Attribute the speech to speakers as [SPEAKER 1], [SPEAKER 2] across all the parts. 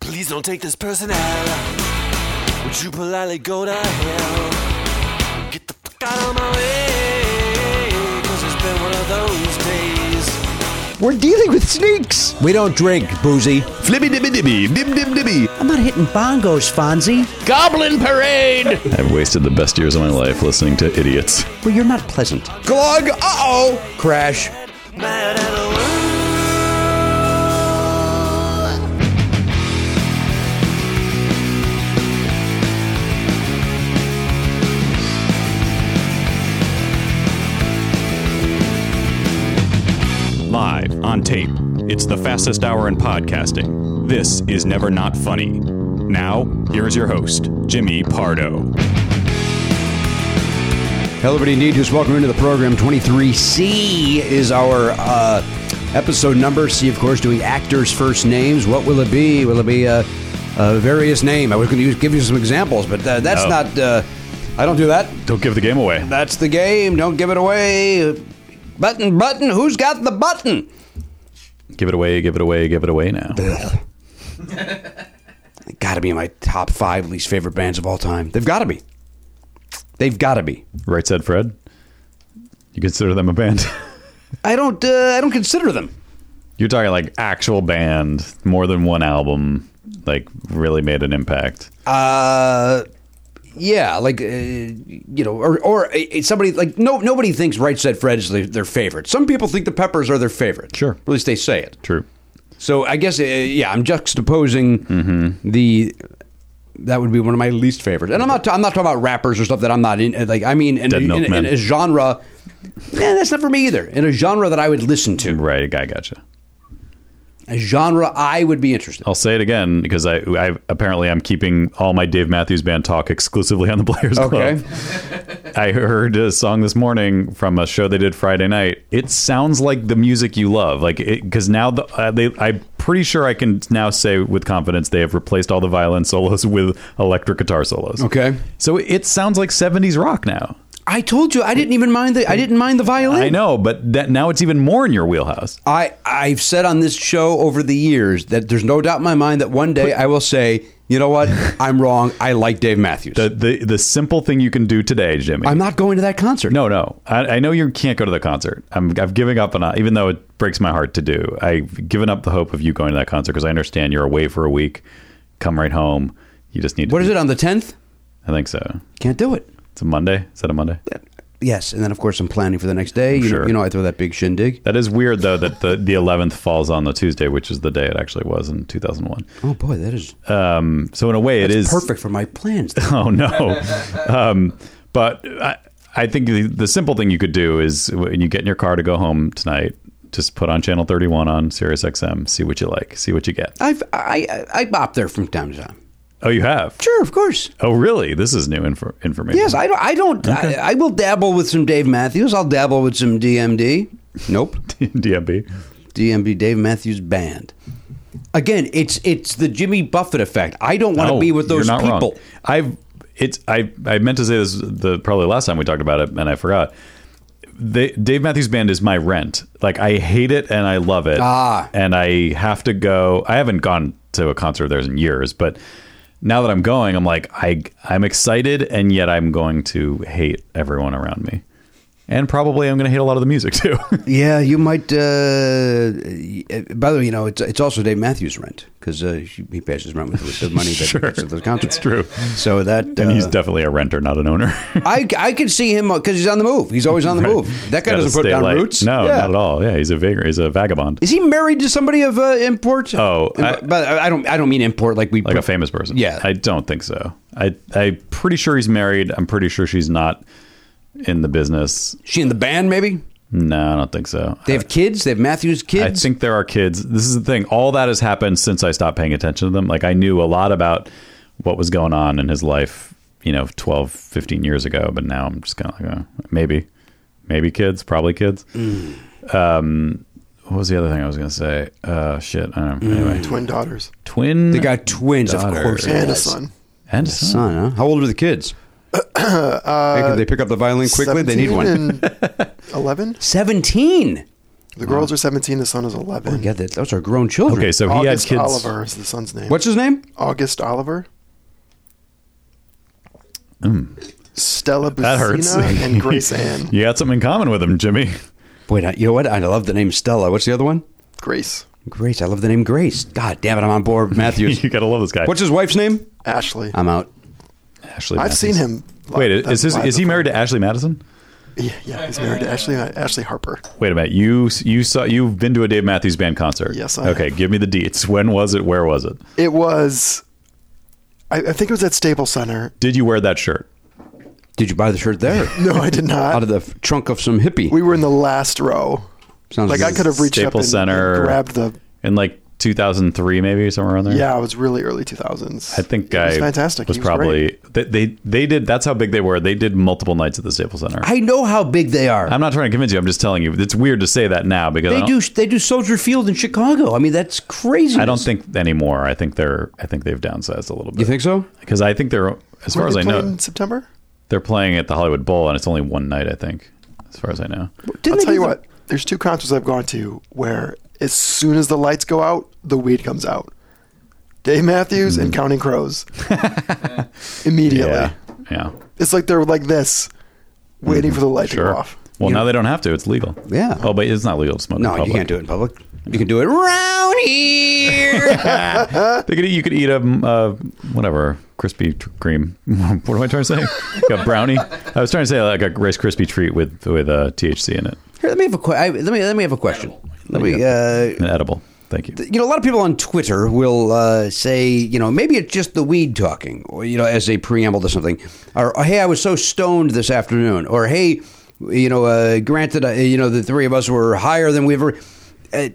[SPEAKER 1] Please don't take this person out. Would you politely go to hell? Get the fuck out of my way. Cause it's been one of those days.
[SPEAKER 2] We're dealing with sneaks.
[SPEAKER 3] We don't drink, boozy.
[SPEAKER 4] Flibby dibby dibby, dim dim dibby.
[SPEAKER 2] I'm not hitting bongos, Fonzie.
[SPEAKER 5] Goblin Parade!
[SPEAKER 4] I've wasted the best years of my life listening to idiots.
[SPEAKER 2] Well, you're not pleasant.
[SPEAKER 3] Glug. Uh oh. Crash.
[SPEAKER 1] Mad at the world.
[SPEAKER 4] Live on tape. It's the fastest hour in podcasting. This is never not funny. Now, here is your host, Jimmy Pardo.
[SPEAKER 3] Hello, everybody. Indeed, just welcome into the program. 23C is our uh, episode number. C, of course, doing actors' first names. What will it be? Will it be a, a various name? I was going to use, give you some examples, but uh, that's
[SPEAKER 4] No.
[SPEAKER 3] not. Uh, I don't do that.
[SPEAKER 4] Don't give the game away.
[SPEAKER 3] That's the game. Don't give it away. Button, button. Who's got the button?
[SPEAKER 4] Give it away, give it away, give it away now.
[SPEAKER 3] Got to be in my top five least favorite bands of all time. They've got to be. They've got to be.
[SPEAKER 4] Right said Fred. You consider them a band?
[SPEAKER 3] I don't. Uh, I don't consider them.
[SPEAKER 4] You're talking like actual band, more than one album, like really made an impact.
[SPEAKER 3] Uh, yeah, like uh, you know, or or uh, somebody like no nobody thinks Right Said Fred is their, their favorite. Some people think the Peppers are their favorite.
[SPEAKER 4] Sure.
[SPEAKER 3] at least they say it.
[SPEAKER 4] True.
[SPEAKER 3] So I guess uh, yeah, I'm juxtaposing
[SPEAKER 4] Mm-hmm.
[SPEAKER 3] the that would be one of my least favorites. And I'm not I'm not talking about rappers or stuff that I'm not in. Like I mean, in,
[SPEAKER 4] Dead
[SPEAKER 3] in- in,
[SPEAKER 4] Milkmen.
[SPEAKER 3] a genre. Yeah, that's not for me either. In a genre that I would listen to,
[SPEAKER 4] Right, guy gotcha.
[SPEAKER 3] a genre I would be interested.
[SPEAKER 4] I'll say it again because I, I apparently I'm keeping all my Dave Matthews Band talk exclusively on the Players
[SPEAKER 3] Okay.
[SPEAKER 4] Club. I heard a song this morning from a show they did Friday night. It sounds like the music you love, like because now the, uh, they. I'm pretty sure I can now say with confidence they have replaced all the violin solos with electric guitar solos.
[SPEAKER 3] Okay.
[SPEAKER 4] so it sounds like 70s rock now.
[SPEAKER 3] I told you I didn't even mind the I didn't mind the violin.
[SPEAKER 4] I know, but that now it's even more in your wheelhouse.
[SPEAKER 3] I I've said on this show over the years that there's no doubt in my mind that one day I will say, you know what, I'm wrong. I like Dave Matthews.
[SPEAKER 4] The Uh, the, the simple thing you can do today, Jimmy.
[SPEAKER 3] I'm not going to that concert.
[SPEAKER 4] No, no. I, I know you can't go to the concert. I'm, I've giving up on even though it breaks my heart to do. I've given up the hope of you going to that concert because I understand you're away for a week. Come right home. You just need. To
[SPEAKER 3] What is it on the 10th?
[SPEAKER 4] I think so.
[SPEAKER 3] Can't do it.
[SPEAKER 4] It's a Monday. Is that a Monday?
[SPEAKER 3] Yes, and then of course I'm planning for the next day. You, know,
[SPEAKER 4] Sure.
[SPEAKER 3] you know, I throw that big shindig.
[SPEAKER 4] That is weird though that the the 11th falls on the Tuesday, which is the day it actually was in 2001.
[SPEAKER 3] Oh boy, that is
[SPEAKER 4] Um, so in a way, it is
[SPEAKER 3] perfect for my plans.
[SPEAKER 4] Oh no. um, but I, I think the, the simple thing you could do is when you get in your car to go home tonight, just put on channel 31 on Sirius XM, see what you like, see what you get.
[SPEAKER 3] I've I I, I bop there from time to time.
[SPEAKER 4] Oh, you have?
[SPEAKER 3] Sure, of course.
[SPEAKER 4] Oh, really? This is new info- information.
[SPEAKER 3] Yes, I don't. I don't. I, I will dabble with some Dave Matthews. I'll dabble with some DMD. Nope.
[SPEAKER 4] DMB.
[SPEAKER 3] DMB Dave Matthews Band. Again, it's it's the Jimmy Buffett effect. I don't want to
[SPEAKER 4] Oh,
[SPEAKER 3] be with
[SPEAKER 4] you're
[SPEAKER 3] those
[SPEAKER 4] not wrong.
[SPEAKER 3] people.
[SPEAKER 4] I've it's I I meant to say this the probably last time we talked about it and I forgot. They, Dave Matthews Band is my rent. Like I hate it and I love it.
[SPEAKER 3] Ah.
[SPEAKER 4] And I have to go. I haven't gone to a concert of theirs in years, but now that I'm going, I'm like I I'm excited and yet I'm going to hate everyone around me. And probably I'm going to hate a lot of the music too.
[SPEAKER 3] Yeah, you might. Uh, by the way, you know it's it's also Dave Matthews' rent because uh, he pays his rent with the money that he gets at those concerts.
[SPEAKER 4] It's true.
[SPEAKER 3] So that uh,
[SPEAKER 4] and he's definitely a renter, not an owner.
[SPEAKER 3] I I could see him because he's on the move. He's always on the move. That guy
[SPEAKER 4] Gotta
[SPEAKER 3] doesn't put
[SPEAKER 4] stay
[SPEAKER 3] down
[SPEAKER 4] light.
[SPEAKER 3] roots.
[SPEAKER 4] No,
[SPEAKER 3] Yeah.
[SPEAKER 4] not at all. Yeah, he's a vagrant. He's a vagabond.
[SPEAKER 3] Is he married to somebody of uh, import?
[SPEAKER 4] Oh,
[SPEAKER 3] Im-
[SPEAKER 4] I-
[SPEAKER 3] but I don't. I don't mean import like we
[SPEAKER 4] like a
[SPEAKER 3] put-
[SPEAKER 4] famous person.
[SPEAKER 3] Yeah.
[SPEAKER 4] I don't think so. I I'm pretty sure he's married. I'm pretty sure she's not in the business.
[SPEAKER 3] She in the band maybe.
[SPEAKER 4] No, I don't think so.
[SPEAKER 3] They have kids. They have Matthews
[SPEAKER 4] I, I
[SPEAKER 3] kids.
[SPEAKER 4] think there are kids. This is the thing. All that has happened since I stopped paying attention to them. Like I knew a lot about what was going on in his life, you know, 12, 15 years ago, but now I'm just kind of like, oh, maybe maybe kids, probably kids. Um
[SPEAKER 3] Mm.
[SPEAKER 4] what was the other thing I was going to say? Uh shit, I don't know. Anyway,
[SPEAKER 6] twin daughters
[SPEAKER 4] twin
[SPEAKER 3] they got twins. Of course,
[SPEAKER 6] and a
[SPEAKER 3] Yes.
[SPEAKER 6] son. Uh,
[SPEAKER 4] and a son.
[SPEAKER 3] Son, huh? How old are the kids? they, they pick up the violin quickly. They need
[SPEAKER 6] 17
[SPEAKER 3] one.
[SPEAKER 6] and Eleven.
[SPEAKER 3] Seventeen.
[SPEAKER 6] The girls are 17. The son is 11.
[SPEAKER 3] Yeah, that, those are grown children.
[SPEAKER 4] Okay, Oh, so he
[SPEAKER 6] August
[SPEAKER 4] had kids.
[SPEAKER 6] Oliver is the son's name.
[SPEAKER 3] What's his name?
[SPEAKER 6] August Oliver. Stella
[SPEAKER 4] Hmm. That hurts.
[SPEAKER 6] Buscina and Grace Ann.
[SPEAKER 4] You got something in common with him, Jimmy.
[SPEAKER 3] Wait, I, you know what? I love the name Stella. What's the other one?
[SPEAKER 6] Grace.
[SPEAKER 3] Grace. I love the name Grace. God damn it, I'm on board, Matthews.
[SPEAKER 4] you gotta love this guy.
[SPEAKER 3] What's his wife's name?
[SPEAKER 6] Ashley.
[SPEAKER 3] I'm out.
[SPEAKER 4] Ashley
[SPEAKER 6] I've
[SPEAKER 4] Madison.
[SPEAKER 6] seen him. li-
[SPEAKER 4] Wait,
[SPEAKER 6] them
[SPEAKER 4] is his,
[SPEAKER 6] live
[SPEAKER 4] is he
[SPEAKER 6] before.
[SPEAKER 4] married to Ashley Madison?
[SPEAKER 6] Yeah, yeah, he's married to Ashley Ashley Harper.
[SPEAKER 4] Wait a minute. You you saw you've been to a Dave Matthews Band concert?
[SPEAKER 6] Yes, I
[SPEAKER 4] Okay,
[SPEAKER 6] have.
[SPEAKER 4] give me the deets. When was it? Where was it?
[SPEAKER 6] It was, I, I think it was at Staples Center.
[SPEAKER 4] Did you wear that shirt?
[SPEAKER 3] Did you buy the shirt there?
[SPEAKER 6] No, I did
[SPEAKER 3] Out
[SPEAKER 6] not.
[SPEAKER 3] of the f- trunk of some hippie.
[SPEAKER 6] We were in the last row.
[SPEAKER 3] Sounds
[SPEAKER 6] Like I could have reached
[SPEAKER 4] Staples
[SPEAKER 6] up and,
[SPEAKER 4] Center.
[SPEAKER 6] and grabbed the.
[SPEAKER 4] In like 2003, maybe somewhere around there.
[SPEAKER 6] Yeah, it was really early 2000s.
[SPEAKER 4] I think
[SPEAKER 6] it
[SPEAKER 4] I
[SPEAKER 6] was fantastic.
[SPEAKER 4] Was,
[SPEAKER 6] He
[SPEAKER 4] probably
[SPEAKER 6] great.
[SPEAKER 4] they, they they did. That's how big they were. They did multiple nights at the Staples Center. I,
[SPEAKER 3] I know how big they are.
[SPEAKER 4] am not trying to convince you. I'm just telling you. It's weird to say that now because I
[SPEAKER 3] they
[SPEAKER 4] don't,
[SPEAKER 3] do. They do Soldier Field in Chicago. I mean, that's crazy.
[SPEAKER 4] I don't think anymore. I think they're. I think they've downsized a little bit.
[SPEAKER 3] You think so?
[SPEAKER 4] Because I think they're. As far
[SPEAKER 6] Were
[SPEAKER 4] as
[SPEAKER 6] they
[SPEAKER 4] I
[SPEAKER 6] playing
[SPEAKER 4] know,
[SPEAKER 6] in September.
[SPEAKER 4] they're playing at the Hollywood Bowl, and it's only one night. I think. As far as I know.
[SPEAKER 3] Didn't
[SPEAKER 6] I'll
[SPEAKER 3] they
[SPEAKER 6] tell
[SPEAKER 3] do
[SPEAKER 6] you
[SPEAKER 3] the-
[SPEAKER 6] what. There's two concerts I've gone to where as soon as the lights go out, the weed comes out. Dave Matthews and Counting Crows. Immediately.
[SPEAKER 4] Hmm. Yeah. Yeah.
[SPEAKER 6] It's like they're like this, waiting for the light to
[SPEAKER 4] Sure.
[SPEAKER 6] go off.
[SPEAKER 4] Well,
[SPEAKER 3] You
[SPEAKER 4] now
[SPEAKER 3] know-
[SPEAKER 4] they don't have to. It's legal.
[SPEAKER 3] Yeah.
[SPEAKER 4] Oh, but it's not legal to smoke. in
[SPEAKER 3] No, you
[SPEAKER 4] public.
[SPEAKER 3] can't do it in public. You can do it around here.
[SPEAKER 4] They could, you could eat a uh, whatever crispy tr- cream. what am I trying to say? Like a brownie. I was trying to say like a Rice crispy treat with with uh, THC in it,
[SPEAKER 3] Here, let me have a que- I, let me let me have a question. Let me. Uh,
[SPEAKER 4] an edible. Thank you.
[SPEAKER 3] you know, a lot of people on Twitter will uh, say, you know, maybe it's just the weed talking, or you know, as a preamble to something, or hey, I was so stoned this afternoon, or hey, you know, uh, granted, uh, you know, the three of us were higher than we ever. Uh,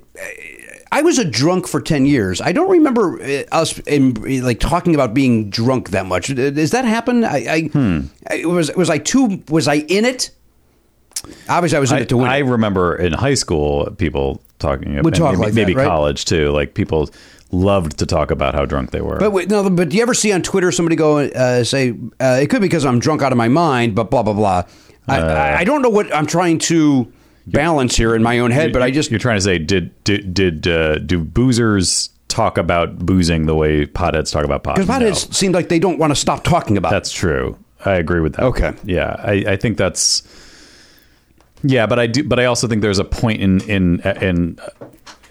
[SPEAKER 3] I was a drunk for ten years. I don't remember uh, us in, like talking about being drunk that much. Uh, Does that happen? I, I,
[SPEAKER 4] Hmm.
[SPEAKER 3] I was was I too was I in it? Obviously, I was in
[SPEAKER 4] I,
[SPEAKER 3] it to win.
[SPEAKER 4] I
[SPEAKER 3] it.
[SPEAKER 4] remember in high school people talking about
[SPEAKER 3] Would talk
[SPEAKER 4] maybe,
[SPEAKER 3] like
[SPEAKER 4] maybe
[SPEAKER 3] that, right?
[SPEAKER 4] college too. Like people loved to talk about how drunk they were.
[SPEAKER 3] But wait, no, but do you ever see on Twitter somebody go uh, say uh, it could be because I'm drunk out of my mind, but blah blah blah. I,
[SPEAKER 4] Uh,
[SPEAKER 3] I, I don't know what I'm trying to balance here in my own head, but I just
[SPEAKER 4] you're trying to say did did did uh, do boozers talk about boozing the way potheads talk about pot?
[SPEAKER 3] because
[SPEAKER 4] No.
[SPEAKER 3] potheads seem like they don't want to stop talking about.
[SPEAKER 4] That's true. I agree with that.
[SPEAKER 3] Okay.
[SPEAKER 4] Yeah, I, I think that's. Yeah, but I do. But I also think there's a point in in in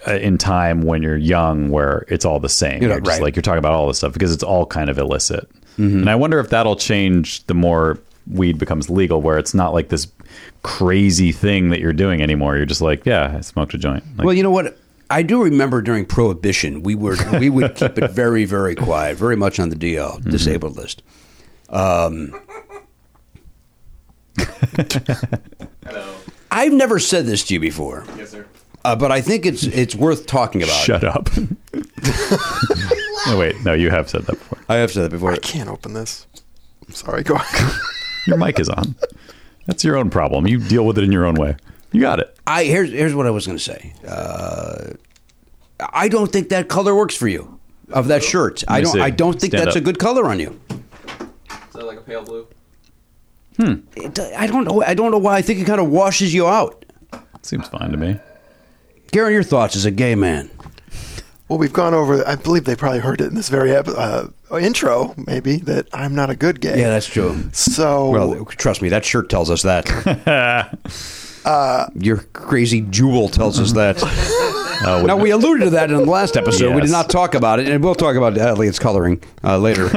[SPEAKER 4] uh, in time when you're young where it's all the same.
[SPEAKER 3] You're
[SPEAKER 4] You're,
[SPEAKER 3] not
[SPEAKER 4] just
[SPEAKER 3] right.
[SPEAKER 4] like you're talking about all this stuff because it's all kind of illicit. And I wonder if that'll change the more weed becomes legal, where it's not like this crazy thing that you're doing anymore. You're just like, yeah, I smoked a joint. Like,
[SPEAKER 3] Well, you know what? I do remember during Prohibition, we were we would keep it very very quiet, very much on the DL
[SPEAKER 4] Mm-hmm.
[SPEAKER 3] disabled list. Um, I've never said this to you before. Yes, sir. Uh, but I think it's it's worth talking about.
[SPEAKER 4] shut up. no, wait, no, you have said that before.
[SPEAKER 3] I have Oh, said that before.
[SPEAKER 6] I can't open this. I'm sorry, go on.
[SPEAKER 4] Your mic is on. That's your own problem. You deal with it in your own way. You got it.
[SPEAKER 3] I here's here's what I was going to say. Uh, I don't think that color works for you of that shirt. I
[SPEAKER 4] me
[SPEAKER 3] don't.
[SPEAKER 4] see.
[SPEAKER 3] I don't think
[SPEAKER 4] Stand
[SPEAKER 3] that's
[SPEAKER 4] up.
[SPEAKER 3] a good color on you.
[SPEAKER 7] Is that like a pale blue?
[SPEAKER 3] It- I don't know. I don't know why. I think it kind of washes you out.
[SPEAKER 4] Seems fine to me.
[SPEAKER 3] Garen, your thoughts as a gay man?
[SPEAKER 6] Well, we've gone over. I believe they probably heard it in this very ep- uh, intro, maybe that I'm not a good gay.
[SPEAKER 3] Yeah, that's true.
[SPEAKER 6] so.
[SPEAKER 3] Well, trust me, that shirt tells us that. your crazy jewel tells us that.
[SPEAKER 4] Uh,
[SPEAKER 3] Now we alluded to that in the last episode. We did
[SPEAKER 4] Yes.
[SPEAKER 3] not talk about it, and we'll talk about Elliot's coloring uh, later.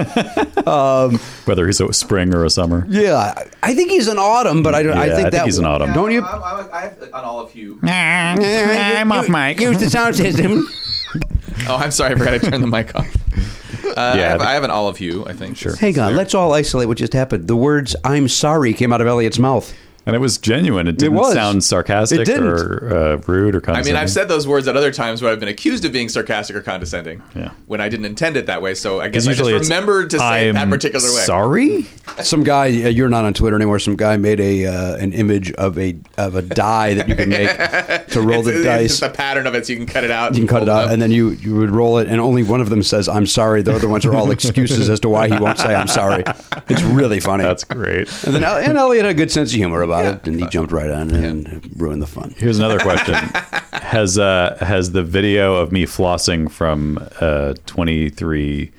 [SPEAKER 4] whether he's a spring or a summer.
[SPEAKER 3] yeah, I think he's an autumn, but I don't.
[SPEAKER 4] Yeah,
[SPEAKER 3] I
[SPEAKER 4] I
[SPEAKER 3] think
[SPEAKER 4] think
[SPEAKER 3] that
[SPEAKER 4] he's an autumn.
[SPEAKER 3] Don't you?
[SPEAKER 7] I, I, I have an olive hue.
[SPEAKER 3] I'm off mic. Use the sound system.
[SPEAKER 7] Oh, I'm sorry. I forgot to turn the mic off. Uh,
[SPEAKER 4] Yeah,
[SPEAKER 7] I,
[SPEAKER 4] I
[SPEAKER 7] have,
[SPEAKER 4] think-
[SPEAKER 7] I have an olive hue, I think. Sure.
[SPEAKER 3] Hang on, let's all isolate what just happened. The words "I'm sorry" came out of Elliot's mouth.
[SPEAKER 4] And it was genuine. It didn't
[SPEAKER 3] was.
[SPEAKER 4] sound sarcastic
[SPEAKER 3] It didn't.
[SPEAKER 4] or uh, rude or
[SPEAKER 7] I
[SPEAKER 4] condescending.
[SPEAKER 7] mean, I've said those words at other times where I've been accused of being sarcastic or condescending.
[SPEAKER 4] Yeah.
[SPEAKER 7] When I didn't intend it that way, so I guess
[SPEAKER 4] 'Cause
[SPEAKER 7] I just
[SPEAKER 4] usually it's,
[SPEAKER 7] remembered to say it that
[SPEAKER 4] "I'm
[SPEAKER 7] particular way.
[SPEAKER 4] Sorry?
[SPEAKER 3] Some guy, uh, you're not on Twitter anymore. Some guy made a uh, an image of a of a die that you can make to roll
[SPEAKER 7] It's,
[SPEAKER 3] the
[SPEAKER 7] it's
[SPEAKER 3] dice.
[SPEAKER 7] just a pattern of it, so you can cut it out.
[SPEAKER 3] You can cut it
[SPEAKER 7] Hold
[SPEAKER 3] out,
[SPEAKER 7] up.
[SPEAKER 3] and then you you would roll it, and only one of them says "I'm sorry." The other ones are all excuses as to why he won't say "I'm sorry." It's really funny.
[SPEAKER 4] That's great.
[SPEAKER 3] and then El- and Elliot had a good sense of humor about about
[SPEAKER 7] Yeah.
[SPEAKER 3] it, and he jumped right on it and ruined the fun.
[SPEAKER 4] Here's another question: Has uh, has the video of me flossing from uh, 23B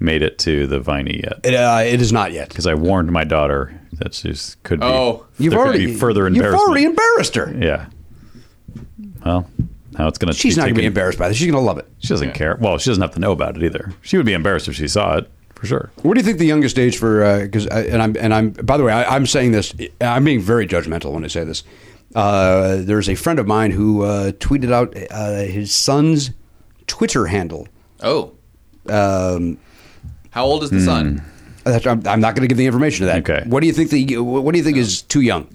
[SPEAKER 4] made it to the Viney yet?
[SPEAKER 3] It, uh, it is not yet.
[SPEAKER 4] Because I warned my daughter that she's could be.
[SPEAKER 7] Oh.
[SPEAKER 4] there could be further
[SPEAKER 3] You've
[SPEAKER 4] embarrassment.
[SPEAKER 3] already embarrassed her.
[SPEAKER 4] yeah. Well, now it's gonna.
[SPEAKER 3] She's not going to be
[SPEAKER 4] taken-
[SPEAKER 3] embarrassed by this. She's going to love it.
[SPEAKER 4] She doesn't
[SPEAKER 7] Yeah.
[SPEAKER 4] care. Well, she doesn't have to know about it either. She would be embarrassed if she saw it for sure.
[SPEAKER 3] What do you think the youngest age for? Because I and I'm and I'm. By the way, I, I'm saying this. I'm being very judgmental when I say this. Uh, there's a friend of mine who uh, tweeted out uh, his son's Twitter handle.
[SPEAKER 7] Oh,
[SPEAKER 3] Um,
[SPEAKER 7] how old is the son?
[SPEAKER 3] that's- I'm, I'm not going to give the information to that.
[SPEAKER 4] Okay.
[SPEAKER 3] What do you think? The what do you think is too young?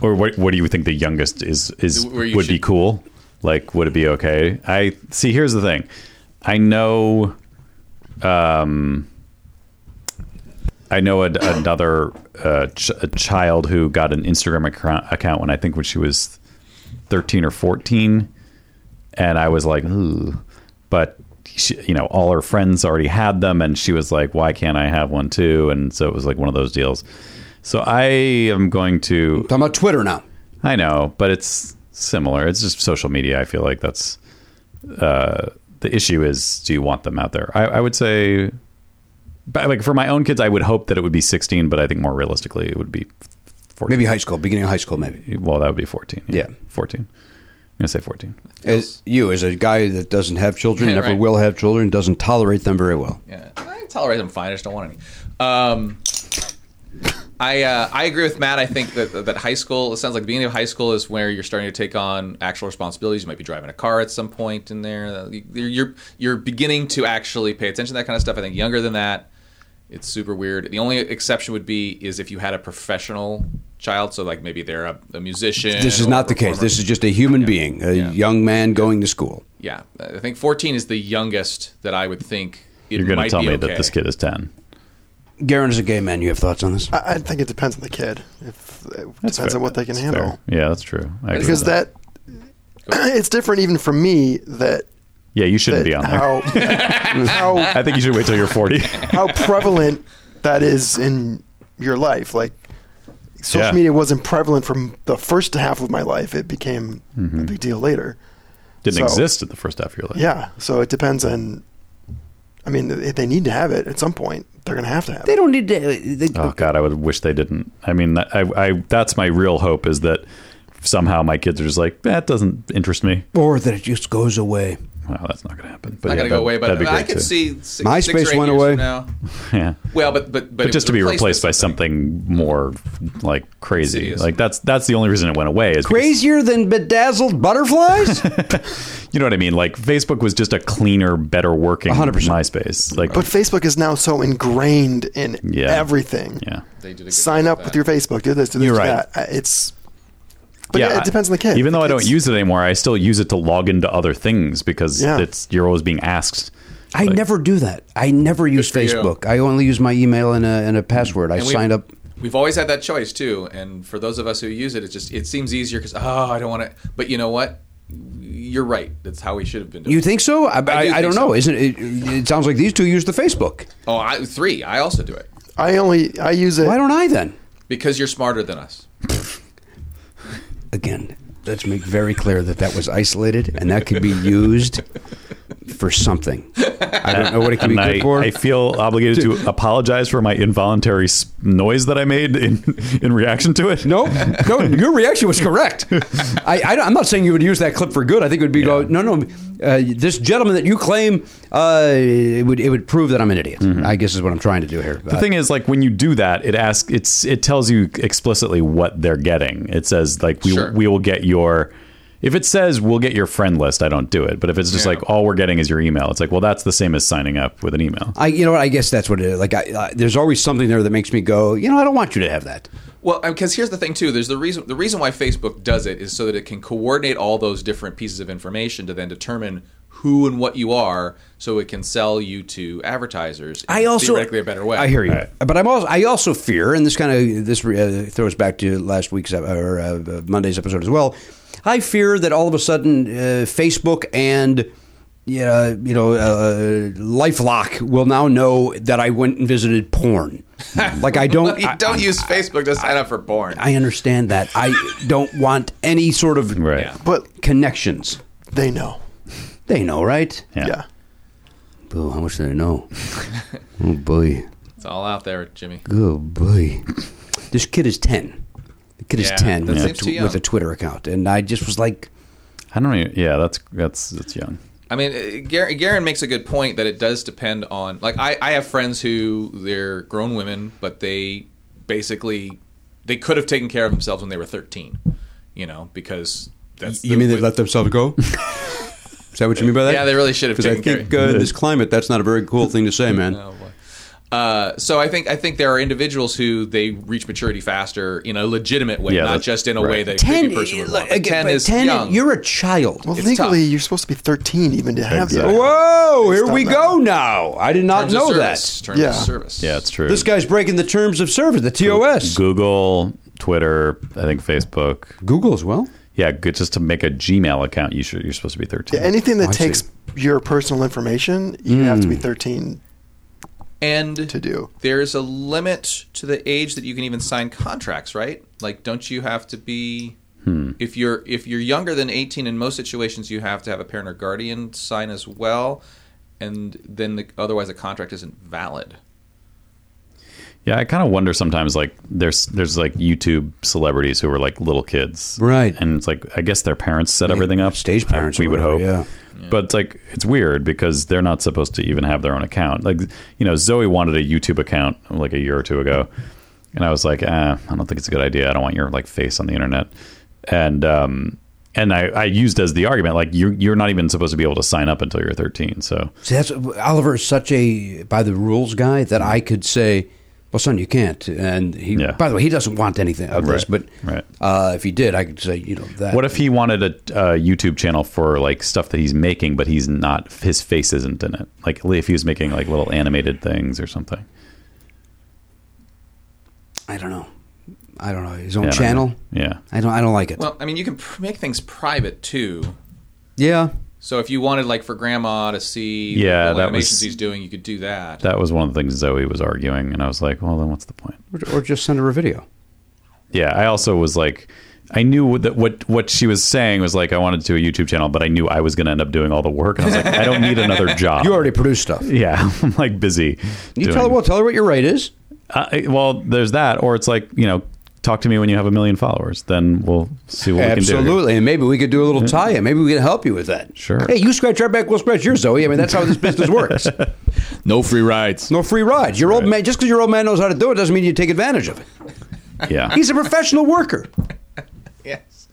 [SPEAKER 4] Or what? What do you think the youngest is? Is
[SPEAKER 7] Where you
[SPEAKER 4] would be
[SPEAKER 7] should-
[SPEAKER 4] cool? Like, would it be okay? I see. Here's the thing. I know. Um, I know a, another uh, ch- a child who got an Instagram account, account when I think when she was thirteen or fourteen, and I was like, ooh, but. She, you know, all her friends already had them, and she was like, "Why can't I have one too?" And so it was like one of those deals. So I am going to
[SPEAKER 3] Talking about Twitter now.
[SPEAKER 4] I know, but it's similar. It's just social media. I feel like that's uh, the issue. Is do you want them out there? I, I would say, but like for my own kids, I would hope that it would be 16, but I think more realistically, it would be 14.
[SPEAKER 3] Maybe high school, beginning of high school, maybe.
[SPEAKER 4] well, that would be 14.
[SPEAKER 3] Yeah.
[SPEAKER 4] 14. I'm gonna say 14.
[SPEAKER 3] As you, as a guy that doesn't have children,
[SPEAKER 7] Yeah,
[SPEAKER 3] never
[SPEAKER 7] right.
[SPEAKER 3] will have children, doesn't tolerate them very well.
[SPEAKER 7] Yeah, I tolerate them fine. I just don't want any. Um, I uh, I agree with Matt. I think that that high school. It sounds like the beginning of high school is where you're starting to take on actual responsibilities. You might be driving a car at some point in there. Uh, You're you're, you're beginning to actually pay attention to that kind of stuff. I think younger than that, it's super weird. The only exception would be is if you had a professional child. So like maybe they're a, a musician.
[SPEAKER 3] This is
[SPEAKER 7] or
[SPEAKER 3] not the
[SPEAKER 7] a
[SPEAKER 3] case.
[SPEAKER 7] performer.
[SPEAKER 3] This is just a human being, a young man going to school.
[SPEAKER 7] yeah. I think 14 is the youngest that I would think. It
[SPEAKER 4] You're gonna
[SPEAKER 7] might
[SPEAKER 4] tell
[SPEAKER 7] be
[SPEAKER 4] me
[SPEAKER 7] okay.
[SPEAKER 4] that this kid is 10.
[SPEAKER 3] Garen is a gay man. You have thoughts on this?
[SPEAKER 6] I, I think it depends on the kid. If it depends
[SPEAKER 4] fair.
[SPEAKER 6] on what they can
[SPEAKER 4] That's
[SPEAKER 6] handle.
[SPEAKER 4] fair. Yeah, that's true. I agree
[SPEAKER 6] Because
[SPEAKER 4] with that.
[SPEAKER 6] that, it's different even for me that,
[SPEAKER 4] Yeah, you shouldn't
[SPEAKER 6] that
[SPEAKER 4] be on there.
[SPEAKER 6] how how
[SPEAKER 4] I think you should wait till you're 40.
[SPEAKER 6] how prevalent that is in your life. Like social
[SPEAKER 4] Yeah.
[SPEAKER 6] media wasn't prevalent from the first half of my life. It became
[SPEAKER 4] Mm-hmm.
[SPEAKER 6] a big deal later.
[SPEAKER 4] Didn't
[SPEAKER 6] So-
[SPEAKER 4] exist at the first half of your life.
[SPEAKER 6] Yeah. So it depends on. I mean, if they need to have it at some point. They're going to have to have
[SPEAKER 8] They
[SPEAKER 6] it.
[SPEAKER 8] don't need
[SPEAKER 3] uh,
[SPEAKER 8] to. They,
[SPEAKER 4] Oh God, I would wish they didn't. I mean, that- I, I that's my real hope is that somehow my kids are just like that doesn't interest me.
[SPEAKER 8] or that it just goes away.
[SPEAKER 4] Well, that's not going to happen. But
[SPEAKER 7] not
[SPEAKER 4] yeah,
[SPEAKER 7] gonna go
[SPEAKER 4] that-
[SPEAKER 7] away, but
[SPEAKER 4] that'd be
[SPEAKER 7] I
[SPEAKER 4] great,
[SPEAKER 7] could
[SPEAKER 4] too.
[SPEAKER 7] see six,
[SPEAKER 3] MySpace
[SPEAKER 7] six or eight
[SPEAKER 3] went
[SPEAKER 7] years
[SPEAKER 3] away.
[SPEAKER 7] from now.
[SPEAKER 4] Yeah.
[SPEAKER 7] Well, but but but, it
[SPEAKER 4] But just
[SPEAKER 7] was
[SPEAKER 4] to be
[SPEAKER 7] replaced
[SPEAKER 4] replaced by
[SPEAKER 7] with
[SPEAKER 4] something more like crazy,
[SPEAKER 7] Serious.
[SPEAKER 4] like that's that's the only reason it went away. Is because-
[SPEAKER 3] Crazier than bedazzled butterflies?
[SPEAKER 4] you know what I mean? Like Facebook was just a cleaner, better working
[SPEAKER 3] 100%.
[SPEAKER 4] MySpace. Like,
[SPEAKER 6] But Facebook is now so ingrained in
[SPEAKER 4] Yeah.
[SPEAKER 6] everything.
[SPEAKER 4] yeah,
[SPEAKER 7] They did a good
[SPEAKER 6] Sign
[SPEAKER 7] job
[SPEAKER 6] up with your Facebook. Do this. Do this.
[SPEAKER 3] You're
[SPEAKER 6] do
[SPEAKER 3] right.
[SPEAKER 6] that. I- It's. But
[SPEAKER 4] yeah,
[SPEAKER 6] yeah, it depends on the kid.
[SPEAKER 4] Even though I don't
[SPEAKER 6] It's-
[SPEAKER 4] use it anymore, I still use it to log into other things because
[SPEAKER 6] Yeah.
[SPEAKER 4] it's you're always being asked.
[SPEAKER 8] I never do that. I never use
[SPEAKER 7] for you.
[SPEAKER 8] Facebook.
[SPEAKER 3] I only use my email and a, and a password. I
[SPEAKER 7] And we-
[SPEAKER 3] signed up.
[SPEAKER 7] We've always had that choice too, and for those of us who use it, it just it seems easier because oh, I don't want to. But you know what? You're right. That's how we should have been doing.
[SPEAKER 3] You
[SPEAKER 7] it.
[SPEAKER 3] think so? I, I,
[SPEAKER 7] do
[SPEAKER 3] I,
[SPEAKER 7] think
[SPEAKER 3] don't
[SPEAKER 7] so.
[SPEAKER 3] know. Isn't it, it sounds like these two use the Facebook.
[SPEAKER 7] Oh, I, three. I also do it
[SPEAKER 6] I only I use it.
[SPEAKER 3] Why don't I then?
[SPEAKER 7] because you're smarter than us.
[SPEAKER 3] Again, let's make very clear that that was isolated and that could be used for something. I don't know what it could be
[SPEAKER 4] and
[SPEAKER 3] good
[SPEAKER 4] I,
[SPEAKER 3] for.
[SPEAKER 4] I feel obligated to apologize for my involuntary s- noise that I made in in reaction to it.
[SPEAKER 3] No, no, your reaction was correct. I, I, am not saying you would use that clip for good. I think it would be go, no, no. Uh, this gentleman that you claim, uh, it would it would prove that I'm an idiot. I guess is what I'm trying to do here.
[SPEAKER 4] Mm-hmm.
[SPEAKER 3] Uh,
[SPEAKER 4] The thing is, like when you do that, it asks it's it tells you explicitly what they're getting. It says like we
[SPEAKER 7] Sure.
[SPEAKER 4] we will get your if it says we'll get your friend list, I don't do it. But if it's just
[SPEAKER 7] Yeah.
[SPEAKER 4] like all we're getting is your email, it's like well that's the same as signing up with an email.
[SPEAKER 3] I, you know what? I guess that's what it is. Like, I, I, there's always something there that makes me go, you know, I don't want you to have that.
[SPEAKER 7] Well, because here's the thing too. There's the reason the reason why Facebook does it is so that it can coordinate all those different pieces of information to then determine who and what you are, so it can sell you to advertisers. In
[SPEAKER 3] I also-
[SPEAKER 7] theoretically a better way.
[SPEAKER 3] I hear you,
[SPEAKER 4] Right.
[SPEAKER 3] but I'm also I also fear, and this kind of this uh, throws back to last week's ep- or uh, uh, Monday's episode as well. I fear that all of a sudden uh, Facebook and yeah, you know, uh, LifeLock will now know that I went and visited porn.
[SPEAKER 9] Like I don't. I,
[SPEAKER 7] don't use Facebook to sign up for porn.
[SPEAKER 3] I understand that. I don't want any sort of
[SPEAKER 4] Right.
[SPEAKER 7] Yeah.
[SPEAKER 6] But
[SPEAKER 3] connections.
[SPEAKER 6] they know.
[SPEAKER 3] They know, right?
[SPEAKER 4] Yeah.
[SPEAKER 6] Yeah.
[SPEAKER 3] Boo, how much do they know? oh boy.
[SPEAKER 7] It's all out there, Jimmy.
[SPEAKER 3] Good boy. This kid is ten. The kid
[SPEAKER 7] Yeah,
[SPEAKER 3] is ten
[SPEAKER 7] that
[SPEAKER 3] with, a
[SPEAKER 7] seems too
[SPEAKER 3] tw- with a
[SPEAKER 7] young.
[SPEAKER 3] Twitter account, and I just was like,
[SPEAKER 4] I don't. Even, yeah, that's that's that's young.
[SPEAKER 7] I mean, uh, Gar- Garen makes a good point that it does depend on. Like, I, I have friends who they're grown women, but they basically they could have taken care of themselves when they were thirteen. You know, because that's the-
[SPEAKER 9] themselves go? Is that what you mean by
[SPEAKER 7] Yeah, they really should have taken care. of
[SPEAKER 9] in uh, this climate, that's not a very cool thing to say, man.
[SPEAKER 7] Oh, boy. Uh, so I think I think there are individuals who they reach maturity faster in a legitimate way,
[SPEAKER 4] Yeah,
[SPEAKER 7] not
[SPEAKER 4] that's-
[SPEAKER 7] just in a way
[SPEAKER 4] right.
[SPEAKER 7] that a
[SPEAKER 3] ten.
[SPEAKER 7] creepy person would
[SPEAKER 3] like,
[SPEAKER 7] want. But
[SPEAKER 3] again,
[SPEAKER 7] ten
[SPEAKER 3] but
[SPEAKER 7] is
[SPEAKER 3] 10
[SPEAKER 7] young.
[SPEAKER 3] You're a child.
[SPEAKER 6] Well,
[SPEAKER 7] It's
[SPEAKER 6] legally,
[SPEAKER 7] tough.
[SPEAKER 6] you're supposed to be 13 even to have
[SPEAKER 4] Exactly.
[SPEAKER 6] that.
[SPEAKER 9] Whoa! Here
[SPEAKER 6] Stop
[SPEAKER 9] we
[SPEAKER 6] that.
[SPEAKER 9] go now. I did not
[SPEAKER 7] Terms of
[SPEAKER 9] know
[SPEAKER 7] service,
[SPEAKER 9] that.
[SPEAKER 7] Terms
[SPEAKER 6] Yeah.
[SPEAKER 7] of service.
[SPEAKER 4] Yeah, it's true.
[SPEAKER 9] This guy's breaking the terms of service, the TOS.
[SPEAKER 4] Google, Twitter, I think Facebook.
[SPEAKER 9] Google as well.
[SPEAKER 4] Yeah, good, just to make a Gmail account, you should you're supposed to be 13.
[SPEAKER 6] Anything that
[SPEAKER 9] I see.
[SPEAKER 6] takes your personal information, you have to be
[SPEAKER 3] Hmm.
[SPEAKER 6] 13
[SPEAKER 7] and
[SPEAKER 6] to do.
[SPEAKER 7] there's a limit to the age that you can even sign contracts, right? Like, don't you have to be if you're if you're younger than 18? In most situations, you have to have a parent or guardian sign as well, and then the, otherwise the contract isn't valid.
[SPEAKER 4] Yeah, I kind of wonder sometimes like there's there's like YouTube celebrities who are like little kids,
[SPEAKER 3] Right.
[SPEAKER 4] And it's like I guess their parents set everything up,
[SPEAKER 3] stage
[SPEAKER 4] uh,
[SPEAKER 3] parents
[SPEAKER 4] We
[SPEAKER 3] or
[SPEAKER 4] would hope,
[SPEAKER 3] whatever,
[SPEAKER 4] But it's like it's weird because they're not supposed to even have their own account. Like you know, Zoe wanted a YouTube account like a year or two ago, and I was like, ah, I don't think it's a good idea. I don't want your like face on the internet, and um. And I, I used as the argument like you're you're not even supposed to be able to sign up until you're 13. So
[SPEAKER 3] See, that's Oliver is such a by the rules guy that I could say, "Well, son, you can't." And he,
[SPEAKER 4] Yeah.
[SPEAKER 3] by the way, he doesn't want anything of this.
[SPEAKER 4] Right,
[SPEAKER 3] But
[SPEAKER 4] right.
[SPEAKER 3] Uh, if he did, I could say, you know, that.
[SPEAKER 4] What if he wanted a, a YouTube channel for like stuff that he's making, but he's not his face isn't in it? Like if he was making like little animated things or something.
[SPEAKER 3] I don't know. I don't know his own
[SPEAKER 4] Yeah, I don't
[SPEAKER 3] channel.
[SPEAKER 4] know. Yeah.
[SPEAKER 3] I don't. I don't like it.
[SPEAKER 7] Well, I mean, you can pr- make things private too.
[SPEAKER 3] yeah.
[SPEAKER 7] So if you wanted, like, for Grandma to see
[SPEAKER 4] Yeah,
[SPEAKER 7] the
[SPEAKER 4] that
[SPEAKER 7] animations
[SPEAKER 4] was-
[SPEAKER 7] he's doing, you could do that.
[SPEAKER 4] That was one of the things Zoe was arguing, and I was like, well, then what's the point?
[SPEAKER 3] Or, or just send her a video.
[SPEAKER 4] Yeah, I also was like, I knew what- that what what she was saying was like, I wanted to do a YouTube channel, but I knew I was going to end up doing all the work, and I was like, I don't need another job.
[SPEAKER 3] You already produce stuff.
[SPEAKER 4] yeah, I'm like busy.
[SPEAKER 3] You
[SPEAKER 4] doing-
[SPEAKER 3] tell her. Well, tell her what your rate is.
[SPEAKER 4] Uh, well, there's that, or it's like you know, talk to me when you have a million followers, then we'll see what we can do. Mm-hmm.
[SPEAKER 3] Absolutely, and maybe we could do a little tie-in. Maybe we can help you with that.
[SPEAKER 4] Sure.
[SPEAKER 3] Hey, you scratch our back, we'll scratch yours, Zoe. I mean, that's how this business works.
[SPEAKER 5] No free rides.
[SPEAKER 3] No free rides. Your old man, just because your old man knows how to do it, doesn't mean you take advantage of it.
[SPEAKER 4] Yeah,
[SPEAKER 3] He's a professional worker.
[SPEAKER 7] yes.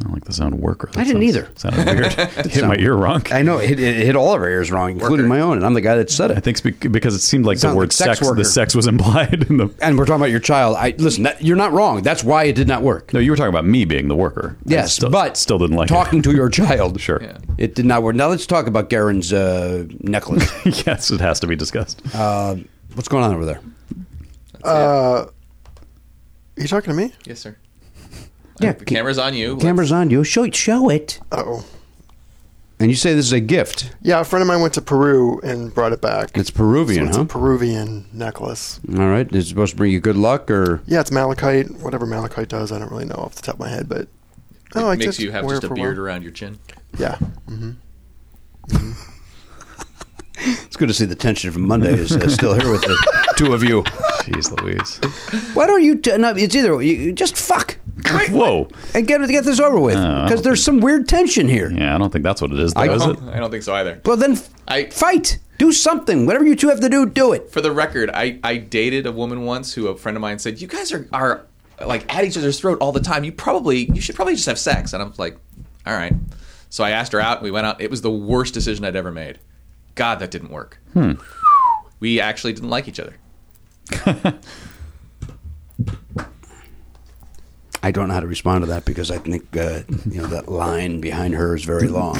[SPEAKER 4] I don't like the sound worker. That
[SPEAKER 3] I didn't
[SPEAKER 4] sounds-
[SPEAKER 3] either.
[SPEAKER 4] Sounded weird. Hit my ear wrong.
[SPEAKER 3] I know it, hit- it hit all of our ears wrong, including my own, and I'm the guy that said
[SPEAKER 4] I
[SPEAKER 3] it.
[SPEAKER 4] think spe- because it seemed like the
[SPEAKER 3] Sounds
[SPEAKER 4] word
[SPEAKER 3] like sex
[SPEAKER 4] sex,
[SPEAKER 3] worker.
[SPEAKER 4] the sex was implied in the.
[SPEAKER 3] And we're talking about your child. I listen. That, you're not wrong. That's why it did not work.
[SPEAKER 4] No, you were talking about me being the worker. I
[SPEAKER 3] Yes,
[SPEAKER 4] still,
[SPEAKER 3] but
[SPEAKER 4] still didn't like
[SPEAKER 3] talking
[SPEAKER 4] it.
[SPEAKER 3] to your child.
[SPEAKER 4] Sure.
[SPEAKER 7] Yeah.
[SPEAKER 3] it did not work. Now let's talk about Garen's uh, necklace.
[SPEAKER 4] yes, it has to be discussed.
[SPEAKER 3] What's going on over there?
[SPEAKER 6] Uh, you talking to me?
[SPEAKER 7] Yes, sir.
[SPEAKER 3] Yeah,
[SPEAKER 7] The camera's on you.
[SPEAKER 3] Camera's on you. Show it. Show it.
[SPEAKER 6] Oh.
[SPEAKER 3] And you say this is a gift.
[SPEAKER 6] Yeah, a friend of mine went to Peru and brought it back.
[SPEAKER 3] It's Peruvian,
[SPEAKER 6] It's
[SPEAKER 3] huh?
[SPEAKER 6] a Peruvian necklace.
[SPEAKER 3] All right. Is it supposed to bring you good luck or?
[SPEAKER 6] Yeah, it's malachite. Whatever malachite does, I don't really know off the top of my head, but
[SPEAKER 7] Let's,
[SPEAKER 6] oh, I
[SPEAKER 7] it makes
[SPEAKER 6] just
[SPEAKER 7] you have
[SPEAKER 6] wear
[SPEAKER 7] just
[SPEAKER 6] it
[SPEAKER 7] a
[SPEAKER 6] for
[SPEAKER 7] beard
[SPEAKER 6] while.
[SPEAKER 7] around your chin.
[SPEAKER 6] Yeah, hmm
[SPEAKER 3] It's good to see the tension from Monday is uh, still here with the two of you.
[SPEAKER 4] Jeez Louise.
[SPEAKER 3] Why don't you? T- no, it's either you, you just fuck
[SPEAKER 4] Whoa.
[SPEAKER 3] and get get this over with
[SPEAKER 4] I
[SPEAKER 3] because
[SPEAKER 4] don't
[SPEAKER 3] there's some weird tension here.
[SPEAKER 4] Oh, Yeah, I don't think that's what it is, though,
[SPEAKER 3] I-
[SPEAKER 4] is it?
[SPEAKER 7] Oh, I don't think so either.
[SPEAKER 3] Well, then f-
[SPEAKER 7] I-
[SPEAKER 3] fight. Do something. Whatever you two have to do, do it.
[SPEAKER 7] For the record, I, I dated a woman once who a friend of mine said, "You guys are are like at each other's throat all the time. You probably you should probably just have sex." And I'm like, "All right." So I asked her out. and We went out. It was the worst decision I'd ever made. God, that didn't work.
[SPEAKER 3] Hmm.
[SPEAKER 7] We actually didn't like each other.
[SPEAKER 3] I don't know how to respond to that because I think uh, you know that line behind her is very long.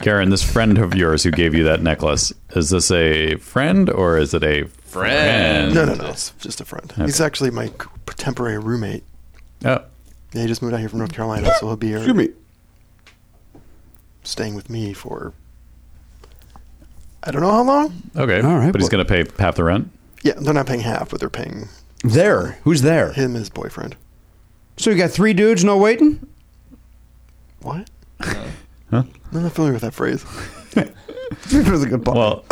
[SPEAKER 4] Karen, this friend of yours who gave you that necklace, is this a friend or is it a
[SPEAKER 7] Friend.
[SPEAKER 6] No, no, no. It's just a friend. He's actually my c- temporary roommate.
[SPEAKER 4] Oh,
[SPEAKER 6] Yeah, he just moved out here from North Carolina, so he'll be here. Excuse me. Staying with me for. I don't know how long.
[SPEAKER 4] Okay.
[SPEAKER 3] All right,
[SPEAKER 4] But he's going to pay half the rent.
[SPEAKER 6] Yeah, they're not paying half, but they're paying
[SPEAKER 3] There. Who's there?
[SPEAKER 6] him his boyfriend.
[SPEAKER 3] So you got three dudes, no waiting?
[SPEAKER 6] What? I'm not familiar with that phrase.
[SPEAKER 4] Well,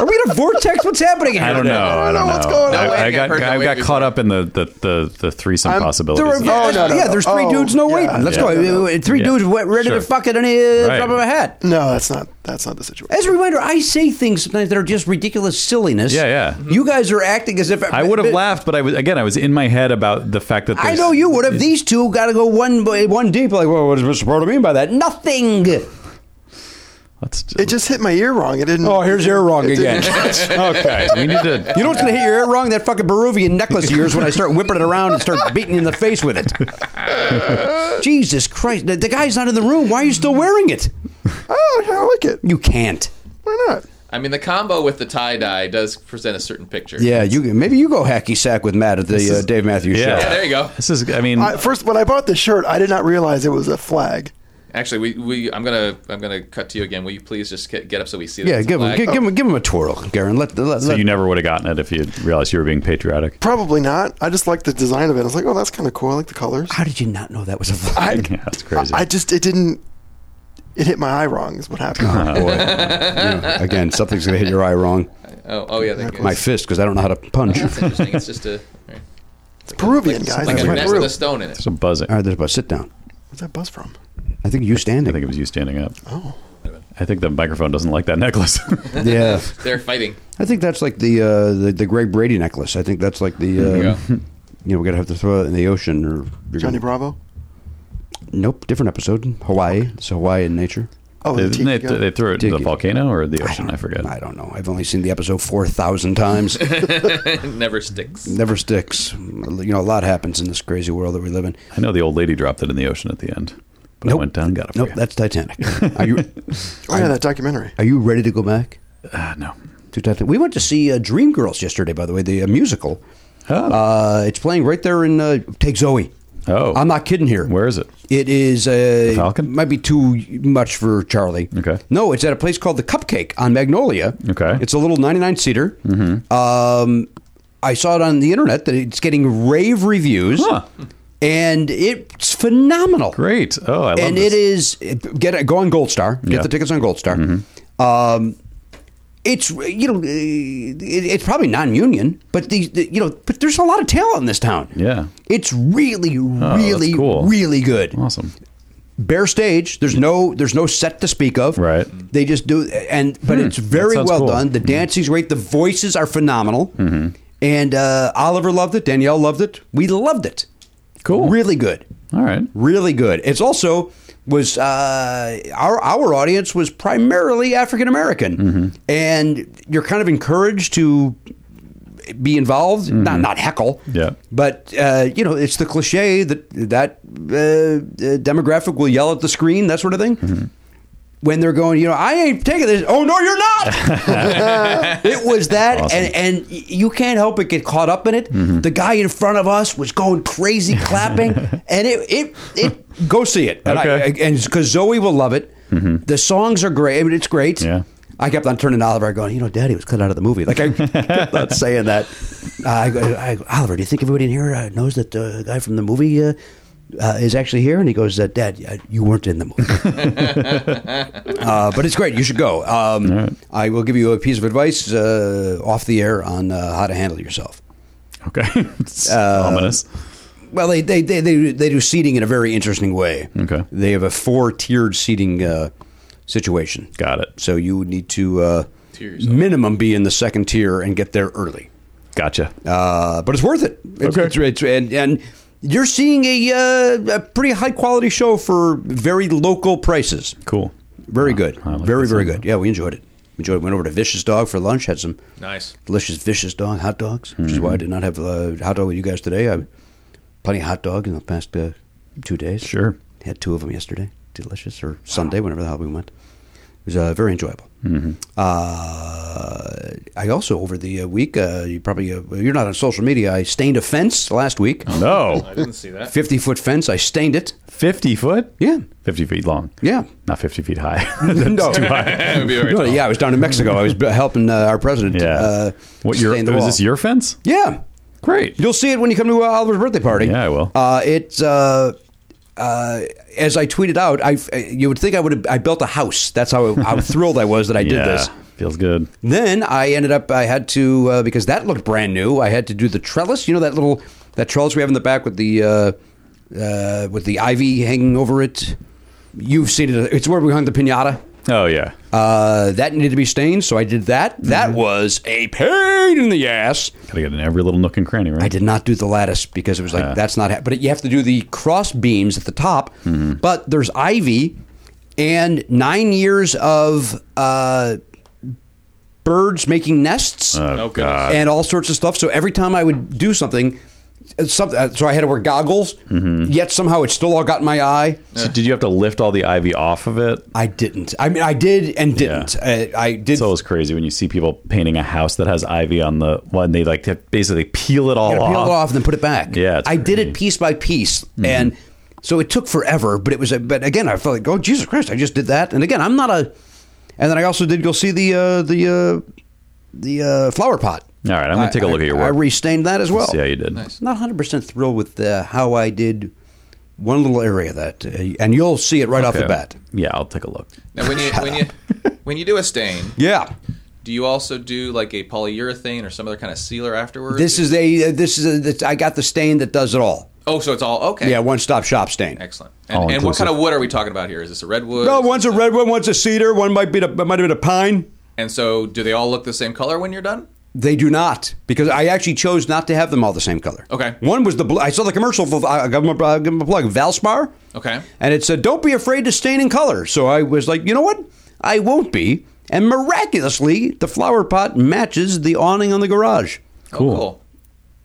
[SPEAKER 3] Are we in a vortex? What's happening here?
[SPEAKER 4] I don't know. I don't know
[SPEAKER 6] what's going on.
[SPEAKER 4] I,
[SPEAKER 7] No way,
[SPEAKER 4] I
[SPEAKER 7] I've
[SPEAKER 4] got
[SPEAKER 7] heard no
[SPEAKER 4] I
[SPEAKER 7] way
[SPEAKER 4] got
[SPEAKER 7] before.
[SPEAKER 4] caught up in the the the, the threesome
[SPEAKER 6] I'm-
[SPEAKER 4] possibilities.
[SPEAKER 3] There are,
[SPEAKER 4] Yeah.
[SPEAKER 6] no, no,
[SPEAKER 3] yeah,
[SPEAKER 6] no.
[SPEAKER 3] there's three
[SPEAKER 6] Oh,
[SPEAKER 3] dudes, no
[SPEAKER 6] yeah.
[SPEAKER 3] waiting. Let's
[SPEAKER 4] Yeah.
[SPEAKER 3] go. Uh, Three
[SPEAKER 4] Yeah.
[SPEAKER 3] dudes wa- ready
[SPEAKER 4] Sure.
[SPEAKER 3] to fuck at any uh,
[SPEAKER 4] Right.
[SPEAKER 3] drop of a hat.
[SPEAKER 6] No, that's not. That's not the situation.
[SPEAKER 3] As a reminder, I say things sometimes that are just ridiculous silliness.
[SPEAKER 4] Yeah, yeah.
[SPEAKER 3] You guys are acting as if
[SPEAKER 4] I would have laughed, but I was again. I was in my head about the fact that
[SPEAKER 3] I
[SPEAKER 4] there's-
[SPEAKER 3] know you would have. These two got to go one by- one deep. Like, well, what does Mr. Porter mean by that? Nothing.
[SPEAKER 4] Let's,
[SPEAKER 6] It just hit my ear wrong. It didn't.
[SPEAKER 3] Oh, here's ear wrong
[SPEAKER 6] it
[SPEAKER 3] again.
[SPEAKER 6] didn't-
[SPEAKER 3] okay.
[SPEAKER 4] we need to.
[SPEAKER 3] You know what's going to hit your ear wrong? That fucking Peruvian necklace of yours when I start whipping it around and start beating you in the face with it. Jesus Christ. The, the guy's not in the room. Why are you still wearing it?
[SPEAKER 6] Oh, I like it.
[SPEAKER 3] You can't.
[SPEAKER 6] Why not?
[SPEAKER 7] I mean, the combo with the tie dye does present a certain picture.
[SPEAKER 3] Yeah, you maybe you go hacky sack with Matt at the uh, Dave Matthews
[SPEAKER 4] Yeah.
[SPEAKER 3] show.
[SPEAKER 7] there you go.
[SPEAKER 4] This is. I mean,
[SPEAKER 6] I, first, when I bought this shirt, I did not realize it was a flag.
[SPEAKER 7] Actually, we, we I'm gonna I'm gonna cut to you again. Will you please just get, get up so we see? that
[SPEAKER 3] Yeah,
[SPEAKER 7] it's a
[SPEAKER 3] give him,
[SPEAKER 7] flag?
[SPEAKER 3] give, give him give him a twirl, Garen. Let, let,
[SPEAKER 4] oh. so
[SPEAKER 3] let-
[SPEAKER 4] you never would have gotten it if you realized you were being patriotic.
[SPEAKER 6] Probably not. I just liked the design of it. I was like, oh, that's kind of cool. I like the colors.
[SPEAKER 3] how did you not know that was a flag?
[SPEAKER 6] I,
[SPEAKER 4] Yeah, that's crazy.
[SPEAKER 6] I just it didn't. It hit my eye wrong. Is what happened.
[SPEAKER 3] Boy, Yeah, Uh, again, something's gonna hit your eye wrong.
[SPEAKER 7] Oh, oh yeah, thank you.
[SPEAKER 3] My fist, because I don't know how to punch.
[SPEAKER 7] That's interesting. It's just a
[SPEAKER 6] It's Peruvian guys.
[SPEAKER 7] like
[SPEAKER 6] That's
[SPEAKER 7] a
[SPEAKER 6] from
[SPEAKER 7] nest with
[SPEAKER 6] Peru.
[SPEAKER 7] a stone in it.
[SPEAKER 4] There's a buzzing.
[SPEAKER 3] All right, there's about sit down.
[SPEAKER 6] Where's that buzz from?
[SPEAKER 3] I think you standing.
[SPEAKER 4] I think it was you standing up. Oh. I think the microphone doesn't like that necklace.
[SPEAKER 3] yeah,
[SPEAKER 7] They're fighting.
[SPEAKER 3] I think that's like the uh, the, the Greg Brady necklace. I think that's like
[SPEAKER 7] There
[SPEAKER 3] the
[SPEAKER 7] you
[SPEAKER 3] uh, you know we gotta have to throw it in the ocean or you're
[SPEAKER 6] Johnny
[SPEAKER 3] gonna-
[SPEAKER 6] Bravo.
[SPEAKER 3] Nope, different episode. Hawaii. It's Hawaii in nature.
[SPEAKER 6] Oh,
[SPEAKER 4] they,
[SPEAKER 6] the tiki
[SPEAKER 4] they,
[SPEAKER 6] gun.
[SPEAKER 4] they threw it in the
[SPEAKER 3] Tiki.
[SPEAKER 4] volcano or the ocean. I, forget.
[SPEAKER 3] I don't know. I've only seen the episode four thousand times.
[SPEAKER 7] It never sticks.
[SPEAKER 3] Never sticks. You know, a lot happens in this crazy world that we live in.
[SPEAKER 4] I know the old lady dropped it in the ocean at the end. But
[SPEAKER 3] Nope.
[SPEAKER 4] I went down and got it for
[SPEAKER 3] Nope,
[SPEAKER 4] you.
[SPEAKER 3] that's Titanic. Are you
[SPEAKER 6] oh yeah, that documentary.
[SPEAKER 3] are you ready to go back
[SPEAKER 4] Ah, no.
[SPEAKER 3] to Titanic? We went to see uh, Dreamgirls yesterday, by the way, the uh, musical. Uh, it's playing right there in uh, Take Zoe.
[SPEAKER 4] Oh.
[SPEAKER 3] I'm not kidding here.
[SPEAKER 4] Where is it?
[SPEAKER 3] It is a
[SPEAKER 4] Falcon?
[SPEAKER 3] Might be too much for Charlie.
[SPEAKER 4] Okay.
[SPEAKER 3] No, it's at a place called the Cupcake on Magnolia.
[SPEAKER 4] Okay.
[SPEAKER 3] It's a little 99 seater. Mm-hmm. Um, I saw it on the internet that it's getting rave reviews,
[SPEAKER 4] Huh.
[SPEAKER 3] and it's phenomenal.
[SPEAKER 4] Great. Oh, I love
[SPEAKER 3] and
[SPEAKER 4] this.
[SPEAKER 3] it is it- get it- go on Gold Star. Get
[SPEAKER 4] Yeah. Mm-hmm.
[SPEAKER 3] the tickets on Gold Star. Um, it's you know it, it's probably non-union, but these the, you know but there's a lot of talent in this town.
[SPEAKER 4] Yeah. Oh,
[SPEAKER 3] it's really
[SPEAKER 4] that's
[SPEAKER 3] really
[SPEAKER 4] cool.
[SPEAKER 3] really good.
[SPEAKER 4] Awesome.
[SPEAKER 3] Bare stage. There's no there's no set to speak of.
[SPEAKER 4] Right. Hmm.
[SPEAKER 3] They just do and but it's very
[SPEAKER 4] sounds
[SPEAKER 3] well
[SPEAKER 4] cool. Hmm. Mm-hmm.
[SPEAKER 3] done. The dancing's great. The voices are phenomenal. And uh, Oliver loved it. Danielle loved it. We loved it.
[SPEAKER 4] Cool.
[SPEAKER 3] Really good
[SPEAKER 4] All right.
[SPEAKER 3] really good. It's also was uh, our our audience was primarily African American, and you're kind of encouraged to be involved, not not heckle,
[SPEAKER 4] Yeah.
[SPEAKER 3] But uh, you know, it's the cliche that that uh, uh, demographic will yell at the screen, that sort of thing. When they're going, you know, I ain't taking this. Oh no, you're not. it was that,
[SPEAKER 4] Awesome. Mm-hmm.
[SPEAKER 3] and and y- you can't help but get caught up in it. The guy in front of us was going crazy, clapping, and it it it go see it. And I,
[SPEAKER 4] Okay.
[SPEAKER 3] and because Zoe will love it. The songs are great. I mean, it's great.
[SPEAKER 4] Yeah.
[SPEAKER 3] I kept on turning to Oliver, going, you know, Daddy was cut out of the movie. Like I kept on saying that. Uh, I, go, I, go, Oliver, do you think everybody in here uh, knows that uh, the guy from the movie uh, uh, is actually here? And he goes, uh, Dad, uh, you weren't in the movie. uh, but it's great. You should go. Um, I will give you a piece of advice uh, off the air on uh, how to handle yourself.
[SPEAKER 4] Okay. It's
[SPEAKER 3] Uh,
[SPEAKER 4] ominous.
[SPEAKER 3] Well, they they, they they they do seating in a very interesting way.
[SPEAKER 4] Okay.
[SPEAKER 3] They have a four tiered seating uh, situation.
[SPEAKER 4] Got it.
[SPEAKER 3] So you would need to uh,
[SPEAKER 7] Tier yourself.
[SPEAKER 3] minimum be in the second tier and get there early.
[SPEAKER 4] Gotcha.
[SPEAKER 3] Uh, but it's worth it. It's,
[SPEAKER 4] Okay.
[SPEAKER 3] it's- it's- and, and you're seeing a, uh, a pretty high quality show for very local prices.
[SPEAKER 4] cool.
[SPEAKER 3] Very good.
[SPEAKER 4] I like
[SPEAKER 3] very, very
[SPEAKER 4] that sound.
[SPEAKER 3] good. Yeah, we enjoyed it. We enjoyed it. Went over to Vicious Dog for lunch, had some
[SPEAKER 7] Nice.
[SPEAKER 3] delicious Vicious Dog hot dogs, which is why I
[SPEAKER 4] Mm-hmm.
[SPEAKER 3] did not have uh, hot dog with you guys today. I Plenty of hot dog in the past uh, two days.
[SPEAKER 4] Sure.
[SPEAKER 3] Had two of them yesterday. Delicious. Or Sunday, whenever the hell we went. It was uh, very enjoyable.
[SPEAKER 4] Mm-hmm.
[SPEAKER 3] Uh, I also over the uh, week, uh, you probably uh, you're not on social media. I stained a fence last week,
[SPEAKER 4] Oh, No,
[SPEAKER 7] I didn't see that.
[SPEAKER 3] fifty foot fence. I stained it.
[SPEAKER 4] fifty foot.
[SPEAKER 3] Yeah,
[SPEAKER 4] fifty feet long.
[SPEAKER 3] yeah.
[SPEAKER 4] not fifty feet high. That's
[SPEAKER 3] No.
[SPEAKER 4] too high.
[SPEAKER 7] It would be very
[SPEAKER 3] No,
[SPEAKER 7] tall.
[SPEAKER 3] yeah, I was down in Mexico. I was b- helping uh, our president.
[SPEAKER 4] Yeah.
[SPEAKER 3] Uh,
[SPEAKER 4] what your
[SPEAKER 3] stain the
[SPEAKER 4] is
[SPEAKER 3] wall.
[SPEAKER 4] this your fence?
[SPEAKER 3] Yeah,
[SPEAKER 4] Great.
[SPEAKER 3] You'll see it when you come to uh, Oliver's birthday party.
[SPEAKER 4] Yeah, I will.
[SPEAKER 3] Uh, it's uh, uh, as I tweeted out. I you would think I would have. I built a house. That's how how thrilled I was that I did
[SPEAKER 4] yeah,
[SPEAKER 3] this.
[SPEAKER 4] feels good.
[SPEAKER 3] Then I ended up. I had to uh, because that looked brand new. I had to do the trellis. You know that little that trellis we have in the back with the uh, uh, with the ivy hanging over it. You've seen it. It's where we hung the pinata.
[SPEAKER 4] Oh yeah.
[SPEAKER 3] Uh, that needed to be stained, so I did that. That
[SPEAKER 4] Mm-hmm.
[SPEAKER 3] was a pain in the ass.
[SPEAKER 4] Gotta get in every little nook and cranny, right?
[SPEAKER 3] I did not do the lattice because it was like
[SPEAKER 4] Yeah.
[SPEAKER 3] that's not. Ha-. But you have to do the cross beams at the top.
[SPEAKER 4] Mm-hmm.
[SPEAKER 3] But there's ivy and nine years of uh, birds making nests
[SPEAKER 4] Oh
[SPEAKER 7] goodness.
[SPEAKER 4] god.
[SPEAKER 3] and all sorts of stuff. So every time I would do something, uh, something. So I had to wear goggles.
[SPEAKER 4] Mm-hmm.
[SPEAKER 3] Yet somehow it still all got in my eye.
[SPEAKER 4] So did you have to lift all the ivy off of it?
[SPEAKER 3] I didn't. I mean, I did and didn't. Uh, I, I did.
[SPEAKER 4] It's always crazy when you see people painting a house that has ivy on the one. They like to basically peel it all
[SPEAKER 3] Yeah,
[SPEAKER 4] off.
[SPEAKER 3] peel it off and then put it back.
[SPEAKER 4] Yeah, it's Mm-hmm.
[SPEAKER 3] I did
[SPEAKER 4] crazy.
[SPEAKER 3] it piece by piece, and so it took forever. But it was, a, but again, I felt like, oh Jesus Christ, I just did that. And again, I'm not a. And then I also did go see the uh, the uh, the uh, flower pot.
[SPEAKER 4] All right, I'm gonna take a
[SPEAKER 3] a
[SPEAKER 4] look at your
[SPEAKER 3] I
[SPEAKER 4] work.
[SPEAKER 3] restained that as well.
[SPEAKER 4] See how you did.
[SPEAKER 3] Not 100 percent thrilled with uh, how I did one little area of that, uh, and you'll see it right off the
[SPEAKER 4] Okay.
[SPEAKER 3] bat.
[SPEAKER 4] Yeah, I'll take a look.
[SPEAKER 7] Now, when you when you when you do a stain,
[SPEAKER 3] Yeah.
[SPEAKER 7] do you also do like a polyurethane or some other kind of sealer afterwards?
[SPEAKER 3] This is a this is a, this, I got the stain that does it all.
[SPEAKER 7] oh, so it's all okay.
[SPEAKER 3] Yeah, one stop shop stain.
[SPEAKER 7] excellent. And, and what
[SPEAKER 4] All-inclusive.
[SPEAKER 7] kind of wood are we talking about here? Is this a redwood?
[SPEAKER 3] No,
[SPEAKER 7] Is this
[SPEAKER 3] one's a red one, one's a cedar, one might be a, might have been a pine.
[SPEAKER 7] And so, do they all look the same color when you're done?
[SPEAKER 3] They do not, because I actually chose not to have them all the same color.
[SPEAKER 7] Okay.
[SPEAKER 3] One was the blue. I saw the commercial for I give them a, I'll give them a plug Valspar.
[SPEAKER 7] Okay.
[SPEAKER 3] And it said, "Don't be afraid to stain in color." So I was like, you know what? I won't be. And miraculously, the flower pot matches the awning on the garage.
[SPEAKER 7] Cool. Oh, cool.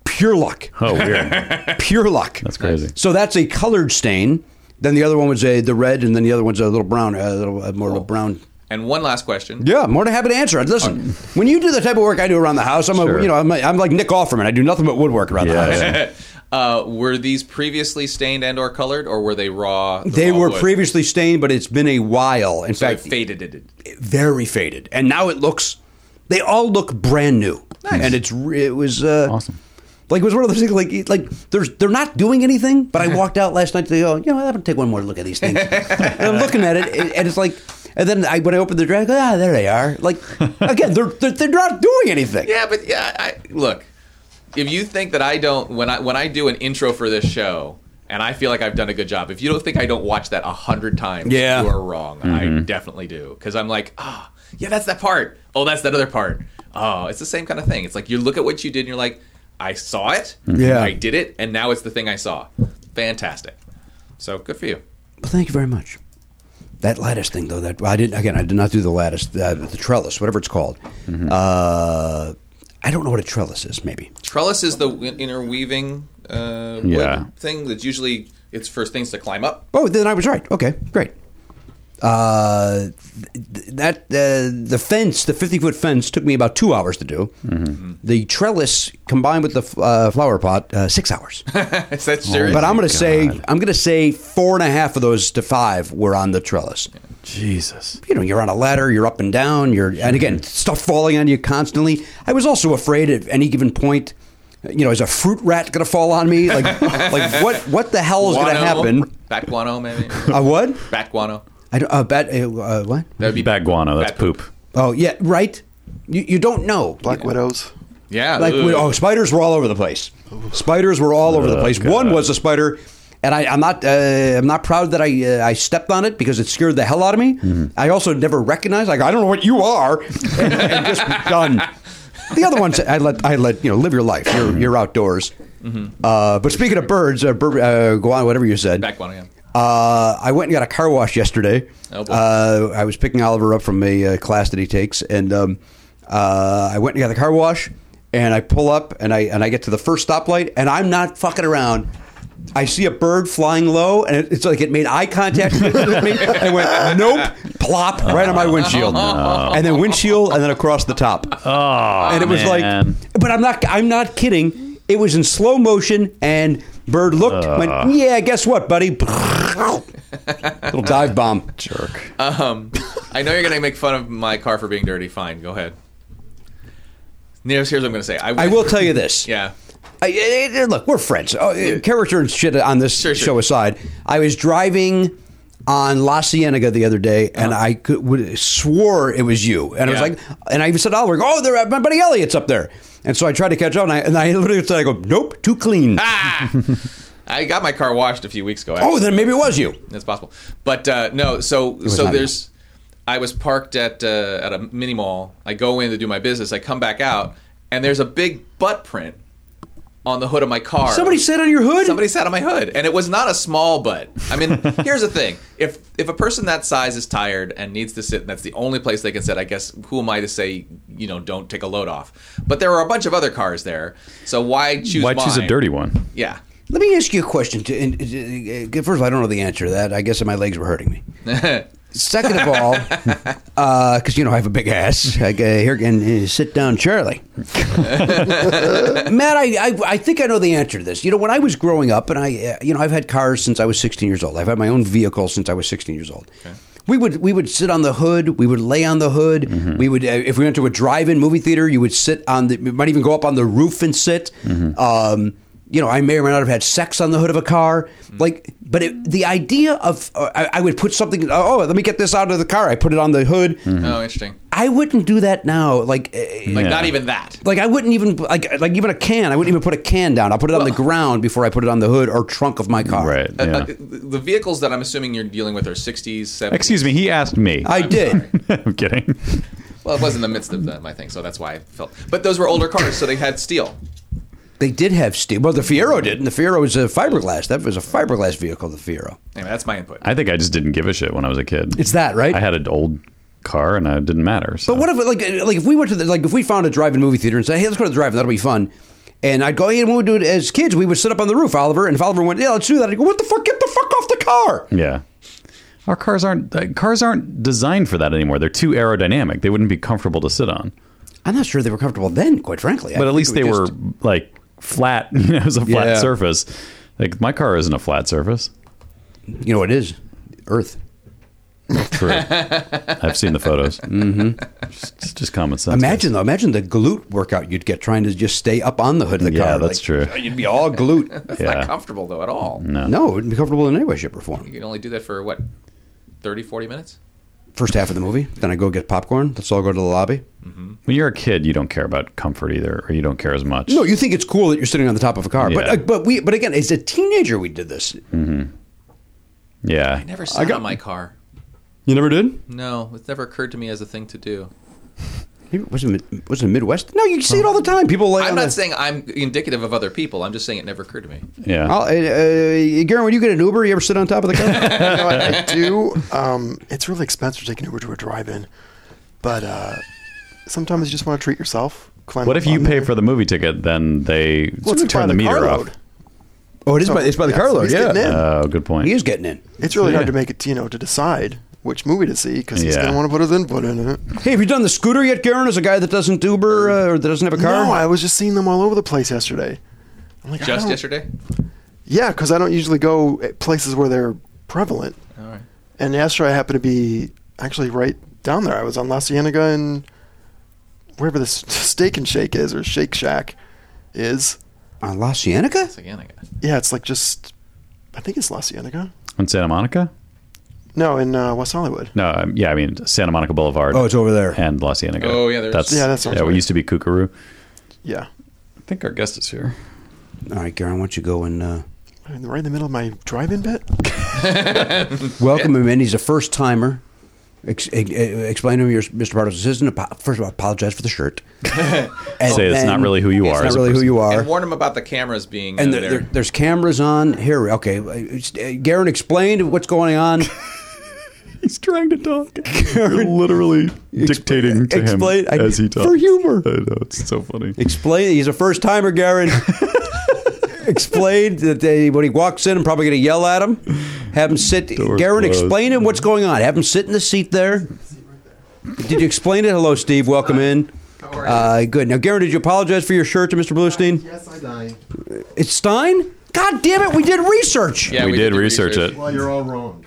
[SPEAKER 3] Pure luck.
[SPEAKER 4] Oh, weird.
[SPEAKER 3] Pure luck.
[SPEAKER 4] That's crazy.
[SPEAKER 3] So that's a colored stain. Then the other one was a the red, and then the other one's a little brown, a little a more
[SPEAKER 7] Oh.
[SPEAKER 3] little brown
[SPEAKER 7] And one last question.
[SPEAKER 3] Yeah, more than happy to answer. it. Listen, when you do the type of work I do around the house, I'm
[SPEAKER 4] Sure.
[SPEAKER 3] a, you know I'm, a, I'm like Nick Offerman. I do nothing but woodwork around the
[SPEAKER 4] Yeah,
[SPEAKER 3] house.
[SPEAKER 4] yeah.
[SPEAKER 7] Uh, were these previously stained and or colored, or were they raw? the
[SPEAKER 3] They
[SPEAKER 7] raw
[SPEAKER 3] were
[SPEAKER 7] wood?
[SPEAKER 3] previously stained, but it's been a while. In
[SPEAKER 7] So they
[SPEAKER 3] fact,
[SPEAKER 7] faded it.
[SPEAKER 3] very faded, and now it looks. They all look brand new, and it's re- it was uh,
[SPEAKER 4] Awesome.
[SPEAKER 3] Like it was one of those things. Like it- like there's they're not doing anything, but I walked out last night to go. You know, I'm gonna take one more look at these things. and I'm looking at it, and it's like. And then I, when I opened the drawer, I go, ah, there they are. Like again, they're they're, they're not doing anything.
[SPEAKER 7] Yeah, but yeah, I, look. If you think that I don't, when I when I do an intro for this show, and I feel like I've done a good job, if you don't think I don't watch that a hundred times,
[SPEAKER 3] Yeah. Mm-hmm.
[SPEAKER 7] you are wrong. I definitely do because I'm like, ah, yeah, that's that part. Oh, that's that other part. Oh, it's the same kind of thing. It's like you look at what you did, and you're like, I saw it.
[SPEAKER 3] Mm-hmm. Yeah.
[SPEAKER 7] I did it, and now it's the thing I saw. Fantastic. So good for you.
[SPEAKER 3] Well, thank you very much. That lattice thing, though, that I didn't again. I did not do the lattice, uh, the trellis, whatever it's called. Uh, I don't know what a trellis is. Maybe
[SPEAKER 7] Trellis is the w- interweaving uh, wood
[SPEAKER 4] Yeah.
[SPEAKER 7] thing that's usually it's for things to climb up.
[SPEAKER 3] Oh, then I was right. Okay, great. Uh, th- that uh, the fence, the fifty foot fence, took me about two hours to do. The trellis combined with the f- uh, flower pot, uh, six hours.
[SPEAKER 7] Is that serious?
[SPEAKER 3] Oh. but I'm going to say I'm going to say four and a half of those to five were on the trellis.
[SPEAKER 4] Jesus.
[SPEAKER 3] you know, you're on a ladder, you're up and down, you're, and again, stuff falling on you constantly. I was also afraid at any given point, you know, is a fruit rat going to fall on me? Like, like what, what Uh, the hell is going to happen?
[SPEAKER 7] Bat guano, maybe.
[SPEAKER 3] A what?
[SPEAKER 7] Bat guano.
[SPEAKER 3] I don't, uh, bat, uh, uh, what?
[SPEAKER 7] That'd
[SPEAKER 4] Bad guano. That's
[SPEAKER 7] Bad
[SPEAKER 4] poop.
[SPEAKER 3] Oh, yeah, right? You, you don't know.
[SPEAKER 6] Black Widows.
[SPEAKER 7] Yeah.
[SPEAKER 3] Like,
[SPEAKER 7] ooh.
[SPEAKER 3] we, oh, spiders were all over the place. Spiders were all over the place. One was a spider. And I, I'm not. Uh, I'm not proud that I uh, I stepped on it because it scared the hell out of me.
[SPEAKER 7] Mm-hmm.
[SPEAKER 3] I also never recognized. Like I don't know what you are, and, and just done. The other ones, I let. I let you know. Live your life. You're, you're outdoors.
[SPEAKER 7] Mm-hmm.
[SPEAKER 3] Uh, but speaking of birds, uh, bir- uh, guano, whatever you said.
[SPEAKER 7] Bat guano. Yeah.
[SPEAKER 3] Uh, I went and got a car wash yesterday.
[SPEAKER 7] Oh, boy.
[SPEAKER 3] uh, I was picking Oliver up from a uh, class that he takes, and um, uh, I went and got the car wash, and I pull up, and I and I get to the first stoplight, and I'm not fucking around. I see a bird flying low, and it, it's like it made eye contact with me. I went, nope, plop, right on my windshield, and then windshield, and then across the top.
[SPEAKER 4] Oh,
[SPEAKER 3] and it was
[SPEAKER 4] man.
[SPEAKER 3] like, but I'm not, I'm not kidding. It was in slow motion, and bird looked, went, yeah, guess what, buddy? Little dive bomb, jerk.
[SPEAKER 7] Um, I know you're gonna make fun of my car for being dirty. Fine, go ahead. Here's, here's what I'm gonna say.
[SPEAKER 3] I will tell you this.
[SPEAKER 7] Yeah.
[SPEAKER 3] I, I- I- look, we're friends. Oh, uh, character and shit on this
[SPEAKER 7] Sure, sure.
[SPEAKER 3] show aside, I was driving on La Cienega the other day, and I could, would, swore it was you. And I was
[SPEAKER 7] Uh-huh. Yeah.
[SPEAKER 3] like, and I even said, "Oliver, oh, there, my buddy Elliot's up there." And so I tried to catch up, and I, and I literally said, "I go, nope, too clean."
[SPEAKER 7] Ah. I got my car washed a few weeks ago.
[SPEAKER 3] oh,
[SPEAKER 7] Actually.
[SPEAKER 3] then maybe it was you.
[SPEAKER 7] It's possible, but uh, no. So so
[SPEAKER 3] not me.
[SPEAKER 7] there's. I was parked at uh, at a mini mall. I go in to do my business. I come back out, and there's a big butt print on the hood of my car.
[SPEAKER 3] Somebody sat on your hood.
[SPEAKER 7] Somebody sat on my hood, and it was not a small butt. I mean, here's the thing: if if a person that size is tired and needs to sit, and that's the only place they can sit, I guess who am I to say you know don't take a load off? But there were a bunch of other cars there, so why choose?
[SPEAKER 4] why choose a
[SPEAKER 7] mine?
[SPEAKER 4] dirty one?
[SPEAKER 7] Yeah.
[SPEAKER 3] Let me ask you a question. To, and, uh, uh, first of all, I don't know the answer to that. I guess my legs were hurting me. Second of all, because you know I have a big ass. Like, uh, here and uh, sit down, Charlie. Matt, I, I I think I know the answer to this. You know, when I was growing up, and I uh, you know I've had cars since I was 16 years old. I've had my own vehicle since I was 16 years old. We would we would sit on the hood. We would lay on the hood. We would uh, if we went to a drive-in movie theater, you would sit on the. You might even go up on the roof and sit. Um, you know, I may or may not have had sex on the hood of a car. Like, but it, the idea of uh, I, I would put something. Oh, let me get this out of the car. I put it on the hood.
[SPEAKER 7] Oh, interesting.
[SPEAKER 3] I wouldn't do that now. Like, uh,
[SPEAKER 7] Like
[SPEAKER 4] Hmm. Yeah.
[SPEAKER 7] not even that.
[SPEAKER 3] like I wouldn't even like like even a can. I wouldn't even put a can down. I'll put it on the ground before I put it on the hood or trunk of my car.
[SPEAKER 4] uh, Right.
[SPEAKER 7] Uh,
[SPEAKER 4] yeah.
[SPEAKER 7] uh, the vehicles that I'm assuming you're dealing with are 60s, 70s.
[SPEAKER 4] Excuse me. He asked me.
[SPEAKER 3] I
[SPEAKER 4] I,
[SPEAKER 3] did.
[SPEAKER 4] am kidding.
[SPEAKER 7] Well, it was in the midst of that, my thing, so that's why I felt. But those were older cars, so they had steel.
[SPEAKER 3] They did have steel. Well, the Fiero didn't. The Fiero was a fiberglass. That was a fiberglass vehicle. The Fiero.
[SPEAKER 7] Anyway, that's my input.
[SPEAKER 4] I think I just didn't give a shit when I was a kid.
[SPEAKER 3] It's that, right?
[SPEAKER 4] I had an old car and it didn't matter. So.
[SPEAKER 3] But what if like like if we went to the like if we found a drive-in movie theater and said, hey, let's go to the drive-in, that'll be fun. And I'd go, hey, and we would do it as kids. We would sit up on the roof, Oliver, and if Oliver went, yeah, let's do that. I'd go, what the fuck? Get the fuck off the car.
[SPEAKER 4] Yeah. Our cars aren't uh, cars aren't designed for that anymore. They're too aerodynamic. They wouldn't be comfortable to sit on.
[SPEAKER 3] I'm not sure they were comfortable then, quite frankly. I
[SPEAKER 4] But at
[SPEAKER 3] think
[SPEAKER 4] least
[SPEAKER 3] it
[SPEAKER 4] they
[SPEAKER 3] was
[SPEAKER 4] were
[SPEAKER 3] just-
[SPEAKER 4] like flat. You know, it was a flat
[SPEAKER 3] Yeah.
[SPEAKER 4] surface. Like my car isn't a flat surface.
[SPEAKER 3] You know what it is? Earth.
[SPEAKER 4] True. I've seen the photos. Mm-hmm. It's just common sense.
[SPEAKER 3] Imagine though, imagine the glute workout you'd get trying to just stay up on the hood of the
[SPEAKER 4] Yeah,
[SPEAKER 3] car.
[SPEAKER 4] that's
[SPEAKER 3] Like,
[SPEAKER 4] true.
[SPEAKER 3] You'd be all glute.
[SPEAKER 4] Yeah.
[SPEAKER 7] Not comfortable, though, at all.
[SPEAKER 3] No, it wouldn't be comfortable in any way, shape, or
[SPEAKER 7] You
[SPEAKER 3] form.
[SPEAKER 7] can only do that for, what, 30, 40 minutes?
[SPEAKER 3] First half of the movie, then I go get popcorn. Let's all go to the lobby.
[SPEAKER 4] When you're a kid, you don't care about comfort either, or you don't care as much.
[SPEAKER 3] No, you think it's cool that you're sitting on the top of a car, but
[SPEAKER 4] Yeah.
[SPEAKER 3] uh, but we but again, as a teenager, we did this.
[SPEAKER 4] yeah.
[SPEAKER 7] I never sat
[SPEAKER 3] got-
[SPEAKER 7] on my car.
[SPEAKER 3] You never did?
[SPEAKER 7] No, it never occurred to me as a thing to do.
[SPEAKER 3] Was it mid- was it Midwest? No, you see it all the time. People uh, lay
[SPEAKER 7] I'm
[SPEAKER 3] on
[SPEAKER 7] not
[SPEAKER 3] the,
[SPEAKER 7] saying I'm indicative of other people. I'm just saying it never occurred to me.
[SPEAKER 4] yeah.
[SPEAKER 3] I'll- uh, uh, Garen, when you get an Uber, you ever sit on top of the car?
[SPEAKER 6] You know what I do. Um, it's really expensive to take an Uber to a drive-in, but uh, sometimes you just want to treat yourself. Climb
[SPEAKER 4] what
[SPEAKER 6] up
[SPEAKER 4] if you
[SPEAKER 6] on
[SPEAKER 4] pay
[SPEAKER 6] there.
[SPEAKER 4] for the movie ticket, then they
[SPEAKER 6] Well, it's
[SPEAKER 4] turn
[SPEAKER 6] by
[SPEAKER 4] the, meter
[SPEAKER 6] carload.
[SPEAKER 4] off?
[SPEAKER 3] oh, it is by it's by the
[SPEAKER 6] Yeah,
[SPEAKER 3] carload.
[SPEAKER 6] he's getting in.
[SPEAKER 3] Yeah, Uh,
[SPEAKER 4] Oh, good point.
[SPEAKER 3] he is getting in.
[SPEAKER 6] It's really hard
[SPEAKER 4] Yeah.
[SPEAKER 6] to make it, you know, to decide which movie to see because he's
[SPEAKER 4] Yeah.
[SPEAKER 6] going to want to put his input in it.
[SPEAKER 3] Hey, have you done the scooter yet, Garen? As a guy that doesn't Uber uh, or that doesn't have a car?
[SPEAKER 6] No, I was just seeing them all over the place yesterday. I'm like, I
[SPEAKER 7] Just
[SPEAKER 6] don't-
[SPEAKER 7] yesterday?
[SPEAKER 6] Yeah, because I don't usually go at places where they're prevalent.
[SPEAKER 7] All right.
[SPEAKER 6] And yesterday I happened to be actually right down there. I was on La Cienega and wherever this Steak and Shake is or Shake Shack is.
[SPEAKER 3] on Uh, La Cienega.
[SPEAKER 7] It's again, I guess.
[SPEAKER 6] Yeah, it's like just, I think it's La Cienega.
[SPEAKER 4] in Santa Monica.
[SPEAKER 6] No, in uh, West Hollywood.
[SPEAKER 4] No, um, yeah, I mean Santa Monica Boulevard.
[SPEAKER 3] Oh, it's over there.
[SPEAKER 4] and Los Angeles.
[SPEAKER 7] Oh, yeah, there's-
[SPEAKER 4] that's
[SPEAKER 6] Yeah, that sounds
[SPEAKER 4] yeah. We
[SPEAKER 6] right.
[SPEAKER 4] used to be Kookaroo.
[SPEAKER 6] Yeah.
[SPEAKER 4] I think our guest is here.
[SPEAKER 3] All right, Garen, why don't you go and uh,
[SPEAKER 6] I mean, right in the middle of my drive-in bit.
[SPEAKER 3] welcome him in? He's a first timer. Ex- ex- e, explain to him you're Mr. Bartle's assistant. Apo- First of all, apologize for the shirt. And
[SPEAKER 4] Say it's
[SPEAKER 3] then-
[SPEAKER 4] not really who you
[SPEAKER 3] It's
[SPEAKER 4] are
[SPEAKER 3] not
[SPEAKER 4] as a
[SPEAKER 3] really who
[SPEAKER 4] person.
[SPEAKER 3] you are.
[SPEAKER 7] And warn them about the cameras being
[SPEAKER 3] And
[SPEAKER 7] uh,
[SPEAKER 3] there,
[SPEAKER 7] there.
[SPEAKER 3] there- there's cameras on here. Okay, it's- uh, Garen explained what's going on.
[SPEAKER 4] He's trying to talk. You're literally dictating to
[SPEAKER 3] explain- I-
[SPEAKER 4] him as he talks
[SPEAKER 3] for humor.
[SPEAKER 4] I know, it's so funny.
[SPEAKER 3] Explain. He's a first timer, Garen. explained that they, when he walks in, I'm probably going to yell at him. Have him sit.
[SPEAKER 4] Door's
[SPEAKER 3] Garen,
[SPEAKER 4] closed.
[SPEAKER 3] explain him what's going on. Have him sit in the seat there. Did you explain it? Hello, Steve. Welcome in. Uh, good. Now, Garen, did you apologize for your shirt to Mr. Bluestein?
[SPEAKER 10] Yes, I die.
[SPEAKER 3] It's Stein? God damn it, we did research.
[SPEAKER 7] Yeah,
[SPEAKER 4] we, did,
[SPEAKER 7] do
[SPEAKER 4] research, it.
[SPEAKER 10] Well, you're all wrong.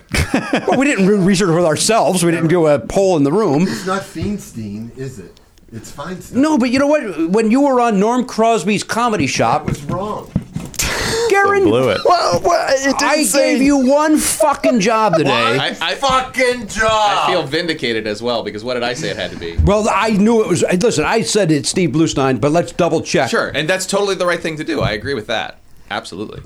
[SPEAKER 3] Well, we didn't re- research with ourselves. We didn't do a poll in the room.
[SPEAKER 10] It's not Feinstein, is it? It's Feinstein.
[SPEAKER 3] No, but you know what? When you were on Norm Crosby's comedy shop,
[SPEAKER 10] It's wrong.
[SPEAKER 3] Garen,
[SPEAKER 4] Blew it.
[SPEAKER 11] Well, well, it didn't
[SPEAKER 3] I
[SPEAKER 11] say-
[SPEAKER 3] gave you one fucking job today.
[SPEAKER 7] I, I,
[SPEAKER 10] Fucking
[SPEAKER 7] I
[SPEAKER 10] job.
[SPEAKER 7] feel vindicated as well because what did I say it had to be?
[SPEAKER 3] Well, I knew it was. I- Listen, I said it's Steve Bluestein, but let's double check.
[SPEAKER 7] Sure, and that's totally the right thing to do. I agree with that. Absolutely.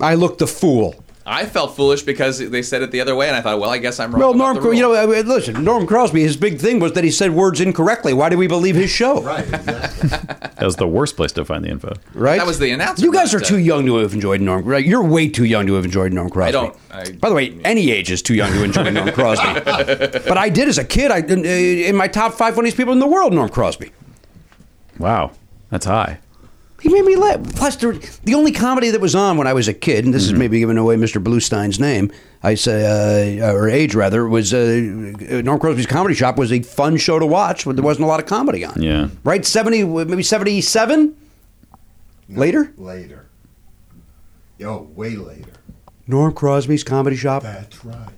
[SPEAKER 3] I looked the fool.
[SPEAKER 7] I felt foolish because they said it the other way, and I thought, well, I guess I'm wrong.
[SPEAKER 3] Well,
[SPEAKER 7] about
[SPEAKER 3] Norm,
[SPEAKER 7] the
[SPEAKER 3] Cro-
[SPEAKER 7] rule.
[SPEAKER 3] you know, I mean, listen, Norm Crosby, his big thing was that he said words incorrectly. Why do we believe his show?
[SPEAKER 10] Right, exactly.
[SPEAKER 4] That was the worst place to find the info.
[SPEAKER 3] Right?
[SPEAKER 7] That was the announcement,
[SPEAKER 3] You guys are
[SPEAKER 7] not
[SPEAKER 3] too
[SPEAKER 7] the-
[SPEAKER 3] young to have enjoyed Norm. Right? You're way too young to have enjoyed Norm Crosby.
[SPEAKER 7] don't- I-
[SPEAKER 3] By the way, any age is too young to enjoy Norm Crosby. but I did as a kid. I in, in my top five funniest people in the world, Norm Crosby.
[SPEAKER 4] Wow, that's high.
[SPEAKER 3] He made me laugh. Plus, there, the only comedy that was on when I was a kid, and this is maybe giving away Mr. Bluestein's name, I say, uh, or age rather, was uh, Norm Crosby's Comedy Shop was a fun show to watch when there wasn't a lot of comedy on.
[SPEAKER 4] Yeah.
[SPEAKER 3] Right? 70, maybe 77? Later?
[SPEAKER 10] later. Yo, way later.
[SPEAKER 3] Norm Crosby's Comedy Shop.
[SPEAKER 10] That's right.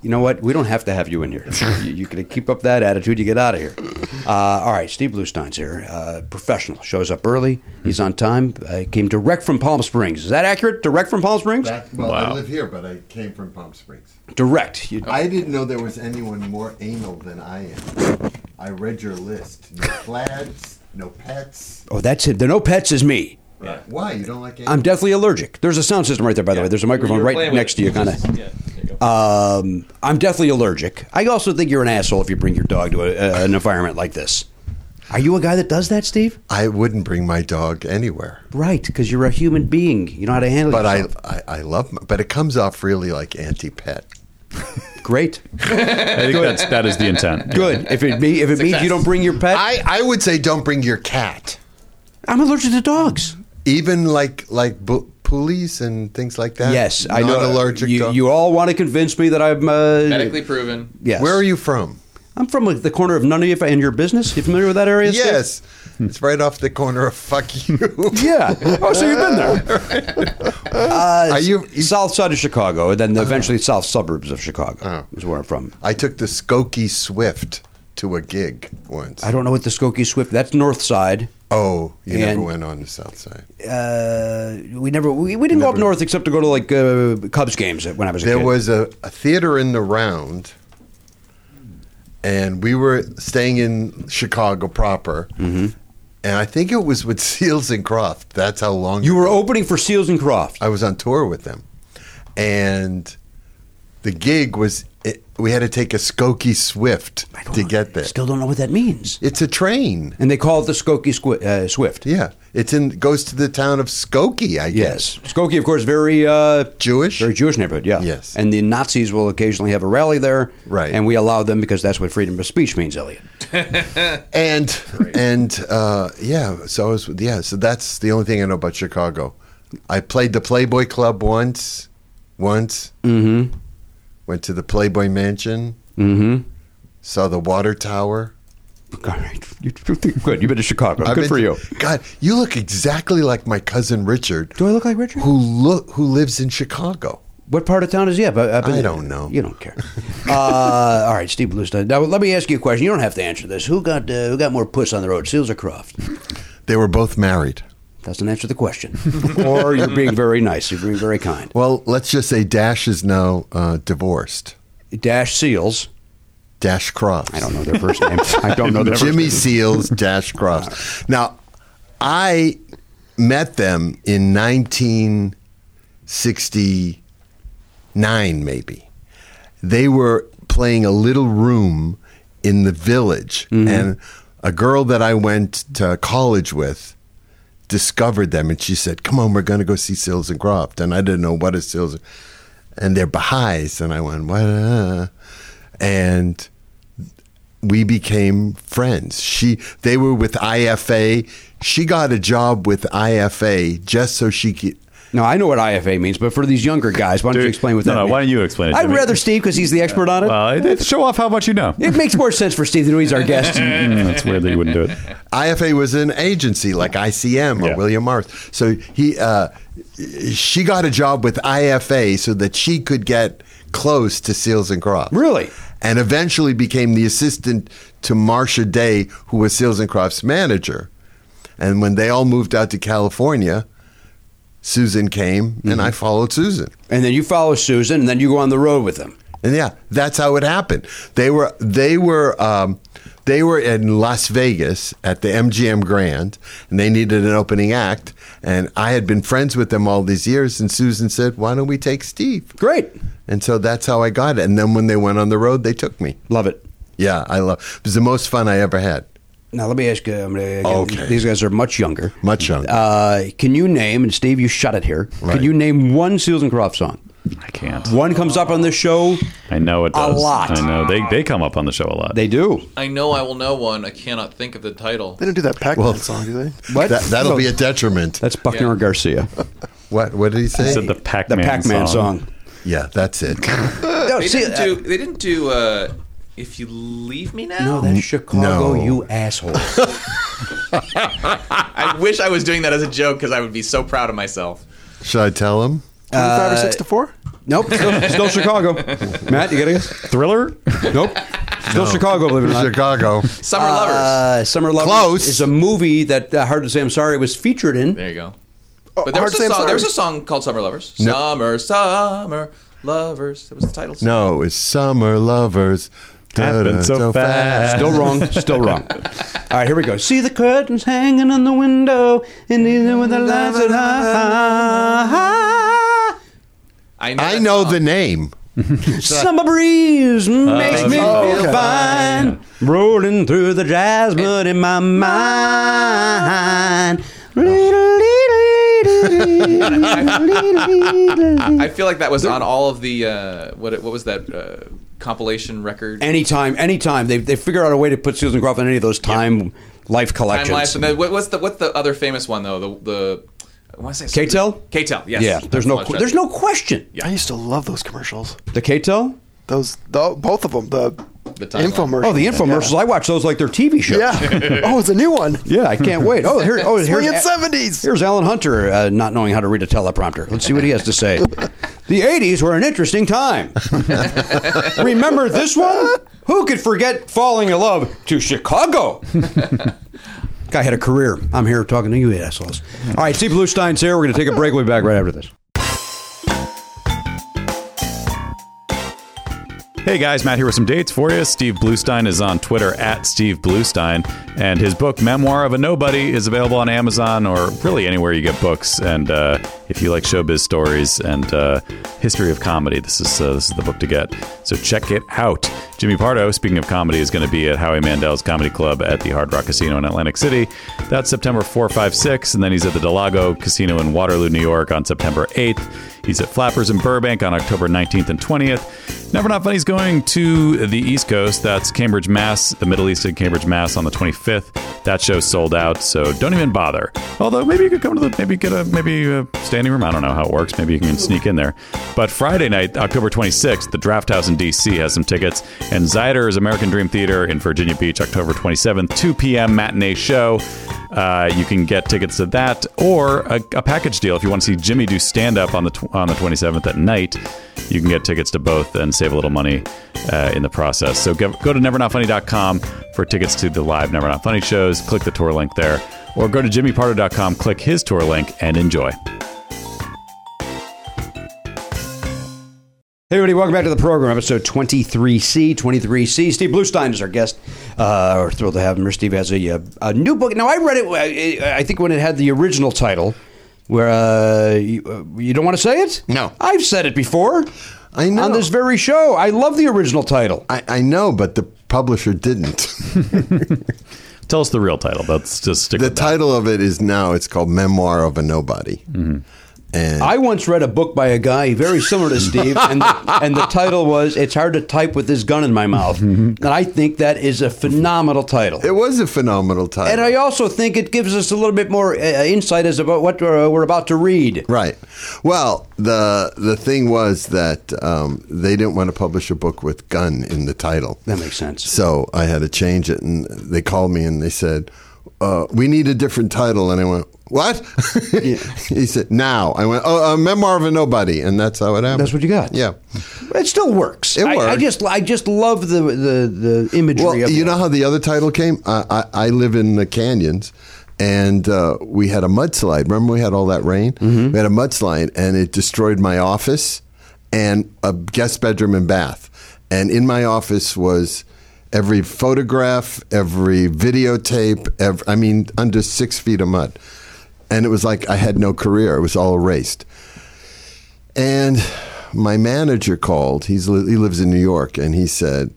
[SPEAKER 3] You know what? We don't have to have you in here. you, you can keep up that attitude. You get out of here. Uh, all right, Steve Bluestein's here. Uh, professional shows up early. He's on time. Uh, came direct from Palm Springs. Is that accurate? Direct from Palm Springs?
[SPEAKER 10] That, well,
[SPEAKER 4] Wow.
[SPEAKER 10] I live here, but I came from Palm Springs.
[SPEAKER 3] direct. You-
[SPEAKER 10] I didn't know there was anyone more anal than I am. I read your list. No plaids, no pets.
[SPEAKER 3] oh, that's it. The no pets is me.
[SPEAKER 10] Why? You don't like anal?
[SPEAKER 3] I'm deathly allergic. There's a sound system right there, by the way. There's a microphone
[SPEAKER 7] You're
[SPEAKER 3] right
[SPEAKER 7] playing with
[SPEAKER 3] next
[SPEAKER 7] it.
[SPEAKER 3] to you, kind of.
[SPEAKER 7] Yeah, there you go.
[SPEAKER 3] Um, I'm deathly allergic. I also think you're an asshole if you bring your dog to a, uh, an environment like this. Are you a guy that does that, Steve?
[SPEAKER 10] I wouldn't bring my dog anywhere.
[SPEAKER 3] Right, because you're a human being. You know how to handle
[SPEAKER 10] But I,
[SPEAKER 3] yourself.
[SPEAKER 10] I, I love my, but it comes off really like anti-pet.
[SPEAKER 3] great,
[SPEAKER 4] I think that's that is the intent.
[SPEAKER 3] good. If it be, if it means you don't bring your pet,
[SPEAKER 10] I, I would say don't bring your cat.
[SPEAKER 3] I'm allergic to dogs.
[SPEAKER 10] Even like like bu- pulleys and things like that.
[SPEAKER 3] yes, I know.
[SPEAKER 10] Non-allergic
[SPEAKER 3] You,
[SPEAKER 10] dog.
[SPEAKER 3] you all want to convince me that I'm uh,
[SPEAKER 7] medically proven.
[SPEAKER 3] Yes.
[SPEAKER 10] Where are you from?
[SPEAKER 3] I'm from like, the corner of none of you and your business. You familiar with that area? Steve?
[SPEAKER 10] Yes, it's right off the corner of fuck you.
[SPEAKER 3] Yeah. Oh, so you've been there. uh,
[SPEAKER 10] Are you- Uh-huh. you-
[SPEAKER 3] south side of Chicago, and then eventually south suburbs of
[SPEAKER 10] Uh-huh.
[SPEAKER 3] Chicago is where I'm from.
[SPEAKER 10] I took the Skokie Swift to a gig once.
[SPEAKER 3] I don't know what the Skokie Swift. That's north side.
[SPEAKER 10] oh, you never
[SPEAKER 3] And-
[SPEAKER 10] went on the south side.
[SPEAKER 3] Uh, we never we, we didn't go up north except to go to like uh, Cubs games when I was a
[SPEAKER 10] There
[SPEAKER 3] kid.
[SPEAKER 10] was a, a theater in the round, and we were staying in Chicago proper.
[SPEAKER 3] Mm-hmm.
[SPEAKER 10] And I think it was with Seals and Croft. That's how long
[SPEAKER 3] you were
[SPEAKER 10] ago.
[SPEAKER 3] opening for Seals and Croft.
[SPEAKER 10] I was on tour with them, and the gig was it, we had to take a Skokie Swift
[SPEAKER 3] I don't
[SPEAKER 10] to
[SPEAKER 3] know-
[SPEAKER 10] get there.
[SPEAKER 3] Still don't know what that means.
[SPEAKER 10] it's a train.
[SPEAKER 3] And they call it the Skokie Squi- uh, Swift.
[SPEAKER 10] Yeah, it's in goes to the town of Skokie, I guess.
[SPEAKER 3] Yes, Skokie, of course, very uh,
[SPEAKER 10] Jewish?
[SPEAKER 3] very Jewish neighborhood. Yeah.
[SPEAKER 10] Yes.
[SPEAKER 3] and the Nazis will occasionally have a rally there.
[SPEAKER 10] Right.
[SPEAKER 3] and we allow them because that's what freedom of speech means, Elliot.
[SPEAKER 10] And and uh, yeah, so I was yeah, so that's the only thing I know about Chicago. I played the Playboy Club once, once. Mm-hmm. Went to the Playboy Mansion. Mm-hmm. Saw the water tower.
[SPEAKER 3] All right. You- you- Good. You've been to Chicago.
[SPEAKER 10] I've
[SPEAKER 3] Good
[SPEAKER 10] been
[SPEAKER 3] for
[SPEAKER 10] to-
[SPEAKER 3] you.
[SPEAKER 10] God, you look exactly like my cousin Richard.
[SPEAKER 3] Do I look like Richard?
[SPEAKER 10] Who look who lives in Chicago?
[SPEAKER 3] What part of town is he? I've, I've been
[SPEAKER 10] I
[SPEAKER 3] there.
[SPEAKER 10] don't know.
[SPEAKER 3] You don't care. uh, all right, Steve Bluestein. Now let me ask you a question. You don't have to answer this. Who got uh, who got more puss on the road, Seals or Croft?
[SPEAKER 10] They were both married.
[SPEAKER 3] Doesn't answer the question. or you're being very nice. You're being very kind.
[SPEAKER 10] Well, let's just say Dash is now uh, divorced.
[SPEAKER 3] Dash Seals.
[SPEAKER 10] Dash Cross.
[SPEAKER 3] I don't know their first name. I don't know their first
[SPEAKER 10] Jimmy Seals, Dash Crofts. Now, I met them in 1969, maybe. They were playing a little room in the village,
[SPEAKER 3] Mm-hmm.
[SPEAKER 10] and a girl that I went to college with discovered them, and she said, "Come on, we're going to go see Seals and Croft." And I didn't know what is Seals, and they're Baha'is, and I went, "What?" And we became friends. She they were with IFA. She got a job with IFA just so she could
[SPEAKER 3] Now I know what IFA means, but for these younger guys, why don't you explain what
[SPEAKER 4] no,
[SPEAKER 3] that
[SPEAKER 4] no,
[SPEAKER 3] means?
[SPEAKER 4] why don't you explain it to
[SPEAKER 3] I'd
[SPEAKER 4] me?
[SPEAKER 3] rather Steve because he's the expert on it.
[SPEAKER 4] Well, it- it- show off how much you know.
[SPEAKER 3] it makes more sense for Steve than he's our guest.
[SPEAKER 4] Mm, that's weird that you wouldn't do it.
[SPEAKER 10] IFA was an agency like ICM or
[SPEAKER 4] Yeah.
[SPEAKER 10] William Morris. So he, uh, she got a job with IFA so that she could get close to Seals and Crofts.
[SPEAKER 3] Really?
[SPEAKER 10] And eventually became the assistant to Marcia Day, who was Seals and Crofts' manager. And when they all moved out to California, Susan came and I followed Susan.
[SPEAKER 3] and then you follow Susan, and then you go on the road with them.
[SPEAKER 10] And yeah, that's how it happened. They were they were um, they were in Las Vegas at the MGM Grand, and they needed an opening act. And I had been friends with them all these years. And Susan said, "Why don't we take Steve?"
[SPEAKER 3] Great,
[SPEAKER 10] And so that's how I got it. And then when they went on the road, they took me.
[SPEAKER 3] love it.
[SPEAKER 10] Yeah, I love. It was the most fun I ever had.
[SPEAKER 3] Now let me ask you. I'm gonna- again,
[SPEAKER 10] Okay.
[SPEAKER 3] These guys are much younger.
[SPEAKER 10] Much younger.
[SPEAKER 3] Uh, can you name and Steve, you shut it here.
[SPEAKER 10] Right.
[SPEAKER 3] Can you name one Seals and Croft song?
[SPEAKER 4] I can't.
[SPEAKER 3] One comes up on this show.
[SPEAKER 4] I know it
[SPEAKER 3] A
[SPEAKER 4] does.
[SPEAKER 3] lot.
[SPEAKER 4] I know they they come up on the show a lot.
[SPEAKER 3] They do.
[SPEAKER 7] I know I will know one. I cannot think of the title.
[SPEAKER 6] They don't do that Pac-Man
[SPEAKER 10] Well-
[SPEAKER 6] song, do they?
[SPEAKER 3] What?
[SPEAKER 10] That, that'll be a detriment.
[SPEAKER 3] That's Buckner
[SPEAKER 7] Yeah.
[SPEAKER 3] and Garcia.
[SPEAKER 10] What? What did he say?
[SPEAKER 4] They said the Pac
[SPEAKER 3] The
[SPEAKER 4] Man
[SPEAKER 3] Pac-Man song.
[SPEAKER 10] yeah, that's it.
[SPEAKER 3] No,
[SPEAKER 7] They
[SPEAKER 3] see,
[SPEAKER 7] didn't
[SPEAKER 3] uh,
[SPEAKER 7] do. They didn't do. Uh, if you leave me now,
[SPEAKER 3] no, that's Chicago,
[SPEAKER 10] No.
[SPEAKER 3] you asshole.
[SPEAKER 7] I wish I was doing that as a joke because I would be so proud of myself.
[SPEAKER 10] Should I tell him?
[SPEAKER 3] uh,
[SPEAKER 6] Twenty-five or six to four.
[SPEAKER 3] nope, still, still Chicago. Matt, you got to guess?
[SPEAKER 4] Thriller.
[SPEAKER 3] Nope. Still Chicago, believe it or not.
[SPEAKER 10] Chicago.
[SPEAKER 7] Summer lovers.
[SPEAKER 3] Uh, Summer Lovers
[SPEAKER 10] Close.
[SPEAKER 3] is a movie that uh, Hard to Say I'm Sorry was featured in.
[SPEAKER 7] There you go.
[SPEAKER 3] oh,
[SPEAKER 7] But there
[SPEAKER 6] Hard
[SPEAKER 7] was,
[SPEAKER 6] to Say
[SPEAKER 7] a
[SPEAKER 6] I'm
[SPEAKER 7] song,
[SPEAKER 6] Sorry.
[SPEAKER 7] there was a song called Summer Lovers.
[SPEAKER 10] No.
[SPEAKER 7] Summer, summer lovers. That was the title. song.
[SPEAKER 10] No, it's summer lovers.
[SPEAKER 4] Happened so
[SPEAKER 10] Da-da,
[SPEAKER 4] fast.
[SPEAKER 3] Still wrong. Still wrong. All right, here we go. See the curtains hanging on the window, and even with the lights are high.
[SPEAKER 7] I know,
[SPEAKER 10] I
[SPEAKER 7] that
[SPEAKER 10] know
[SPEAKER 7] song.
[SPEAKER 10] the name.
[SPEAKER 3] Summer breeze makes me feel fine. Rolling through the jasmine in my mind.
[SPEAKER 7] I feel like that was on all of the uh, what what was that uh, compilation record?
[SPEAKER 3] anytime, anytime they they figure out a way to put Susan Croft in any of those time life
[SPEAKER 7] Time
[SPEAKER 3] collections.
[SPEAKER 7] Lapse. And then what, what's the what's the other famous one though? The the I want to say
[SPEAKER 3] K-Tel?
[SPEAKER 7] K-Tel. Yes.
[SPEAKER 3] yeah,
[SPEAKER 7] That's
[SPEAKER 3] there's
[SPEAKER 7] the
[SPEAKER 3] no
[SPEAKER 7] one
[SPEAKER 3] que-
[SPEAKER 7] I
[SPEAKER 3] there's
[SPEAKER 7] tried.
[SPEAKER 3] no question.
[SPEAKER 6] I used to love those commercials.
[SPEAKER 3] The Cato.
[SPEAKER 6] Those, the, both of them. The,
[SPEAKER 7] The timeline.
[SPEAKER 6] infomercials.
[SPEAKER 3] Oh, the infomercials. I watch those like they're TV shows.
[SPEAKER 6] Yeah. oh, it's a new one.
[SPEAKER 3] Yeah, I can't wait. Oh, here, oh, here's,
[SPEAKER 6] Swinging seventies.
[SPEAKER 3] here's Alan Hunter uh, not knowing how to read a teleprompter. Let's see what he has to say. The 80s were an interesting time. Remember this one? Who could forget falling in love to Chicago? Guy had a career. I'm here talking to you assholes. All right, Steve Bluestein's here. We're going to take a break. We'll be back right after this.
[SPEAKER 4] Hey guys, Matt here with some dates for you. Steve Bluestein is on Twitter at Steve Bluestein, and his book Memoir of a Nobody is available on Amazon or really anywhere you get books. And uh, if you like showbiz stories and uh, history of comedy, this is uh, this is the book to get. So check it out. Jimmy Pardo, speaking of comedy, is going to be at Howie Mandel's Comedy Club at the Hard Rock Casino in Atlantic City. That's September 4, 5, 6. And then he's at the Delago Casino in Waterloo, New York on September 8th. He's at Flappers in Burbank on October 19th and 20th. Never Not Funny's going to the East Coast. That's Cambridge, Mass, the Middle East in Cambridge, Mass on the 25th. That show's sold out, so don't even bother. Although maybe you could come to the, maybe get a, maybe a standing room. I don't know how it works. Maybe you can sneak in there. But Friday night, October 26th, the Draft House in D.C. has some tickets. And Zyder is American Dream Theater in Virginia Beach, October 27th, 2 p.m. matinee show. Uh, you can get tickets to that or a, a package deal if you want to see Jimmy do stand up on the tw- on the 27th at night. You can get tickets to both and save a little money uh, in the process. So go, go to nevernotfunny.com for tickets to the live Never Not Funny shows. Click the tour link there, or go to jimmypardo.com, click his tour link, and enjoy.
[SPEAKER 3] Hey, everybody, welcome back to the program, episode 23C. 23C. Steve Bluestein is our guest. Uh, we're thrilled to have him. here. Steve has a, uh, a new book. Now, I read it, I I think, when it had the original title, where uh, you, uh, you don't want to say it?
[SPEAKER 10] No.
[SPEAKER 3] I've said it before.
[SPEAKER 10] I know.
[SPEAKER 3] On this very show. I love the original title.
[SPEAKER 10] I, I know, but the publisher didn't.
[SPEAKER 4] Tell us the real title. Let's just stick
[SPEAKER 10] the
[SPEAKER 4] with that.
[SPEAKER 10] title of it is now. It's called Memoir of a Nobody, And
[SPEAKER 3] I once read a book by a guy very similar to Steve, and the, and the title was "It's Hard to Type with This Gun in My Mouth," and I think that is a phenomenal title.
[SPEAKER 10] it was a phenomenal time.
[SPEAKER 3] and I also think it gives us a little bit more uh, insight as about what uh, we're about to read.
[SPEAKER 10] Right. Well, the the thing was that um, they didn't want to publish a book with gun in the title.
[SPEAKER 3] That makes sense.
[SPEAKER 10] So I had to change it, and they called me and they said, uh, "We need a different title." And I went, "What?" he said, "Now." I went, "Oh, a memoir of a nobody," and that's how it happened.
[SPEAKER 3] That's what you got.
[SPEAKER 10] Yeah.
[SPEAKER 3] It still works.
[SPEAKER 10] It
[SPEAKER 3] I, I
[SPEAKER 10] works.
[SPEAKER 3] just I just love the the, the imagery.
[SPEAKER 10] Well,
[SPEAKER 3] of
[SPEAKER 10] you
[SPEAKER 3] it.
[SPEAKER 10] know how the other title came? I, I, I live in the canyons, and uh, we had a mudslide. Remember, we had all that rain?
[SPEAKER 3] Mm-hmm.
[SPEAKER 10] We had a mudslide, and it destroyed my office and a guest bedroom and bath. And in my office was every photograph, every videotape, ev I mean, under six feet of mud. And it was like I had no career, it was all erased. And my manager called. He's li- he lives in New York, and he said,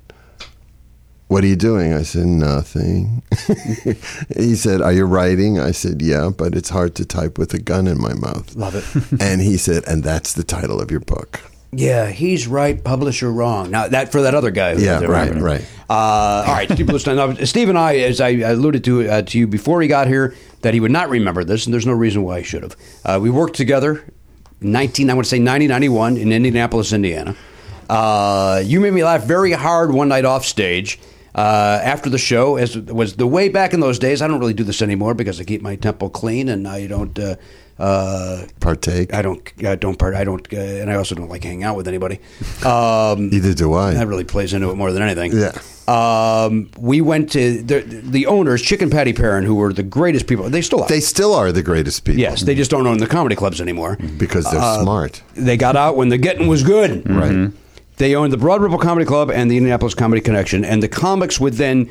[SPEAKER 10] "What are you doing?" I said, "Nothing." he said, "Are you writing?" I said, "Yeah, but it's hard to type with a gun in my mouth."
[SPEAKER 3] Love it.
[SPEAKER 10] and he said, "And that's the title of your book."
[SPEAKER 3] Yeah, he's right. Publisher wrong. Now that for that other guy. who
[SPEAKER 10] Yeah,
[SPEAKER 3] was there,
[SPEAKER 10] right, right.
[SPEAKER 3] Uh, all right, Steve Bluestein. Now, Steve and I, as I alluded to uh, to you before he got here, that he would not remember this, and there's no reason why he should have. Uh, we worked together, in nineteen, I want to say 1991 in Indianapolis, Indiana. Uh, you made me laugh very hard one night off stage. Uh, after the show, as was the way back in those days, I don't really do this anymore because I keep my temple clean and I don't uh, uh,
[SPEAKER 10] Partake.
[SPEAKER 3] I don't I don't part I don't uh, and I also don't like hanging out with anybody. Um,
[SPEAKER 10] Neither do I.
[SPEAKER 3] that really plays into it more than anything.
[SPEAKER 10] Yeah.
[SPEAKER 3] Um, we went to the, the owners, Chick and Patty Perrin, who were the greatest people. They still are.
[SPEAKER 10] they still are the greatest people.
[SPEAKER 3] yes, Uh, they just don't own the comedy clubs anymore.
[SPEAKER 10] because they're smart.
[SPEAKER 3] They got out when the getting was good.
[SPEAKER 10] Right.
[SPEAKER 3] They owned the Broad Ripple Comedy Club and the Indianapolis Comedy Connection, and the comics would then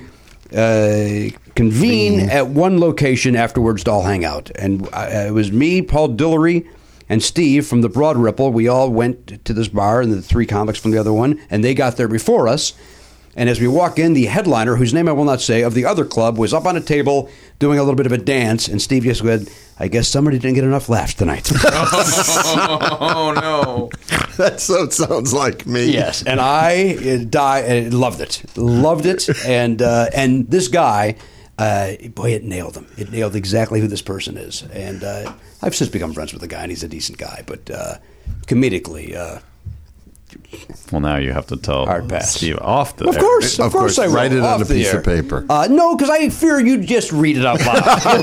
[SPEAKER 3] uh, convene at one location afterwards to all hang out. And uh, it was me, Paul Dillery, and Steve from the Broad Ripple. We all went to this bar, and the three comics from the other one, and they got there before us. And as we walk in, the headliner, whose name I will not say, of the other club was up on a table doing a little bit of a dance, and Steve just went, I guess somebody didn't get enough laughs tonight.
[SPEAKER 7] oh no!
[SPEAKER 10] That so sounds like me.
[SPEAKER 3] Yes, and I uh, die uh, loved it, loved it, and uh, and this guy, uh, boy, it nailed him. It nailed exactly who this person is, and uh, I've since become friends with the guy, and he's a decent guy, but uh, comedically, uh,
[SPEAKER 4] Well, now you have to tell
[SPEAKER 3] Hard pass.
[SPEAKER 4] Steve off the
[SPEAKER 3] of
[SPEAKER 4] air.
[SPEAKER 3] course, of,
[SPEAKER 10] Of
[SPEAKER 3] course,
[SPEAKER 10] course,
[SPEAKER 3] I will,
[SPEAKER 10] write it on
[SPEAKER 3] off
[SPEAKER 10] a
[SPEAKER 3] the
[SPEAKER 10] piece of
[SPEAKER 3] air.
[SPEAKER 10] paper.
[SPEAKER 3] Uh, no, because I fear you'd just read it out loud.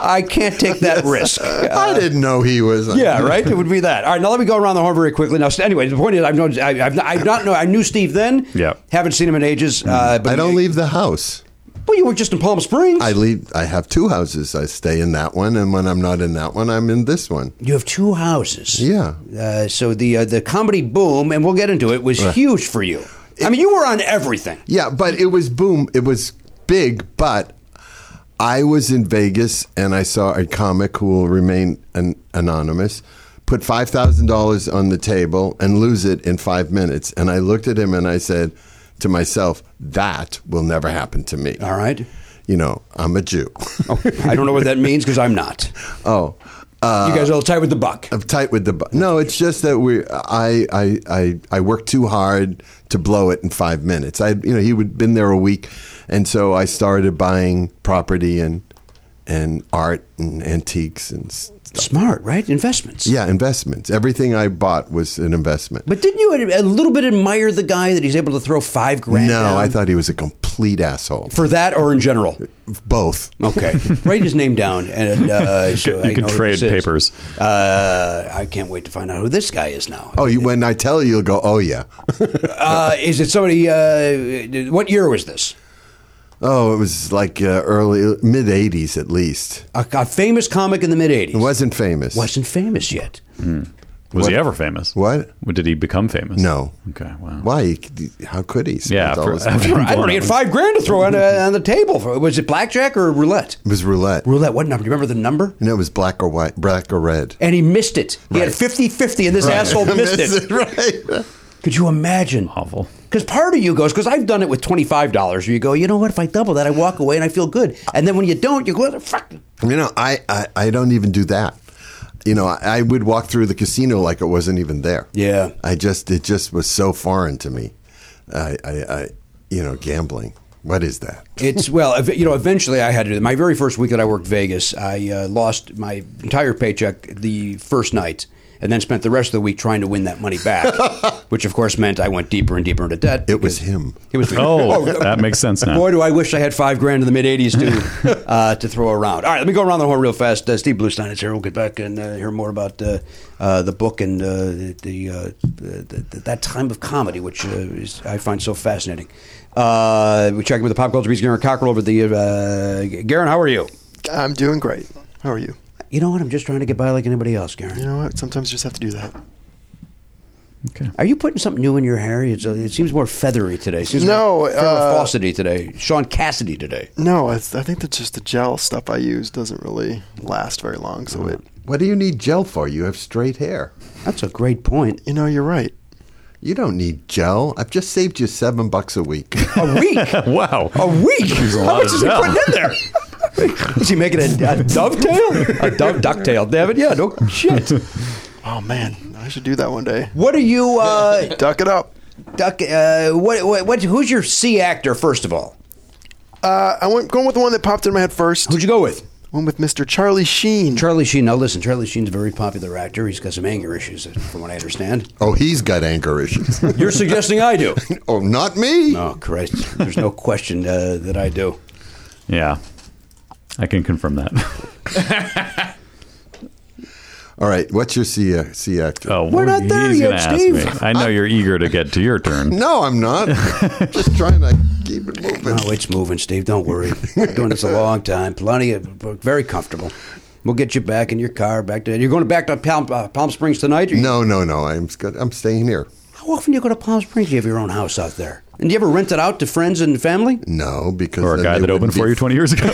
[SPEAKER 3] I can't take that risk.
[SPEAKER 10] I didn't know he was.
[SPEAKER 3] Uh, Yeah, right. It would be that. All right, now let me go around the horn very quickly. Now, anyway, the point is, I've known, I, I've, not, I've not know, I knew Steve then.
[SPEAKER 4] Yeah.
[SPEAKER 3] haven't seen him in ages. Uh, but
[SPEAKER 10] I don't leave the house.
[SPEAKER 3] Well, you were just in Palm Springs.
[SPEAKER 10] I leave. I have two houses. I stay in that one, and when I'm not in that one, I'm in this one.
[SPEAKER 3] you have two houses.
[SPEAKER 10] Yeah.
[SPEAKER 3] Uh, so the uh, the comedy boom, and we'll get into it, was huge for you. I mean, you were on everything.
[SPEAKER 10] Yeah, but it was boom. It was big, but I was in Vegas and I saw a comic who will remain an, anonymous put $5,000 on the table and lose it in five minutes. And I looked at him and I said to myself, that will never happen to me.
[SPEAKER 3] All right.
[SPEAKER 10] You know, I'm a Jew.
[SPEAKER 3] Oh, I don't know what that means because I'm not.
[SPEAKER 10] oh.
[SPEAKER 3] you guys are all tied with the buck.
[SPEAKER 10] I'm tight with the bu- no. It's just that we I I I I worked too hard to blow it in five minutes. I you know he would been there a week, and so I started buying property and and art and antiques and s-
[SPEAKER 3] Smart, right? Investments.
[SPEAKER 10] yeah investments. Everything I bought was an investment.
[SPEAKER 3] But didn't you a a little bit admire the guy that he's able to throw five grand?
[SPEAKER 10] no,
[SPEAKER 3] down?
[SPEAKER 10] I thought he was a complete asshole.
[SPEAKER 3] for that or in general.
[SPEAKER 10] Both.
[SPEAKER 3] Okay, write his name down, and uh, so
[SPEAKER 4] You
[SPEAKER 3] I
[SPEAKER 4] can
[SPEAKER 3] know who
[SPEAKER 4] trade
[SPEAKER 3] this is.
[SPEAKER 4] papers.
[SPEAKER 3] Uh, I can't wait to find out who this guy is now.
[SPEAKER 10] Oh, you, when I tell you, you'll go. Oh yeah.
[SPEAKER 3] Uh, is it somebody? Uh, what year was this?
[SPEAKER 10] Oh, it was like uh, early mid '80s at least.
[SPEAKER 3] A, a famous comic in the mid '80s.
[SPEAKER 10] It wasn't famous.
[SPEAKER 3] wasn't famous yet.
[SPEAKER 4] Was he
[SPEAKER 10] What-
[SPEAKER 4] ever famous?
[SPEAKER 10] What?
[SPEAKER 4] What- Did he become famous?
[SPEAKER 10] No.
[SPEAKER 4] Okay. Wow.
[SPEAKER 10] Why? He- How could he? spend
[SPEAKER 4] Yeah,
[SPEAKER 10] all
[SPEAKER 4] for-
[SPEAKER 10] his money?
[SPEAKER 4] after-
[SPEAKER 3] I don't know. He had five grand to throw on, uh, on the table. For, was it blackjack or roulette?
[SPEAKER 10] It was roulette.
[SPEAKER 3] Roulette. What number? Do you remember the number?
[SPEAKER 10] And it was black or white, black or red.
[SPEAKER 3] And he missed it. He had
[SPEAKER 10] Right.
[SPEAKER 3] 50-50, and this asshole missed it.
[SPEAKER 10] right.
[SPEAKER 3] Could you imagine?
[SPEAKER 4] Awful.
[SPEAKER 3] Because part of you goes, because I've done it with twenty five dollars. Where you go, you know what? If I double that, I walk away and I feel good. And then when you don't, you go, fuck.
[SPEAKER 10] You know, I, I, I don't even do that. you know, I, I would walk through the casino like it wasn't even there.
[SPEAKER 3] Yeah.
[SPEAKER 10] I just it just was so foreign to me. I, I, I you know, gambling. What is that?
[SPEAKER 3] It's well, ev- you know. Eventually, I had to. do My very first week that I worked Vegas, I uh, lost my entire paycheck the first night, and then spent the rest of the week trying to win that money back, which of course meant I went deeper and deeper into debt.
[SPEAKER 10] It was
[SPEAKER 3] because-
[SPEAKER 10] him.
[SPEAKER 3] It was me.
[SPEAKER 4] Oh, that makes sense now.
[SPEAKER 3] Boy, do I wish I had five grand in the mid '80s to uh, to throw around. All right, let me go around the horn real fast. Uh, Steve Bluestein is here. We'll get back and uh, hear more about uh, uh, the book and uh, the, uh, the, the that time of comedy, which uh, is, I find so fascinating. Uh, we check in with the pop culture beast, Garen Cockrell, over the uh, Garen. How are you?
[SPEAKER 6] I'm doing great. How are you?
[SPEAKER 3] You know what? I'm just trying to get by like anybody else, Garen.
[SPEAKER 6] You know what? Sometimes you just have to do that.
[SPEAKER 4] Okay.
[SPEAKER 3] Are you putting something new in your hair? It's, uh, it seems more feathery today. It seems
[SPEAKER 6] No,
[SPEAKER 3] more Farrah
[SPEAKER 6] uh,
[SPEAKER 3] Fawcett-y today. Sean Cassidy today.
[SPEAKER 6] No, it's, I think that just the gel stuff I use doesn't really last very long. So
[SPEAKER 3] Mm-hmm.
[SPEAKER 6] it,
[SPEAKER 10] What do you need gel for? You have straight hair.
[SPEAKER 3] That's a great point.
[SPEAKER 6] you know, you're right.
[SPEAKER 10] You don't need gel. I've just saved you seven bucks a week.
[SPEAKER 3] A week.
[SPEAKER 4] Wow.
[SPEAKER 3] A week.
[SPEAKER 4] a
[SPEAKER 3] How
[SPEAKER 4] lot
[SPEAKER 3] much
[SPEAKER 4] of
[SPEAKER 3] is he
[SPEAKER 4] dough.
[SPEAKER 3] putting in there? is he making a, a dovetail? A dove ducktail, David? Yeah, no shit.
[SPEAKER 6] Oh man, I should do that one day.
[SPEAKER 3] What are you, uh,
[SPEAKER 6] Duck it up.
[SPEAKER 3] duck? Uh, what, what, what? Who's your C actor first of all?
[SPEAKER 6] Uh, I went going with the one that popped in my head first.
[SPEAKER 3] Who'd you go with?
[SPEAKER 6] Went with Mr. Charlie Sheen.
[SPEAKER 3] Charlie Sheen. Now listen, Charlie Sheen's a very popular actor. He's got some anger issues, from what I understand.
[SPEAKER 10] oh, he's got anger issues.
[SPEAKER 3] You're suggesting I do?
[SPEAKER 10] oh, not me.
[SPEAKER 3] oh Christ! There's no question uh, that I do.
[SPEAKER 4] Yeah. I can confirm that.
[SPEAKER 10] All right. What's your C, uh, C actor?
[SPEAKER 4] Oh,
[SPEAKER 3] We're not there
[SPEAKER 4] he's
[SPEAKER 3] yet,
[SPEAKER 4] gonna ask
[SPEAKER 3] Steve.
[SPEAKER 4] me. I know you're eager to get to your turn.
[SPEAKER 10] No, I'm not. just trying to keep it moving.
[SPEAKER 3] No, it's moving, Steve. Don't worry. We're doing this a long time. Plenty of very comfortable. We'll get you back in your car. Back to you're going back to Palm, uh, Palm Springs tonight. Or you-
[SPEAKER 10] No, no, no. I'm sc- I'm staying here.
[SPEAKER 3] How often do you go to Palm Springs? Do you have your own house out there? And do you ever rent it out to friends and family?
[SPEAKER 10] No, because
[SPEAKER 4] Or a
[SPEAKER 10] then
[SPEAKER 4] guy that
[SPEAKER 10] they wouldn't
[SPEAKER 4] opened
[SPEAKER 10] be-
[SPEAKER 4] for you 20 years ago.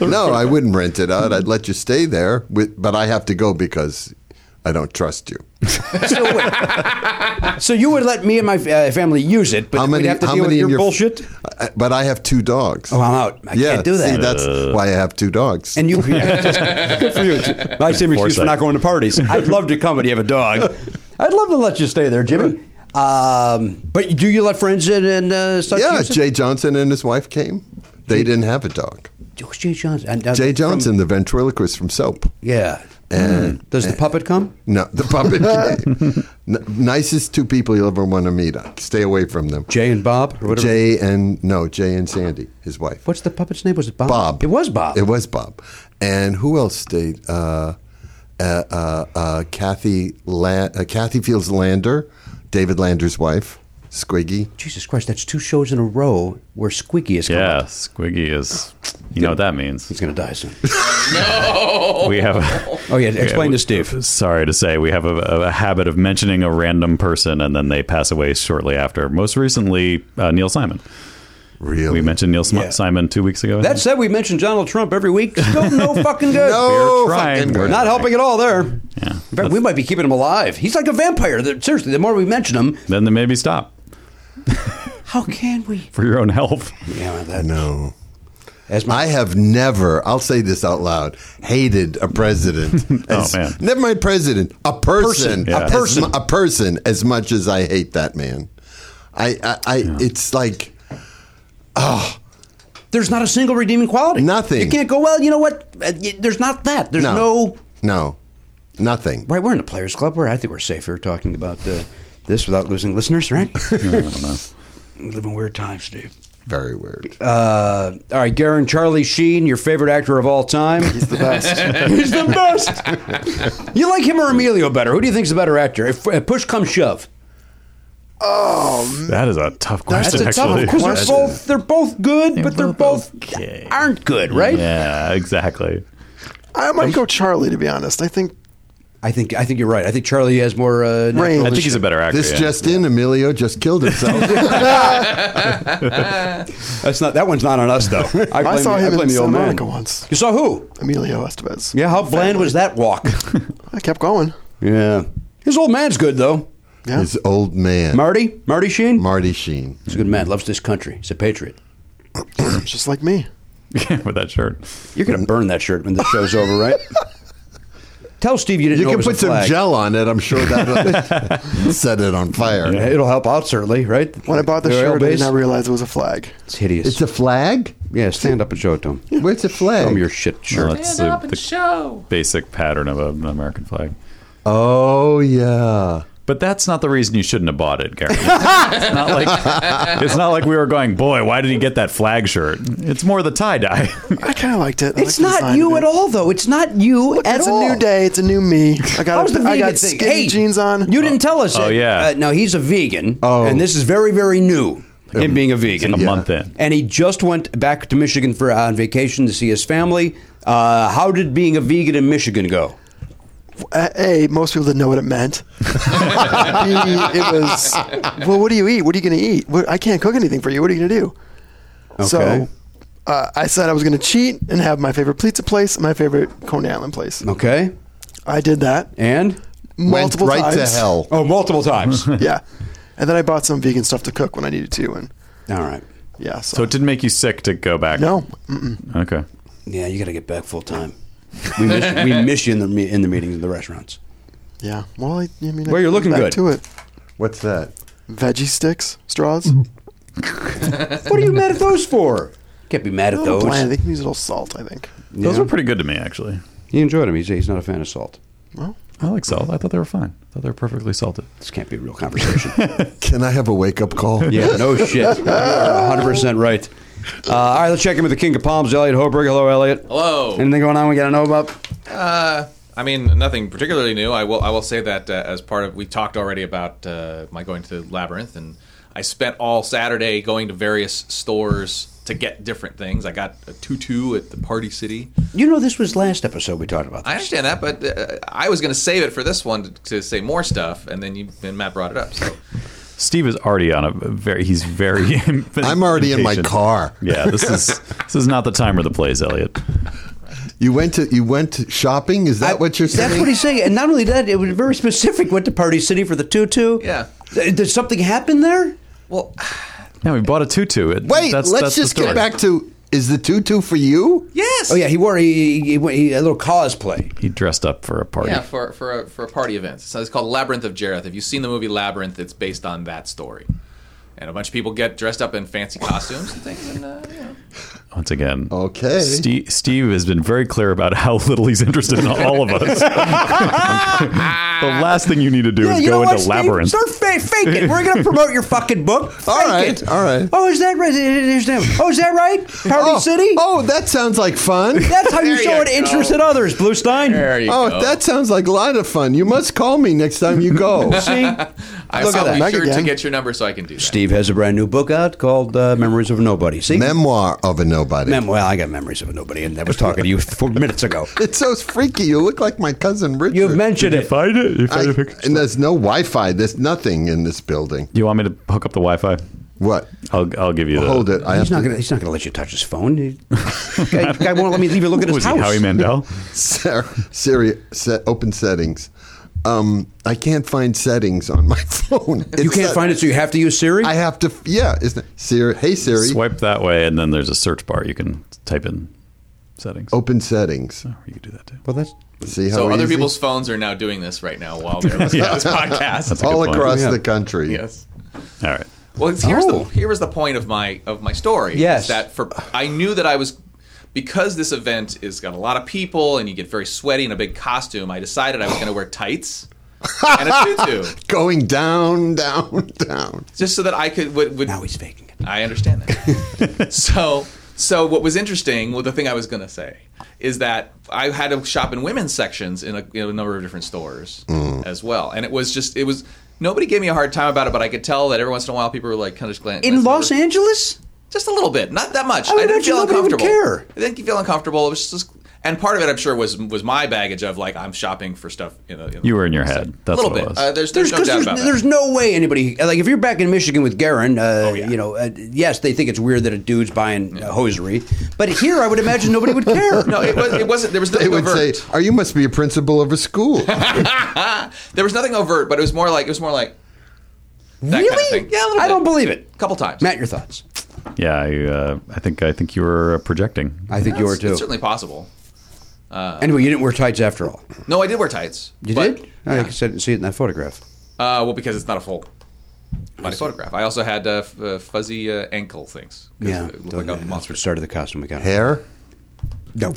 [SPEAKER 10] No, I wouldn't rent it out. I'd let you stay there, with, but I have to go because I don't trust you.
[SPEAKER 3] So, wait. So you would let me and my uh, family use it, but we'd have to deal with
[SPEAKER 10] in
[SPEAKER 3] your, bullshit?
[SPEAKER 10] I- but I have two dogs.
[SPEAKER 3] Oh, I'm out. I
[SPEAKER 10] yeah,
[SPEAKER 3] can't do that.
[SPEAKER 10] See, that's why I have two dogs.
[SPEAKER 3] and you, good for you. My same excuse for
[SPEAKER 4] Foresight.
[SPEAKER 3] not going to parties. I'd love to come, but you have a dog. I'd love to let you stay there, Jimmy. Um, but do you let friends in and uh, such?
[SPEAKER 10] yeah,
[SPEAKER 3] use it?
[SPEAKER 10] Jay Johnson and his wife came. They didn't have a dog.
[SPEAKER 3] Who's Jay Johnson? And, uh,
[SPEAKER 10] Jay
[SPEAKER 3] from-
[SPEAKER 10] Uh,
[SPEAKER 3] Mm.
[SPEAKER 10] Johnson, the ventriloquist from Soap.
[SPEAKER 3] yeah. Hmm.
[SPEAKER 10] And
[SPEAKER 3] Does the puppet come?
[SPEAKER 10] no, the puppet. came. N- nicest two people you'll ever want to meet. Stay away from them.
[SPEAKER 3] Jay and Bob? Or whatever.
[SPEAKER 10] Jay and no, Jay and Sandy, his wife.
[SPEAKER 3] What's the puppet's name? Was it Bob?
[SPEAKER 10] Bob.
[SPEAKER 3] It was Bob.
[SPEAKER 10] It was Bob. And who else stayed? Uh, uh, uh, uh, Kathy La- uh, Kathy Fields Lander, David Lander's wife, Squiggy.
[SPEAKER 3] Jesus Christ, that's two shows in a row where Squeaky is coming.
[SPEAKER 4] yeah, Squiggy is. You know what that means.
[SPEAKER 3] He's going to die soon.
[SPEAKER 4] We have a.
[SPEAKER 3] Oh, yeah. Explain
[SPEAKER 4] we-
[SPEAKER 3] to Steve.
[SPEAKER 4] Sorry to say, we have a, a habit of mentioning a random person and then they pass away shortly after. Most recently, uh, Neil Simon.
[SPEAKER 10] Really?
[SPEAKER 4] We mentioned Neil Sm-
[SPEAKER 3] Yeah.
[SPEAKER 4] Simon two weeks ago. I
[SPEAKER 3] That
[SPEAKER 4] think.
[SPEAKER 3] said, we mentioned Donald Trump every week. Still no fucking good.
[SPEAKER 10] no,
[SPEAKER 4] trying.
[SPEAKER 10] fucking
[SPEAKER 4] We're
[SPEAKER 10] good.
[SPEAKER 3] Not helping at all there.
[SPEAKER 4] Yeah.
[SPEAKER 3] In fact, we might be keeping him alive. He's like a vampire. The- Seriously, the more we mention him,
[SPEAKER 4] Then maybe stop
[SPEAKER 3] how can we?
[SPEAKER 4] for your own health.
[SPEAKER 3] Yeah, well, that,
[SPEAKER 10] No.
[SPEAKER 3] As my,
[SPEAKER 10] I have never, I'll say this out loud, hated a president. as,
[SPEAKER 4] man.
[SPEAKER 10] Never mind president, a person.
[SPEAKER 3] Oh, Person, a
[SPEAKER 10] as
[SPEAKER 3] person.
[SPEAKER 10] mu- a person as much as I hate that man. I, I, I it's like,
[SPEAKER 3] there's not a single redeeming quality.
[SPEAKER 10] Nothing.
[SPEAKER 3] You can't go. Well, you know what? Uh, y- There's not that. There's
[SPEAKER 10] no.
[SPEAKER 3] no
[SPEAKER 10] No. Nothing.
[SPEAKER 3] Right, we're in the Players Club. Where I think we're safer talking about uh, this without losing listeners, right? We live in weird times, Steve.
[SPEAKER 10] Very weird.
[SPEAKER 3] Uh, all right, Garen Charlie Sheen, your favorite actor of all time. He's the best. He's the best. you like him or Emilio better? Who do you think's the better actor? If, if push comes shove,
[SPEAKER 4] That is a tough question,
[SPEAKER 3] a tough
[SPEAKER 4] actually.
[SPEAKER 3] because they're both they're both good, but they're
[SPEAKER 4] were
[SPEAKER 3] both
[SPEAKER 4] okay.
[SPEAKER 3] aren't good, right?
[SPEAKER 4] Yeah, exactly.
[SPEAKER 6] I might go Charlie to be honest. I think
[SPEAKER 3] I think I think you're right. I think Charlie has more uh, natural
[SPEAKER 6] Range.
[SPEAKER 4] I think he's a better actor.
[SPEAKER 10] This
[SPEAKER 4] yeah.
[SPEAKER 10] just in, Emilio just killed himself.
[SPEAKER 3] That's not that one's not on us though. I, blame
[SPEAKER 6] I saw
[SPEAKER 3] the-
[SPEAKER 6] him
[SPEAKER 3] blame
[SPEAKER 6] in
[SPEAKER 3] the old
[SPEAKER 6] Santa
[SPEAKER 3] man.
[SPEAKER 6] Monica once.
[SPEAKER 3] You saw who?
[SPEAKER 6] Emilio Estevez.
[SPEAKER 3] Yeah, how bland was that walk?
[SPEAKER 6] I kept going.
[SPEAKER 3] Yeah. His old man's good though.
[SPEAKER 6] Yeah.
[SPEAKER 10] His old man,
[SPEAKER 3] Marty? Marty Sheen?
[SPEAKER 10] Marty Sheen.
[SPEAKER 3] He's a good man, loves this country. He's a patriot.
[SPEAKER 6] just like me.
[SPEAKER 4] with that shirt.
[SPEAKER 3] You're gonna burn that shirt when the show's over, right? Tell Steve you didn't.
[SPEAKER 10] You
[SPEAKER 3] know it
[SPEAKER 10] can
[SPEAKER 3] was a
[SPEAKER 10] put some
[SPEAKER 3] flag.
[SPEAKER 10] gel on it. I'm sure that set it on fire.
[SPEAKER 3] It'll help out certainly, right?
[SPEAKER 6] When I bought the
[SPEAKER 3] They're
[SPEAKER 6] shirt, I did
[SPEAKER 3] oil-based.
[SPEAKER 6] not realize it was a flag.
[SPEAKER 3] It's hideous.
[SPEAKER 10] It's a flag.
[SPEAKER 3] yeah, stand up and show it to him.
[SPEAKER 10] Where's the
[SPEAKER 3] Show him
[SPEAKER 10] flag?
[SPEAKER 3] your shit shirt.
[SPEAKER 4] Well, that's the, the basic pattern of an American flag.
[SPEAKER 10] oh yeah.
[SPEAKER 4] But that's not the reason you shouldn't have bought it, Gary. it's, not like, it's not like we were going, boy, why did he get that flag shirt? It's more the tie dye.
[SPEAKER 6] I kind of liked it. I
[SPEAKER 3] It's
[SPEAKER 6] liked the
[SPEAKER 3] not
[SPEAKER 6] design
[SPEAKER 3] you
[SPEAKER 6] of it.
[SPEAKER 3] at all, though. It's not you at
[SPEAKER 6] It's
[SPEAKER 3] all.
[SPEAKER 6] a new day. It's a new me. I got
[SPEAKER 3] How's the
[SPEAKER 6] a,
[SPEAKER 3] vegan
[SPEAKER 6] I got
[SPEAKER 3] thing?
[SPEAKER 6] skinny
[SPEAKER 3] Hey,
[SPEAKER 6] jeans on.
[SPEAKER 3] You didn't tell us.
[SPEAKER 4] Oh,
[SPEAKER 3] it.
[SPEAKER 4] yeah.
[SPEAKER 3] Uh, now he's a vegan.
[SPEAKER 10] Oh.
[SPEAKER 3] and this is very, very new. Him being a vegan,
[SPEAKER 4] a month in.
[SPEAKER 3] and he just went back to Michigan for uh, on vacation to see his family. Uh, how did being a vegan in Michigan go?
[SPEAKER 6] Uh, a most people didn't know what it meant. B, it was well. What do you eat? What are you going to eat? What, I can't cook anything for you. What are you going to do?
[SPEAKER 3] Okay.
[SPEAKER 6] So uh, I said I was going to cheat and have my favorite pizza place, and my favorite Coney Island place.
[SPEAKER 3] Okay,
[SPEAKER 6] I did that
[SPEAKER 3] and
[SPEAKER 6] multiple
[SPEAKER 10] Went right
[SPEAKER 6] times.
[SPEAKER 10] to hell.
[SPEAKER 3] oh, multiple times. All
[SPEAKER 6] Yeah, and then I bought some vegan stuff to cook when I needed to, and
[SPEAKER 3] right.
[SPEAKER 6] yeah. So,
[SPEAKER 4] so it didn't make you sick to go back.
[SPEAKER 6] no, mm-mm.
[SPEAKER 4] Okay.
[SPEAKER 3] Yeah, you got to get back full time. We miss, we miss you in the me- in the meetings in the restaurants.
[SPEAKER 6] yeah. Well, I, I mean, I
[SPEAKER 3] Well, you're
[SPEAKER 6] come
[SPEAKER 3] looking
[SPEAKER 6] back
[SPEAKER 3] good.
[SPEAKER 6] to it.
[SPEAKER 10] What's that?
[SPEAKER 6] Veggie sticks, straws.
[SPEAKER 3] What are you mad at those for? Can't be mad at
[SPEAKER 6] Oh,
[SPEAKER 3] those.
[SPEAKER 6] bland. They can use a little salt. I think.
[SPEAKER 4] Those
[SPEAKER 3] Yeah.
[SPEAKER 4] were pretty good to me, actually.
[SPEAKER 3] He enjoyed them. He's, he's not a fan of salt.
[SPEAKER 6] Well,
[SPEAKER 4] I like salt. I thought they were fine. I thought they were perfectly salted.
[SPEAKER 3] This can't be a real conversation.
[SPEAKER 10] Can I have a wake up call?
[SPEAKER 3] yeah, no shit. You're 100% right. Uh, all right, let's check in with the King of Palms, Elliot Hoberg. Hello, Elliot.
[SPEAKER 7] Hello.
[SPEAKER 3] Anything going on we got to know about?
[SPEAKER 7] Uh, I mean, nothing particularly new. I will I will say that uh, as part of we talked already about uh, my going to Labyrinth, and I spent all Saturday going to various stores to get different things. I got a tutu at the Party City.
[SPEAKER 3] You know, this was last episode we talked about
[SPEAKER 7] I
[SPEAKER 3] this.
[SPEAKER 7] understand that, but uh, I was going to save it for this one to, to say more stuff, and then you and Matt brought it up. So
[SPEAKER 4] Steve is already on a very, he's very.
[SPEAKER 10] I'm already in my
[SPEAKER 4] impatient.
[SPEAKER 10] car.
[SPEAKER 4] Yeah, this is this is not the time or the place, Elliot.
[SPEAKER 10] You went to you went to shopping. Is that what you're saying?
[SPEAKER 3] That's what he's saying. And not only that, it was very specific. Went to Party City for the tutu.
[SPEAKER 7] Yeah.
[SPEAKER 3] Th- Did something happen there?
[SPEAKER 7] well.
[SPEAKER 4] No, we bought a tutu. It,
[SPEAKER 10] Wait,
[SPEAKER 4] that's- that's
[SPEAKER 10] let's
[SPEAKER 4] the
[SPEAKER 10] just get
[SPEAKER 4] story.
[SPEAKER 10] back to is the tutu for you?
[SPEAKER 7] Yes.
[SPEAKER 3] Oh, yeah, he wore he, he, went- he- a little cosplay.
[SPEAKER 4] He dressed up for a party.
[SPEAKER 7] Yeah, for for a, for a party event. So it's called Labyrinth of Jareth. If you've seen the movie Labyrinth, it's based on that story. And a bunch of people get dressed up in fancy costumes and things. And uh, you know.
[SPEAKER 4] Once again,
[SPEAKER 10] Okay.
[SPEAKER 4] Steve, Steve has been very clear about how little he's interested in all of us. the last thing you need to do
[SPEAKER 3] Yeah,
[SPEAKER 4] is
[SPEAKER 3] you know
[SPEAKER 4] go
[SPEAKER 3] what,
[SPEAKER 4] into
[SPEAKER 3] Steve?
[SPEAKER 4] labyrinth.
[SPEAKER 3] Start fa- fake it. We're going to promote your fucking book. Fake
[SPEAKER 10] All right,
[SPEAKER 3] it.
[SPEAKER 10] all right.
[SPEAKER 3] Oh, is that right? Is that- Oh, is that right? Party
[SPEAKER 10] oh,
[SPEAKER 3] City?
[SPEAKER 10] Oh, that sounds like fun.
[SPEAKER 3] That's how you
[SPEAKER 7] There
[SPEAKER 3] show
[SPEAKER 7] you
[SPEAKER 3] an interest
[SPEAKER 7] go.
[SPEAKER 3] in others, Blue Stein.
[SPEAKER 7] There you
[SPEAKER 10] oh,
[SPEAKER 7] go.
[SPEAKER 10] that sounds like a lot of fun. You must call me next time you go.
[SPEAKER 3] See?
[SPEAKER 7] I,
[SPEAKER 3] look at
[SPEAKER 7] I'll
[SPEAKER 3] that.
[SPEAKER 7] be
[SPEAKER 6] Mega
[SPEAKER 7] sure to
[SPEAKER 6] gang.
[SPEAKER 7] get your number so I can do that.
[SPEAKER 3] Steve has a brand new book out called uh, Memories of Nobody. See?
[SPEAKER 10] Memoir of a nobody.
[SPEAKER 3] Mem- well, I got memories of a nobody, and I was talking to you four minutes ago.
[SPEAKER 10] it's so freaky. You look like my cousin Richard.
[SPEAKER 3] You've mentioned it.
[SPEAKER 4] find it. You
[SPEAKER 10] I- and there's no Wi-Fi. There's nothing in this building.
[SPEAKER 4] you want me to hook up the Wi-Fi?
[SPEAKER 10] What?
[SPEAKER 4] I'll I'll give you the
[SPEAKER 10] Hold it. I have
[SPEAKER 3] He's not
[SPEAKER 10] to
[SPEAKER 3] gonna. He's not gonna let you touch his phone. He- guy, guy won't let me even look at his
[SPEAKER 4] Was
[SPEAKER 3] house.
[SPEAKER 4] it Howie Mandel?
[SPEAKER 10] Sarah, Siri, set, open settings. Um, I can't find settings on my phone.
[SPEAKER 3] you can't find it, so you have to use Siri.
[SPEAKER 10] I have to. Yeah, isn't it? Siri? Hey Siri,
[SPEAKER 4] Swipe that way, and then there's a search bar. You can type in settings.
[SPEAKER 3] Oh.
[SPEAKER 10] open settings.
[SPEAKER 4] you can do that too.
[SPEAKER 3] well, that's
[SPEAKER 10] See how
[SPEAKER 7] so other
[SPEAKER 10] easy?
[SPEAKER 7] people's phones are now doing this right now while they're listening to this podcast.
[SPEAKER 4] That's a good
[SPEAKER 10] all
[SPEAKER 4] point.
[SPEAKER 10] across
[SPEAKER 3] Yeah.
[SPEAKER 10] the country.
[SPEAKER 7] Yes.
[SPEAKER 4] All right.
[SPEAKER 7] Well, it's- here's
[SPEAKER 3] Oh.
[SPEAKER 7] the here was the point of my of my story.
[SPEAKER 3] Yes.
[SPEAKER 7] is that for I knew that I was because this event is got a lot of people and you get very sweaty in a big costume. I decided I was going to wear tights and a tutu
[SPEAKER 10] Going down, down, down.
[SPEAKER 7] just so that I could would, would
[SPEAKER 3] now he's faking it.
[SPEAKER 7] I understand that. so, so what was interesting, well, the thing I was going to say is that I had to shop in women's sections in a, in a number of different stores
[SPEAKER 3] Mm.
[SPEAKER 7] as well, and it was just it was nobody gave me a hard time about it, but I could tell that every once in a while people were like kind of glancing
[SPEAKER 3] In Los Angeles,
[SPEAKER 7] just a little bit, not that much.
[SPEAKER 3] I
[SPEAKER 7] I,
[SPEAKER 3] would
[SPEAKER 7] didn't
[SPEAKER 3] imagine
[SPEAKER 7] feel
[SPEAKER 3] nobody would
[SPEAKER 7] uncomfortable.
[SPEAKER 3] care.
[SPEAKER 7] I didn't feel uncomfortable. It was just. And part of it, I'm sure, was was my baggage of like I'm shopping for stuff. You know,
[SPEAKER 4] You were in your head.
[SPEAKER 7] a
[SPEAKER 4] That's
[SPEAKER 7] little
[SPEAKER 4] what
[SPEAKER 7] bit.
[SPEAKER 4] it was.
[SPEAKER 7] Uh, there's
[SPEAKER 3] there's
[SPEAKER 7] there's no doubt
[SPEAKER 3] there's,
[SPEAKER 7] about that.
[SPEAKER 3] there's no way anybody like if you're back in Michigan with Garin, uh,
[SPEAKER 7] yeah.
[SPEAKER 3] you know, uh, yes, they think it's weird that a dude's buying uh, hosiery, but here I would imagine nobody would care.
[SPEAKER 7] no, it, was, it wasn't. There was no
[SPEAKER 10] They would say, "Oh, you must be a principal of a school."
[SPEAKER 7] There was nothing overt, but it was more like it was more like that
[SPEAKER 3] really?
[SPEAKER 7] kind of thing. Yeah, a little
[SPEAKER 3] I
[SPEAKER 7] bit.
[SPEAKER 3] don't believe it.
[SPEAKER 7] a couple times.
[SPEAKER 3] Matt, your thoughts?
[SPEAKER 4] yeah, I, uh, I think I think you were uh, projecting.
[SPEAKER 3] I think you were
[SPEAKER 7] It's-
[SPEAKER 3] too.
[SPEAKER 7] It's certainly possible.
[SPEAKER 3] anyway, you didn't wear tights after all.
[SPEAKER 7] No, I did wear tights.
[SPEAKER 3] You
[SPEAKER 7] but-
[SPEAKER 3] did? I guess I didn't see it in that photograph.
[SPEAKER 7] Uh, well, because it's not a full body photograph. I also had uh, f- uh, fuzzy uh, ankle things. 'cause
[SPEAKER 3] Yeah,
[SPEAKER 7] it looked like a monster.
[SPEAKER 3] Started the costume we got.
[SPEAKER 10] Hair?
[SPEAKER 3] No,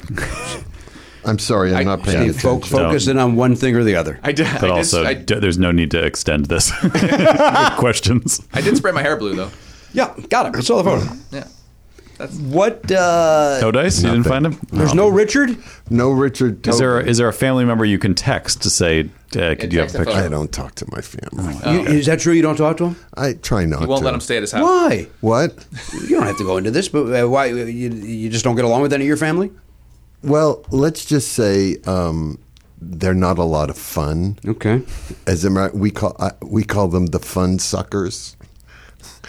[SPEAKER 10] I'm sorry, I'm
[SPEAKER 7] I-
[SPEAKER 10] not paying
[SPEAKER 3] Steve, fo-
[SPEAKER 10] attention.
[SPEAKER 3] focus in on one thing or the other.
[SPEAKER 7] I did,
[SPEAKER 4] But
[SPEAKER 7] I
[SPEAKER 4] also,
[SPEAKER 7] did, I,
[SPEAKER 4] d- there's no need to extend this with questions.
[SPEAKER 7] I did spray my hair blue though.
[SPEAKER 3] yeah, got it. I saw the photo.
[SPEAKER 7] Yeah, that's
[SPEAKER 3] What? Uh,
[SPEAKER 4] No dice. You didn't find him.
[SPEAKER 3] There's no Richard.
[SPEAKER 10] No, Richard.
[SPEAKER 4] Is there
[SPEAKER 10] Tobe.
[SPEAKER 4] is there a family member you can text to say, uh, "Could you have
[SPEAKER 7] text
[SPEAKER 4] a
[SPEAKER 7] and
[SPEAKER 4] picture?"
[SPEAKER 10] I don't talk to my
[SPEAKER 4] Oh,
[SPEAKER 10] family.
[SPEAKER 3] You-
[SPEAKER 7] Uh,
[SPEAKER 3] Is that true? You don't talk to him?
[SPEAKER 10] I try not
[SPEAKER 7] you won't
[SPEAKER 10] to.
[SPEAKER 7] let him stay at his house.
[SPEAKER 3] Why?
[SPEAKER 10] What?
[SPEAKER 3] You don't have to go into this, but uh, why? You, you just don't get along with any of your family?
[SPEAKER 10] Well, let's just say um, they're not a lot of fun.
[SPEAKER 3] Okay.
[SPEAKER 10] As a matter, we call I, we call them the fun suckers.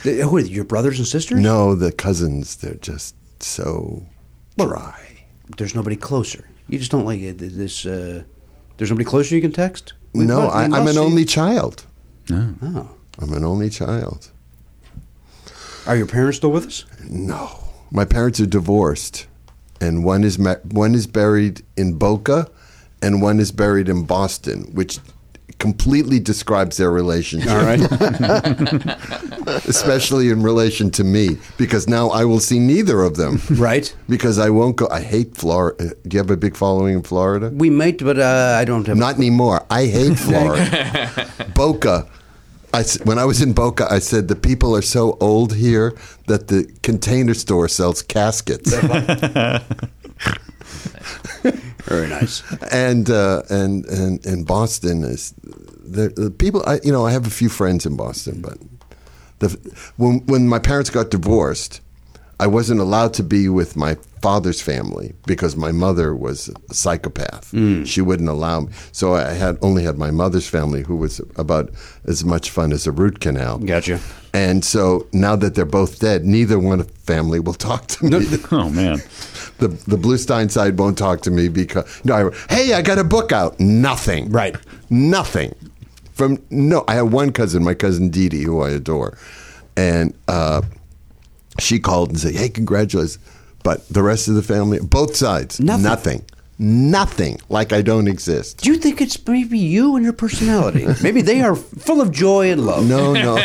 [SPEAKER 3] Th- Who are they, your brothers and sisters?
[SPEAKER 10] No, the cousins. They're just so dry.
[SPEAKER 3] There's nobody closer. You just don't like it, th- this. Uh, there's nobody closer you can text. We
[SPEAKER 10] no,
[SPEAKER 3] must- we
[SPEAKER 10] I, I'm
[SPEAKER 3] must
[SPEAKER 10] an
[SPEAKER 3] see-
[SPEAKER 10] only child.
[SPEAKER 3] Oh.
[SPEAKER 10] I'm an only child.
[SPEAKER 3] Are your parents still with us?
[SPEAKER 10] No, my parents are divorced, and one is ma- one is buried in Boca, and one is buried in Boston, which completely describes their relationship.
[SPEAKER 3] All right.
[SPEAKER 10] especially in relation to me, because now I will see neither of them.
[SPEAKER 3] right.
[SPEAKER 10] Because I won't go. I hate Florida. Do you have a big following in Florida?
[SPEAKER 3] We might, but uh, I don't have.
[SPEAKER 10] Not anymore. I hate Florida. Boca. I s when I was in Boca, I said the people are so old here that the container store sells caskets,
[SPEAKER 3] Very nice.
[SPEAKER 10] and uh, and and and Boston is the, the people. I you know I have a few friends in Boston, but the when when my parents got divorced, I wasn't allowed to be with my father's family because my mother was a psychopath. She wouldn't allow me. So I had only had my mother's family, who was about as much fun as a root canal.
[SPEAKER 3] Gotcha.
[SPEAKER 10] And so now that they're both dead, neither one of the family will talk to me.
[SPEAKER 4] Oh man,
[SPEAKER 10] the the Bluestein side won't talk to me because no. I, hey, I got a book out. Nothing.
[SPEAKER 3] Right.
[SPEAKER 10] Nothing. From no. I have one cousin, my cousin Dee Dee, who I adore, and uh, she called and said, "Hey, congratulations." But the rest of the family, both sides,
[SPEAKER 3] Nothing.
[SPEAKER 10] nothing, nothing. Like I don't exist.
[SPEAKER 3] Do you think it's maybe you and your personality? maybe they are full of joy and love.
[SPEAKER 10] No, no.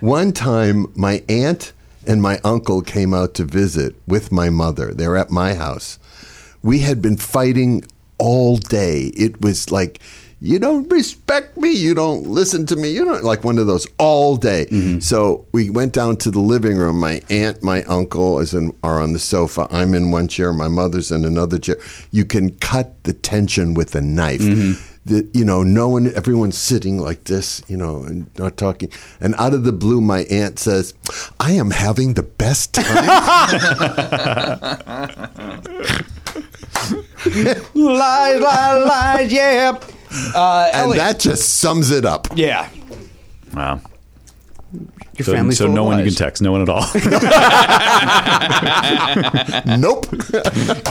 [SPEAKER 10] One time, my aunt and my uncle came out to visit with my mother. They were at my house. We had been fighting all day. It was like, you don't respect me. You don't listen to me. You don't like one of those all day. So we went down to the living room. My aunt, my uncle is in, are on the sofa. I'm in one chair. My mother's in another chair. You can cut the tension with a knife that you know no one everyone's sitting like this you know and not talking and out of the blue my aunt says i am having the best time
[SPEAKER 3] Lies, lies, lies. Yeah. Uh,
[SPEAKER 10] and
[SPEAKER 3] Elliot.
[SPEAKER 10] that just sums it up
[SPEAKER 3] yeah.
[SPEAKER 4] wow.
[SPEAKER 3] Your
[SPEAKER 4] So,
[SPEAKER 3] family's
[SPEAKER 4] so
[SPEAKER 3] full of
[SPEAKER 4] no one you
[SPEAKER 3] lies.
[SPEAKER 4] can text, no one at all.
[SPEAKER 10] nope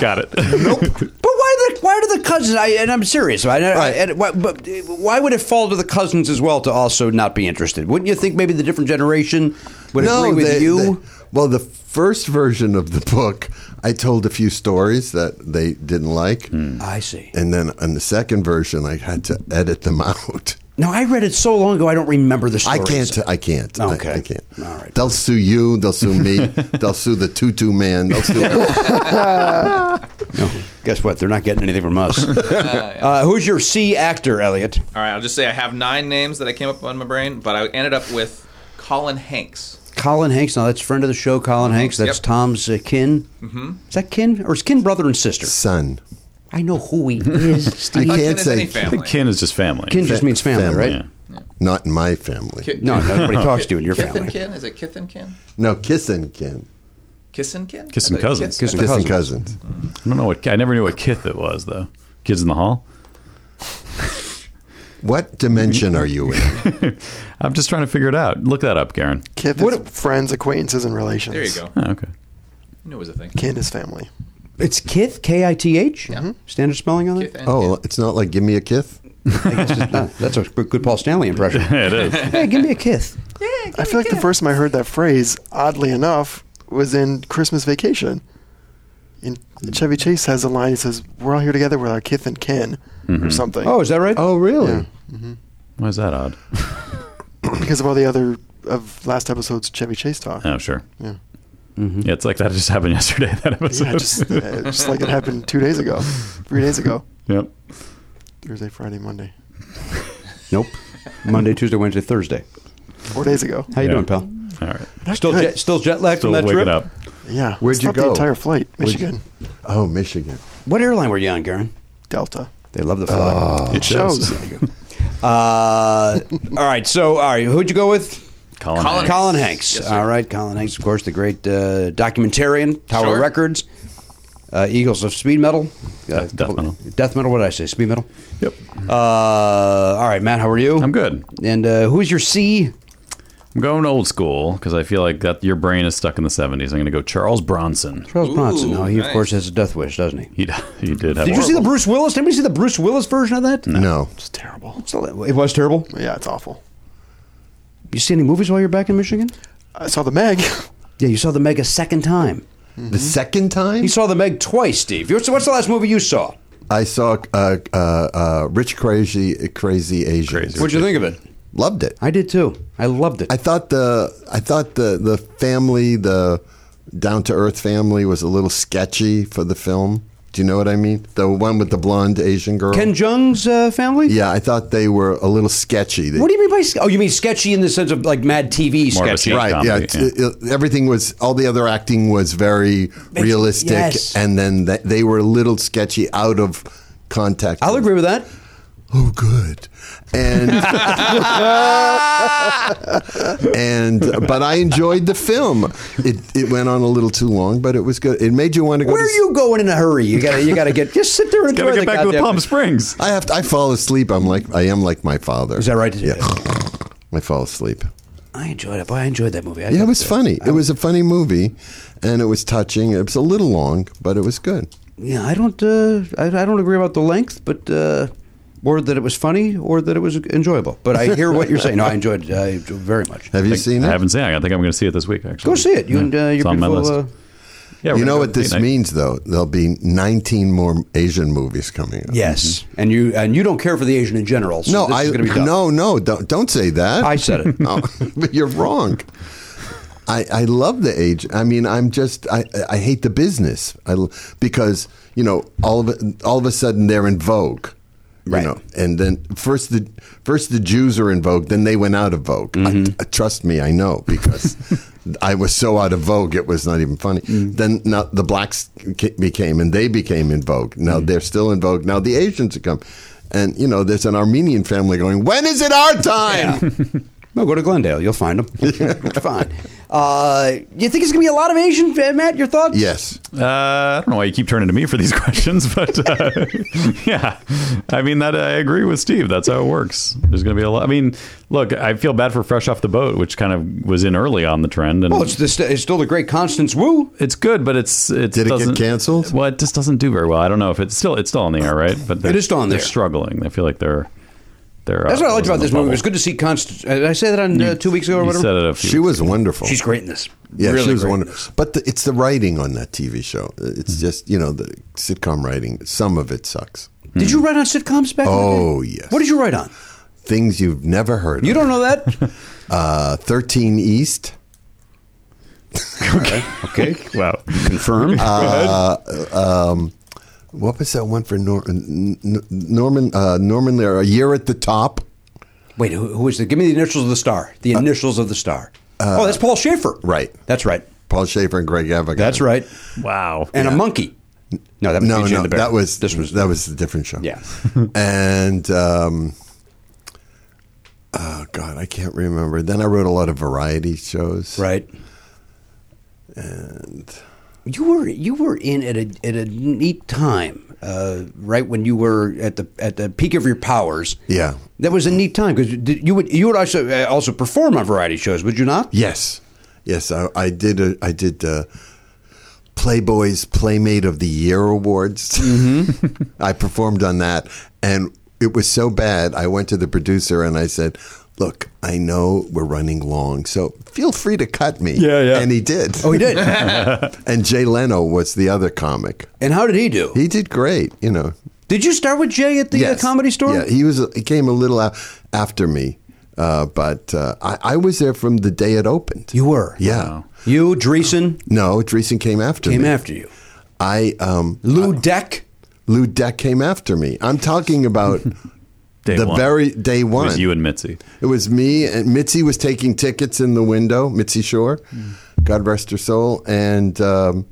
[SPEAKER 4] Got it.
[SPEAKER 3] But why the why do the cousins? I, and I'm serious. I, I-
[SPEAKER 10] Right.
[SPEAKER 3] and why, but why would it fall to the cousins as well to also not be interested? Wouldn't you think maybe the different generation would agree with
[SPEAKER 10] they-
[SPEAKER 3] you?
[SPEAKER 10] they- well, the first version of the book, I told a few stories that they didn't like,
[SPEAKER 3] I see.
[SPEAKER 10] and then on the second version, I had to edit them out.
[SPEAKER 3] No, I read it so long ago. I don't remember the
[SPEAKER 10] I
[SPEAKER 3] stories.
[SPEAKER 10] can't. uh, I can't. I-
[SPEAKER 3] Okay.
[SPEAKER 10] I, can't.
[SPEAKER 3] All right.
[SPEAKER 10] They'll sue you. They'll sue me. they'll sue the tutu man. They'll sue.
[SPEAKER 3] Guess what? They're not getting anything from us. uh, who's your C actor, Elliot?
[SPEAKER 7] All right, I'll just say I have nine names that I came up on my brain, but I ended up with Colin Hanks.
[SPEAKER 3] Colin Hanks. Now that's friend of the show, Colin Hanks. That's
[SPEAKER 7] Uh-huh. Yep.
[SPEAKER 3] Tom's uh, kin. Mm-hmm. Is that kin or is kin brother and sister?
[SPEAKER 10] son.
[SPEAKER 3] I know who he is.
[SPEAKER 10] I
[SPEAKER 3] Steve.
[SPEAKER 10] can't
[SPEAKER 7] Kin is
[SPEAKER 10] say
[SPEAKER 7] any family.
[SPEAKER 4] Kin is just family.
[SPEAKER 3] Kin just means family,
[SPEAKER 10] Family.
[SPEAKER 3] right?
[SPEAKER 4] Yeah.
[SPEAKER 10] Not in my family.
[SPEAKER 7] Ki-
[SPEAKER 3] No, nobody talks to you in your
[SPEAKER 7] Kith and
[SPEAKER 3] family.
[SPEAKER 7] kin? Is it kith and kin?
[SPEAKER 10] No, kissin' kin.
[SPEAKER 7] Kiss and kin?
[SPEAKER 4] Kiss and
[SPEAKER 7] I thought-
[SPEAKER 4] cousins.
[SPEAKER 7] kiss-
[SPEAKER 3] Kiss and
[SPEAKER 10] Kissin' cousins.
[SPEAKER 4] I don't know what I never knew what Kith it was though. Kids in the hall.
[SPEAKER 10] What dimension are you in?
[SPEAKER 4] I'm just trying to figure it out. Look that up, Garen.
[SPEAKER 6] Kith is friends, acquaintances, and relations.
[SPEAKER 7] There you go.
[SPEAKER 4] Oh, okay.
[SPEAKER 7] You knew it was a thing.
[SPEAKER 6] Kin is family.
[SPEAKER 3] It's Kith, K I T H.
[SPEAKER 7] Mm-hmm.
[SPEAKER 3] Standard spelling on
[SPEAKER 7] Kith
[SPEAKER 3] it.
[SPEAKER 7] and
[SPEAKER 10] Oh, it's not like give me a kith.
[SPEAKER 3] I guess it's not. That's a good Paul Stanley impression.
[SPEAKER 4] it is.
[SPEAKER 3] hey, give me a Kith.
[SPEAKER 6] I feel like the first time I heard that phrase, oddly enough, was in Christmas Vacation. In Chevy Chase has a line. He says, "We're all here together with our kith and kin," or something.
[SPEAKER 3] Oh, is that right?
[SPEAKER 10] Oh, really?
[SPEAKER 6] Yeah.
[SPEAKER 4] Why is that odd?
[SPEAKER 6] because of all the other of last episode's Chevy Chase talk.
[SPEAKER 4] Oh, sure.
[SPEAKER 6] Yeah.
[SPEAKER 4] Yeah, it's like that just happened yesterday. That episode.
[SPEAKER 6] Yeah, just, uh, just like it happened two days ago, three days ago.
[SPEAKER 4] yep.
[SPEAKER 6] Thursday, Friday, Monday,
[SPEAKER 3] Nope. Monday, Tuesday, Wednesday, Thursday.
[SPEAKER 6] four days ago.
[SPEAKER 3] How you
[SPEAKER 4] Yeah.
[SPEAKER 3] doing, pal?
[SPEAKER 4] All right.
[SPEAKER 3] Still
[SPEAKER 6] good.
[SPEAKER 3] jet, still jet lagged
[SPEAKER 4] Still
[SPEAKER 3] from that
[SPEAKER 4] waking
[SPEAKER 3] trip.
[SPEAKER 4] up.
[SPEAKER 6] Yeah,
[SPEAKER 10] Where'd you
[SPEAKER 6] slept The
[SPEAKER 10] go?
[SPEAKER 6] entire flight,
[SPEAKER 10] Where'd you-
[SPEAKER 6] Michigan,
[SPEAKER 10] Oh, Michigan.
[SPEAKER 12] What airline were you on, Garen?
[SPEAKER 6] Delta.
[SPEAKER 3] They love the flag.
[SPEAKER 6] It shows.
[SPEAKER 3] Uh, all right. So, all right. Who'd you go with?
[SPEAKER 4] Colin.
[SPEAKER 7] Colin-
[SPEAKER 4] Hanks.
[SPEAKER 3] Colin Hanks.
[SPEAKER 7] Yes, sir.
[SPEAKER 3] all right. Colin Hanks, of course, the great uh, documentarian, Tower
[SPEAKER 7] Sure.
[SPEAKER 3] Records, uh, Eagles of Speed Metal. Uh,
[SPEAKER 4] Death- death metal.
[SPEAKER 3] Death metal. What did I say? Speed metal.
[SPEAKER 4] Yep.
[SPEAKER 3] Uh, all right, Matt. How are you?
[SPEAKER 4] I'm good.
[SPEAKER 3] And uh, who's your C?
[SPEAKER 4] I'm going old school because I feel like that your brain is stuck in the 70s. I'm going to go Charles Bronson.
[SPEAKER 3] Charles
[SPEAKER 7] Ooh,
[SPEAKER 3] Bronson. No, he of
[SPEAKER 7] nice.
[SPEAKER 3] course has a death wish, doesn't he?
[SPEAKER 4] He d- he did have.
[SPEAKER 3] Did you see the Bruce Willis? Did anybody see the Bruce Willis version of that?
[SPEAKER 10] No.
[SPEAKER 6] It's terrible.
[SPEAKER 3] It was terrible.
[SPEAKER 6] Yeah, it's awful.
[SPEAKER 3] You see any movies while you're back in Michigan?
[SPEAKER 6] I saw the Meg.
[SPEAKER 3] Yeah, you saw the Meg a second time.
[SPEAKER 10] The second time
[SPEAKER 3] Mm-hmm. He saw the Meg twice, Steve. What's what's the last movie you saw?
[SPEAKER 10] I saw uh, uh, uh, Rich Crazy Crazy Asians.
[SPEAKER 3] What'd you think of it?
[SPEAKER 10] Loved it.
[SPEAKER 3] I did too. I loved it.
[SPEAKER 10] I thought the I thought the the family the down to earth family was a little sketchy for the film. Do you know what I mean? The one with the blonde Asian girl.
[SPEAKER 3] Ken Jung's uh, family.
[SPEAKER 10] yeah, I thought they were a little sketchy. They-
[SPEAKER 3] What do you mean by? ske- Oh, you mean sketchy in the sense of like Mad TV
[SPEAKER 4] More of a
[SPEAKER 3] sketchy?
[SPEAKER 4] scene
[SPEAKER 10] Right. yeah.
[SPEAKER 4] comedy,
[SPEAKER 10] It's- it- everything was. All the other acting was very realistic,
[SPEAKER 3] yes.
[SPEAKER 10] and then th- they were a little sketchy out of context.
[SPEAKER 3] I'll agree with that.
[SPEAKER 10] oh good and and but i enjoyed the film it it went on a little too long but it was good it made you want to go
[SPEAKER 3] Where
[SPEAKER 10] to
[SPEAKER 3] are
[SPEAKER 10] s-
[SPEAKER 3] you going in a hurry? You gotta, you gotta get. Just sit there and
[SPEAKER 4] Gotta
[SPEAKER 3] enjoy
[SPEAKER 4] get
[SPEAKER 3] the
[SPEAKER 4] back to the
[SPEAKER 3] goddamn-
[SPEAKER 4] Palm Springs.
[SPEAKER 10] i have to, i fall asleep i'm like i am like my father
[SPEAKER 3] Is that right?
[SPEAKER 10] yeah i fall asleep
[SPEAKER 12] I enjoyed it. Boy, I enjoyed that movie. I
[SPEAKER 10] yeah it
[SPEAKER 12] thought
[SPEAKER 10] was
[SPEAKER 12] that-
[SPEAKER 10] funny it was a funny movie and it was touching it was a little long but it was good
[SPEAKER 12] Yeah, I don't. Uh, I, I don't agree about the length, but uh,
[SPEAKER 3] Or that it was funny, or that it was enjoyable. But I hear what you're saying. No, I enjoyed it I enjoyed it very much.
[SPEAKER 10] have you seen
[SPEAKER 4] I
[SPEAKER 10] it
[SPEAKER 4] haven't seen it. I think I'm going to see it this week, actually.
[SPEAKER 3] Go see it. You and uh, your
[SPEAKER 4] Yeah, it's
[SPEAKER 3] beautiful.
[SPEAKER 4] on my list.
[SPEAKER 3] Uh,
[SPEAKER 4] yeah, we're
[SPEAKER 10] you know
[SPEAKER 4] gonna
[SPEAKER 10] what
[SPEAKER 4] go
[SPEAKER 10] this
[SPEAKER 4] date night.
[SPEAKER 10] means though there'll be 19 more asian movies coming up
[SPEAKER 3] yes, Mm-hmm. and you and you don't care for the Asian in general. So
[SPEAKER 10] no,
[SPEAKER 3] this
[SPEAKER 10] I
[SPEAKER 3] is gonna be tough.
[SPEAKER 10] no, no, don't don't say that.
[SPEAKER 3] I said it.
[SPEAKER 10] no, but you're wrong. I, I love the age. I mean, I'm just I, I hate the business. I l- because you know all of a- all of a sudden they're in vogue, you
[SPEAKER 3] Right.
[SPEAKER 10] know. And then first the first the Jews are in vogue, then they went out of vogue. I, trust me, I know because I was so out of vogue it was not even funny. Then now the blacks ca- became and they became in vogue. Now they're still in vogue. Now the Asians have come, and you know there's an Armenian family going. When is it our time?
[SPEAKER 3] No, go to Glendale. You'll find them. Fine. Uh, you think it's gonna be a lot of Asian, uh, Matt? Your thoughts?
[SPEAKER 10] Yes.
[SPEAKER 4] Uh, I don't know why you keep turning to me for these questions, but uh, yeah, I mean that I agree with Steve. That's how it works. There's going to be a lot. I mean, look, I feel bad for Fresh Off the Boat, which kind of was in early on the trend, and
[SPEAKER 3] Well, it's, the, st- it's still the great Constance Wu.
[SPEAKER 4] it's good, but it's it
[SPEAKER 10] Did it get
[SPEAKER 4] doesn't,
[SPEAKER 10] canceled?
[SPEAKER 4] Well, it just doesn't do very well. I don't know if it's still it's still on the air, right? But they're-
[SPEAKER 3] is still on the
[SPEAKER 4] They're
[SPEAKER 3] air.
[SPEAKER 4] struggling. I feel like they're they're.
[SPEAKER 3] That's
[SPEAKER 4] uh,
[SPEAKER 3] what I liked about
[SPEAKER 4] in the
[SPEAKER 3] this movie. It
[SPEAKER 4] bubble.
[SPEAKER 3] was good to see Constance. Did I say that on uh, two weeks ago or
[SPEAKER 4] You
[SPEAKER 3] whatever?
[SPEAKER 4] said it a few.
[SPEAKER 10] She was wonderful.
[SPEAKER 12] she's great in this.
[SPEAKER 10] Yeah,
[SPEAKER 12] Really
[SPEAKER 10] she was
[SPEAKER 12] great in
[SPEAKER 10] wonderful.
[SPEAKER 12] this.
[SPEAKER 10] But the, it's the writing on that TV show.
[SPEAKER 3] Mm-hmm.
[SPEAKER 10] It's just you know the sitcom writing. Some of it sucks.
[SPEAKER 3] Did you write on sitcoms back? in the
[SPEAKER 10] Oh,
[SPEAKER 3] day?
[SPEAKER 10] yes.
[SPEAKER 3] What did you write on?
[SPEAKER 10] Things you've never heard.
[SPEAKER 3] You
[SPEAKER 10] of.
[SPEAKER 3] don't know that?
[SPEAKER 10] Uh, Thirteen East.
[SPEAKER 3] okay.
[SPEAKER 4] wow.
[SPEAKER 3] Confirm.
[SPEAKER 10] Uh, um, What was that one for Nor- N- N- Norman? Uh, Norman Lear. A year at the top.
[SPEAKER 3] Wait, who, who is the? Give me the initials of the star. The initials of the star. oh, that's Paul Schaefer.
[SPEAKER 10] Uh, right.
[SPEAKER 3] That's right.
[SPEAKER 10] Paul Schaefer and Greg Evigan.
[SPEAKER 3] That's right.
[SPEAKER 4] Wow.
[SPEAKER 3] And a monkey. No, that was
[SPEAKER 10] No,
[SPEAKER 3] Beauty and
[SPEAKER 10] no,
[SPEAKER 3] the Bear.
[SPEAKER 10] that was
[SPEAKER 3] this was
[SPEAKER 10] that was a different show.
[SPEAKER 3] Yeah.
[SPEAKER 10] and um, oh god, I can't remember. Then I wrote a lot of variety shows.
[SPEAKER 3] right.
[SPEAKER 10] And
[SPEAKER 12] You were you were in at a at a neat time, uh, right when you were at the at the peak of your powers.
[SPEAKER 10] yeah,
[SPEAKER 3] That was a neat time because you would you would also uh, also perform on variety shows, would you not?
[SPEAKER 10] Yes, yes, I, I did. A, I did uh, Playboy's Playmate of the Year awards.
[SPEAKER 3] Mm-hmm.
[SPEAKER 10] I performed on that, and it was so bad. I went to the producer and I said, look, I know we're running long, so feel free to cut me.
[SPEAKER 4] Yeah, yeah.
[SPEAKER 10] And he did.
[SPEAKER 3] Oh, he did.
[SPEAKER 10] and Jay Leno was the other comic.
[SPEAKER 3] and how did he do?
[SPEAKER 10] He did great, you know.
[SPEAKER 3] did you start with Jay at the uh,
[SPEAKER 10] Yes.
[SPEAKER 3] comedy store?
[SPEAKER 10] Yeah, he was. He came a little a- after me, uh, but uh, I, I was there from the day it opened.
[SPEAKER 3] You were.
[SPEAKER 10] yeah.
[SPEAKER 3] You, Dreesen,
[SPEAKER 10] No, Dreesen came after
[SPEAKER 3] came
[SPEAKER 10] me.
[SPEAKER 3] after you.
[SPEAKER 10] I um,
[SPEAKER 3] Lou Deck.
[SPEAKER 10] Lou Deck came after me. I'm talking about
[SPEAKER 4] Day
[SPEAKER 10] the
[SPEAKER 4] one.
[SPEAKER 10] very day
[SPEAKER 4] It
[SPEAKER 10] one.
[SPEAKER 4] was you and Mitzi.
[SPEAKER 10] It was me and Mitzi was taking tickets in the window. Mitzi Shore, God rest her soul, and um,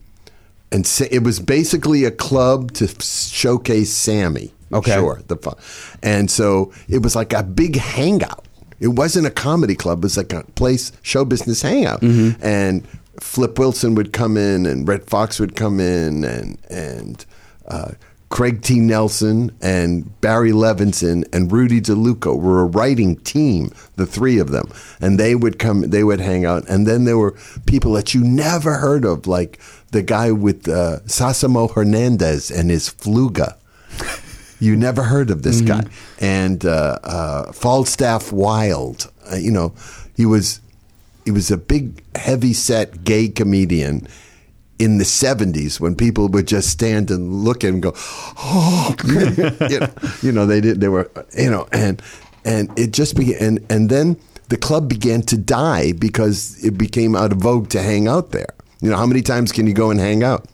[SPEAKER 10] and sa- it was basically a club to f- showcase Sammy.
[SPEAKER 3] Okay.
[SPEAKER 10] Shore, the fu- and so it was like a big hangout. It wasn't a comedy club. It was like a place show business hangout. And Flip Wilson would come in, and Red Fox would come in, and and. Uh, Craig T. Nelson and Barry Levinson and Rudy DeLuca were a writing team, the three of them. And they would come, they would hang out. And then there were people that you never heard of, like the guy with uh, Sasamo Hernandez and his fluga. You never heard of this guy. And uh, uh, Falstaff Wild, uh, you know, he was he was a big, heavy set gay comedian in the 70s when people would just stand and look and go, oh, you, know, you know, they did, they were, you know, and, and it just began, and, and then the club began to die because it became out of vogue to hang out there. You know, how many times can you go and hang out?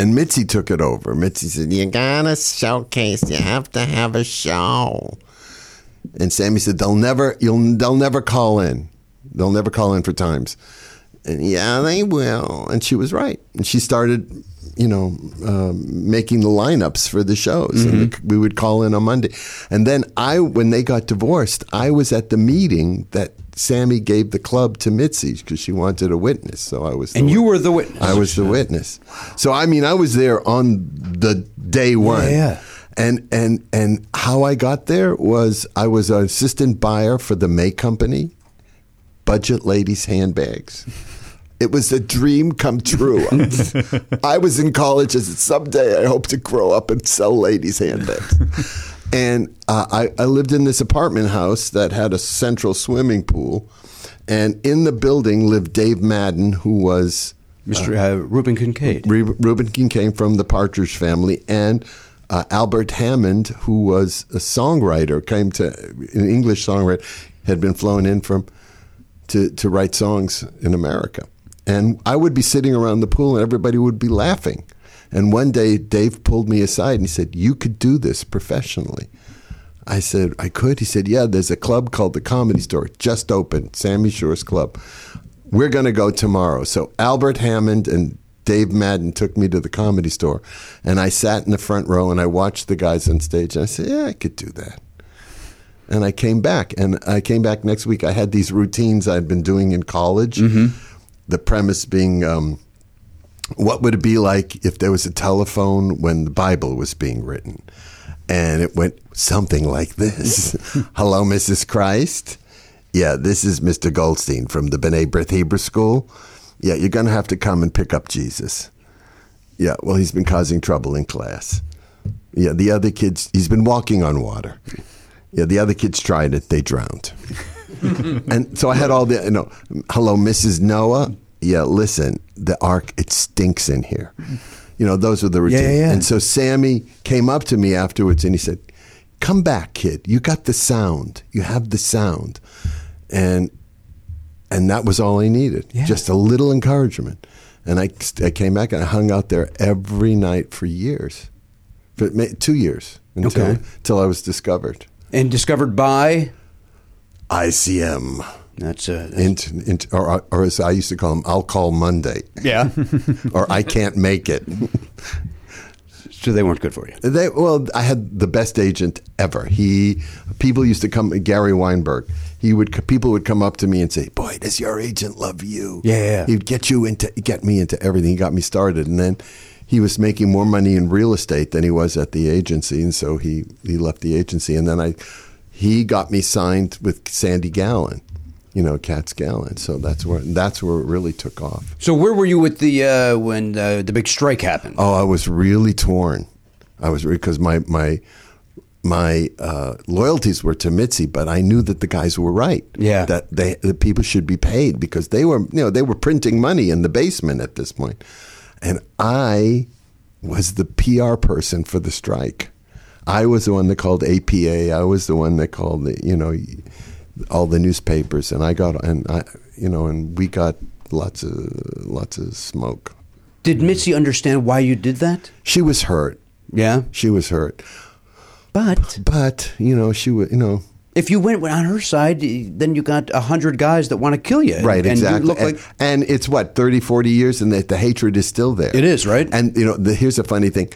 [SPEAKER 10] And Mitzi took it over. Mitzi said, You gotta showcase, you have to have a show. And Sammy said, They'll never you'll they'll never call in. They'll never call in for times. And yeah, they will. And she was right. And she started, you know, um, making the lineups for the shows.
[SPEAKER 3] Mm-hmm.
[SPEAKER 10] And we would call in on Monday. And then I, when they got divorced, I was at the meeting that Sammy gave the club to Mitzi because she wanted a witness. So I was. the
[SPEAKER 3] And you
[SPEAKER 10] witness.
[SPEAKER 3] were the witness.
[SPEAKER 10] I was the witness. So I mean, I was there on the day one.
[SPEAKER 3] Yeah, yeah.
[SPEAKER 10] And and and how I got there was I was an assistant buyer for the May Company, budget ladies handbags. It was a dream come true. I was in college as someday I hope to grow up and sell ladies handbags. and uh, I, I lived in this apartment house that had a central swimming pool. And in the building lived Dave Madden, who was
[SPEAKER 3] Mr. Uh, Reuben Kincaid.
[SPEAKER 10] Re- Reuben King came from the Partridge family, and uh, Albert Hammond, who was a songwriter, came to an English songwriter, had been flown in from to to write songs in America. And I would be sitting around the pool, and everybody would be laughing. And one day, Dave pulled me aside and he said, "You could do this professionally." I said, I could. He said, Yeah, there's a club called the Comedy Store, just opened, Sammy Shores Club. We're going to go tomorrow. So Albert Hammond and Dave Madden took me to the comedy store, and I sat in the front row and I watched the guys on stage. And I said, Yeah, I could do that. And I came back, and I came back next week. I had these routines I'd been doing in college, the premise being, um, what would it be like if there was a telephone when the Bible was being written? And it went something like this Hello, Mrs. Christ. Yeah, this is Mr. Goldstein from the B'nai B'rith Hebrew School. Yeah, you're going to have to come and pick up Jesus. Yeah, well, he's been causing trouble in class. Yeah, the other kids, he's been walking on water. Yeah, the other kids tried it, they drowned. And so I had all the, you know, hello, Mrs. Noah. Yeah, listen, the ark, it stinks in here. You know, those are the routines.
[SPEAKER 3] yeah, yeah.
[SPEAKER 10] And so Sammy came up to me afterwards and he said, Come back, kid. You got the sound. You have the sound. And and that was all I needed. Just a little encouragement. And I, I came back and I hung out there every night for years, for ma- two years until,
[SPEAKER 3] Okay.
[SPEAKER 10] until I was discovered.
[SPEAKER 3] And discovered by.
[SPEAKER 10] ICM.
[SPEAKER 3] That's uh, a.
[SPEAKER 10] Int, int, or, or as I used to call them, I'll call Monday,
[SPEAKER 3] Yeah.
[SPEAKER 10] or I can't make it.
[SPEAKER 3] so they weren't good for you.
[SPEAKER 10] They, well, I had the best agent ever. He, people used to come, Gary Weinberg. He would, people would come up to me and say, "Boy, does your agent love you?"
[SPEAKER 3] Yeah, yeah.
[SPEAKER 10] He'd get you into, get me into everything. He got me started, and then he was making more money in real estate than he was at the agency, and so he he left the agency, and then I, he got me signed with Sandy Gallen, you know, Katz Gallen. So that's where that's where it really took off.
[SPEAKER 3] So where were you with the uh, when uh, the big strike happened?
[SPEAKER 10] Oh, I was really torn. I was because my my my uh, loyalties were to Mitzi, but I knew that the guys were right.
[SPEAKER 3] Yeah.
[SPEAKER 10] that they the people should be paid because they were you know they were printing money in the basement at this point, and I was the PR person for the strike. I was the one that called APA. I was the one that called the you know all the newspapers, and I got and I you know and we got lots of lots of smoke.
[SPEAKER 3] Did Mitzi understand why you did that?
[SPEAKER 10] She was hurt.
[SPEAKER 3] Yeah.
[SPEAKER 10] She was hurt.
[SPEAKER 3] But
[SPEAKER 10] But you know, she was. You know,
[SPEAKER 3] if you went on her side, then you got a hundred guys that want to kill you.
[SPEAKER 10] right?
[SPEAKER 3] and
[SPEAKER 10] exactly.
[SPEAKER 3] You look
[SPEAKER 10] and,
[SPEAKER 3] like
[SPEAKER 10] and it's what 30, 40 years, and the, the hatred is still there.
[SPEAKER 3] It is, right?
[SPEAKER 10] And you know, the, here's a funny thing: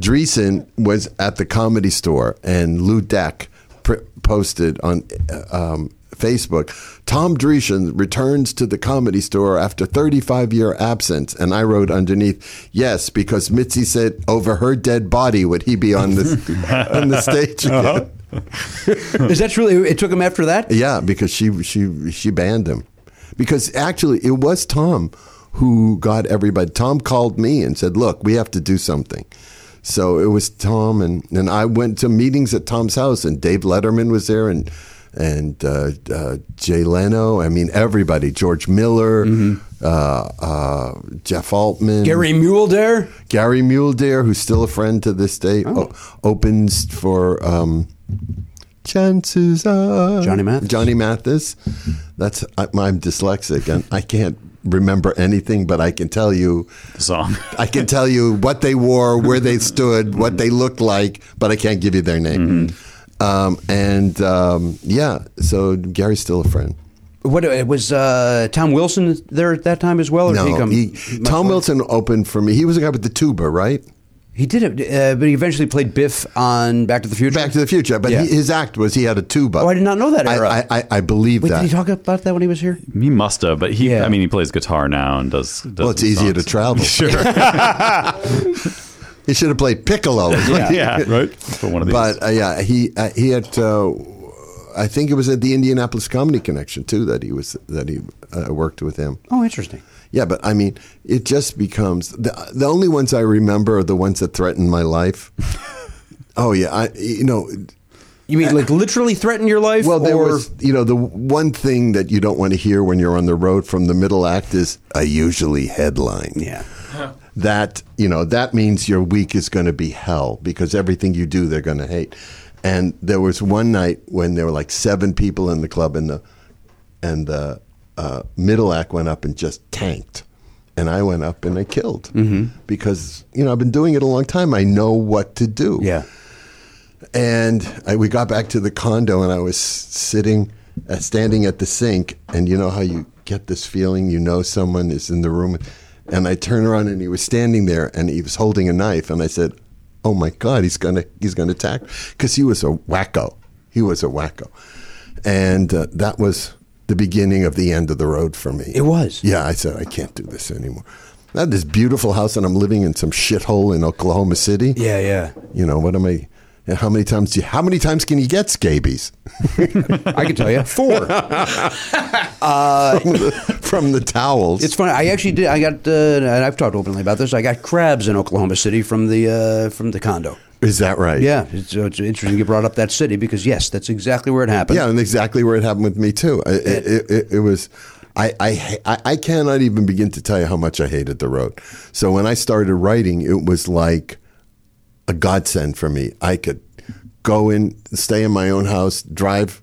[SPEAKER 10] Dreesen was at the comedy store, and Lou Deck pr- posted on. uh, Um, Facebook, Tom Dreesen returns to the comedy store after 35 year absence. And I wrote underneath, yes, because Mitzi said over her dead body would he be on this on the stage
[SPEAKER 3] Uh-huh.
[SPEAKER 10] again.
[SPEAKER 3] is that really? It took him after that.
[SPEAKER 10] Yeah, because she she she banned him. Because actually, it was Tom who got everybody. Tom called me and said, "Look, we have to do something." So it was Tom and and I went to meetings at Tom's house, and Dave Letterman was there, and and uh, uh, Jay Leno. I mean, everybody. George Miller, uh, uh, Jeff Altman,
[SPEAKER 3] Gary Mule there.
[SPEAKER 10] Gary Muledear, who's still a friend to this day,
[SPEAKER 3] Oh.
[SPEAKER 10] o- opens for um, chances are
[SPEAKER 3] Johnny Mathis.
[SPEAKER 10] Johnny Mathis. That's I, I'm dyslexic and I can't remember anything, but I can tell you,
[SPEAKER 4] the song.
[SPEAKER 10] I can tell you what they wore, where they stood, what they looked like, but I can't give you their name.
[SPEAKER 3] Mm-hmm.
[SPEAKER 10] Um, and um, yeah, so Gary's still a friend.
[SPEAKER 3] What it was uh, Tom Wilson there at that time as well? Or did
[SPEAKER 10] No,
[SPEAKER 3] Oh, he come
[SPEAKER 10] he-
[SPEAKER 3] much
[SPEAKER 10] Tom
[SPEAKER 3] later?
[SPEAKER 10] Wilson opened for me. He was the guy with the tuba, right?
[SPEAKER 3] He did it, uh, but he eventually played Biff on Back to the Future.
[SPEAKER 10] Back to the Future. But
[SPEAKER 3] Yeah.
[SPEAKER 10] he, his act was he had a tuba.
[SPEAKER 3] Oh, I did not know that
[SPEAKER 10] I-
[SPEAKER 3] era.
[SPEAKER 10] I, I, I believe
[SPEAKER 3] Wait,
[SPEAKER 10] that.
[SPEAKER 3] did he talk about that when he was here?
[SPEAKER 4] He must have, but he.
[SPEAKER 3] Yeah.
[SPEAKER 4] I mean, he plays guitar now and does. does
[SPEAKER 10] well, it's
[SPEAKER 4] some
[SPEAKER 10] easier to
[SPEAKER 4] songs.
[SPEAKER 10] travel. Sure. he should have played piccolo.
[SPEAKER 4] Yeah, right. For one of these.
[SPEAKER 10] But uh, yeah, he uh, he had. Uh, I think it was at the Indianapolis Comedy Connection too that he was that he uh, worked with him.
[SPEAKER 3] Oh, interesting.
[SPEAKER 10] Yeah, but I mean, it just becomes the the only ones I remember are the ones that threatened my life. oh yeah, I you know
[SPEAKER 3] You mean like literally threaten your life?
[SPEAKER 10] Well, there
[SPEAKER 3] or-
[SPEAKER 10] was, you know, the one thing that you don't want to hear when you're on the road from the middle act is a usually headline.
[SPEAKER 3] Yeah.
[SPEAKER 10] That, you know, that means your week is going to be hell because everything you do, they're going to hate. And there was one night when there were like seven people in the club and the, and the uh, middle act went up and just tanked. And I went up and I killed
[SPEAKER 3] Mm-hmm.
[SPEAKER 10] because, you know, I've been doing it a long time. I know what to do
[SPEAKER 3] Yeah.
[SPEAKER 10] and I, we got back to the condo and i was sitting uh, standing at the sink and you know how you get this feeling you know someone is in the room and i turn around and he was standing there and he was holding a knife and i said oh my god he's gonna he's gonna attack because he was a wacko he was a wacko and uh, that was the beginning of the end of the road for me
[SPEAKER 3] It was.
[SPEAKER 10] yeah, I said I can't do this anymore. I had this beautiful house, and I'm living in some shithole in Oklahoma City.
[SPEAKER 3] Yeah, yeah.
[SPEAKER 10] You know what am I? And how many times? Do you, how many times can you get scabies
[SPEAKER 3] I can tell you. Four.
[SPEAKER 10] from, the, from the towels?
[SPEAKER 3] It's funny. I actually did. I got, uh, and I've talked openly about this. I got crabs in Oklahoma City from the uh, from the condo.
[SPEAKER 10] Is that right?
[SPEAKER 3] Yeah, it's, uh, it's interesting you brought up that city because yes, that's exactly where it happened.
[SPEAKER 10] yeah, and exactly where it happened with me too. I- It, it, it, it was. I, I ha- I I cannot even begin to tell you how much I hated the road. So when I started writing, it was like a godsend for me. I could go in, stay in my own house, drive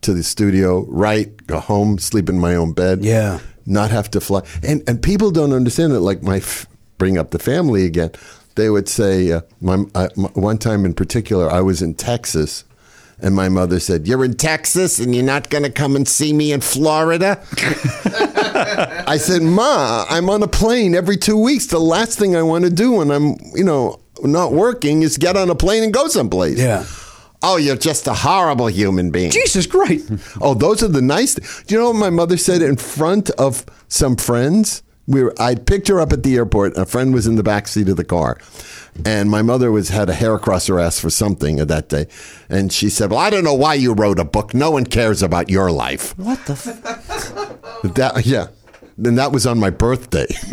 [SPEAKER 10] to the studio, write, go home, sleep in my own bed.
[SPEAKER 3] Yeah.
[SPEAKER 10] Not have to fly. And and people don't understand it. Like my f- bring up the family again. They would say uh, my, I, my one time in particular, I was in Texas. And my mother said, "You're in Texas, and you're not going to come and see me in Florida." I said, "Ma, I'm on a plane every two weeks. The last thing I want to do when I'm, you know, not working is get on a plane and go someplace."
[SPEAKER 3] Yeah.
[SPEAKER 10] Oh, you're just a horrible human being.
[SPEAKER 3] Jesus Christ.
[SPEAKER 10] Oh, those are the nice. Do you know what my mother said in front of some friends? We were, I picked her up at the airport. A friend was in the back seat of the car, and my mother was had a hair across her ass for something that day, and she said, "Well, I don't know why you wrote a book. No one cares about your life."
[SPEAKER 3] What the? F-
[SPEAKER 10] That yeah. Then that was on my birthday.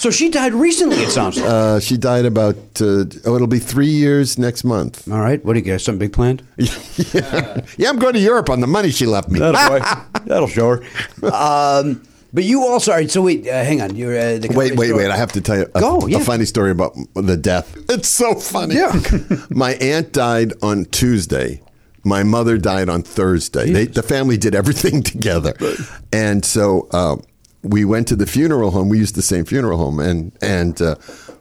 [SPEAKER 3] So she died recently. It sounds. like.
[SPEAKER 10] Uh, she died about, uh, oh, it'll be three years next month.
[SPEAKER 3] All right. What do you guys? Something big planned?
[SPEAKER 10] Yeah, I'm going to Europe on the money she left me.
[SPEAKER 3] That'll show her. Um, but you also. All right. So wait. Uh, hang on. You're. Uh, the
[SPEAKER 10] Wait, wait, wait. I have to tell you a,
[SPEAKER 3] Go,
[SPEAKER 10] a
[SPEAKER 3] yeah.
[SPEAKER 10] funny story about the death. It's so funny.
[SPEAKER 3] Yeah.
[SPEAKER 10] My aunt died on Tuesday. My mother died on Thursday. They, the family did everything together. And so uh, we went to the funeral home. We used the same funeral home. And, and uh,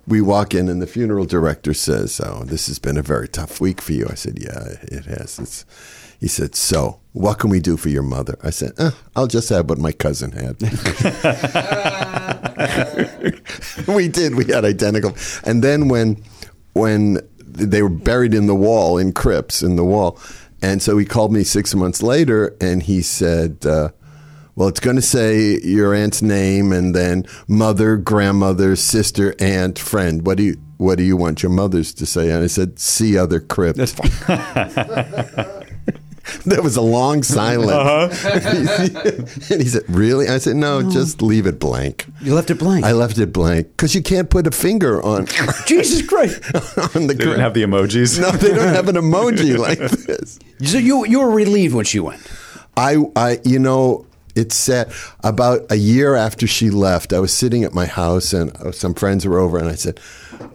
[SPEAKER 10] we walk in, and the funeral director says, Oh, this has been a very tough week for you. I said, Yeah, it has. It's, he said, So, what can we do for your mother? I said, eh, I'll just have what my cousin had. we did. We had identical. And then when when they were buried in the wall in crypts in the wall, and so he called me six months later, and he said. Uh, well, it's going to say your aunt's name and then mother, grandmother, sister, aunt, friend. What do you What do you want your mother's to say? And I said, "See other crypt." there was a long silence, and he said, "Really?" I said, no, just leave it blank."
[SPEAKER 3] You left it blank.
[SPEAKER 10] I left it blank because you can't put a finger on
[SPEAKER 3] Jesus Christ.
[SPEAKER 10] on the.
[SPEAKER 4] They didn't have the emojis.
[SPEAKER 10] no, they don't have an emoji like this.
[SPEAKER 3] So you you were relieved when she went.
[SPEAKER 10] I, I, you know, it's sad. About a year after she left, I was sitting at my house and uh, some friends were over, and I said,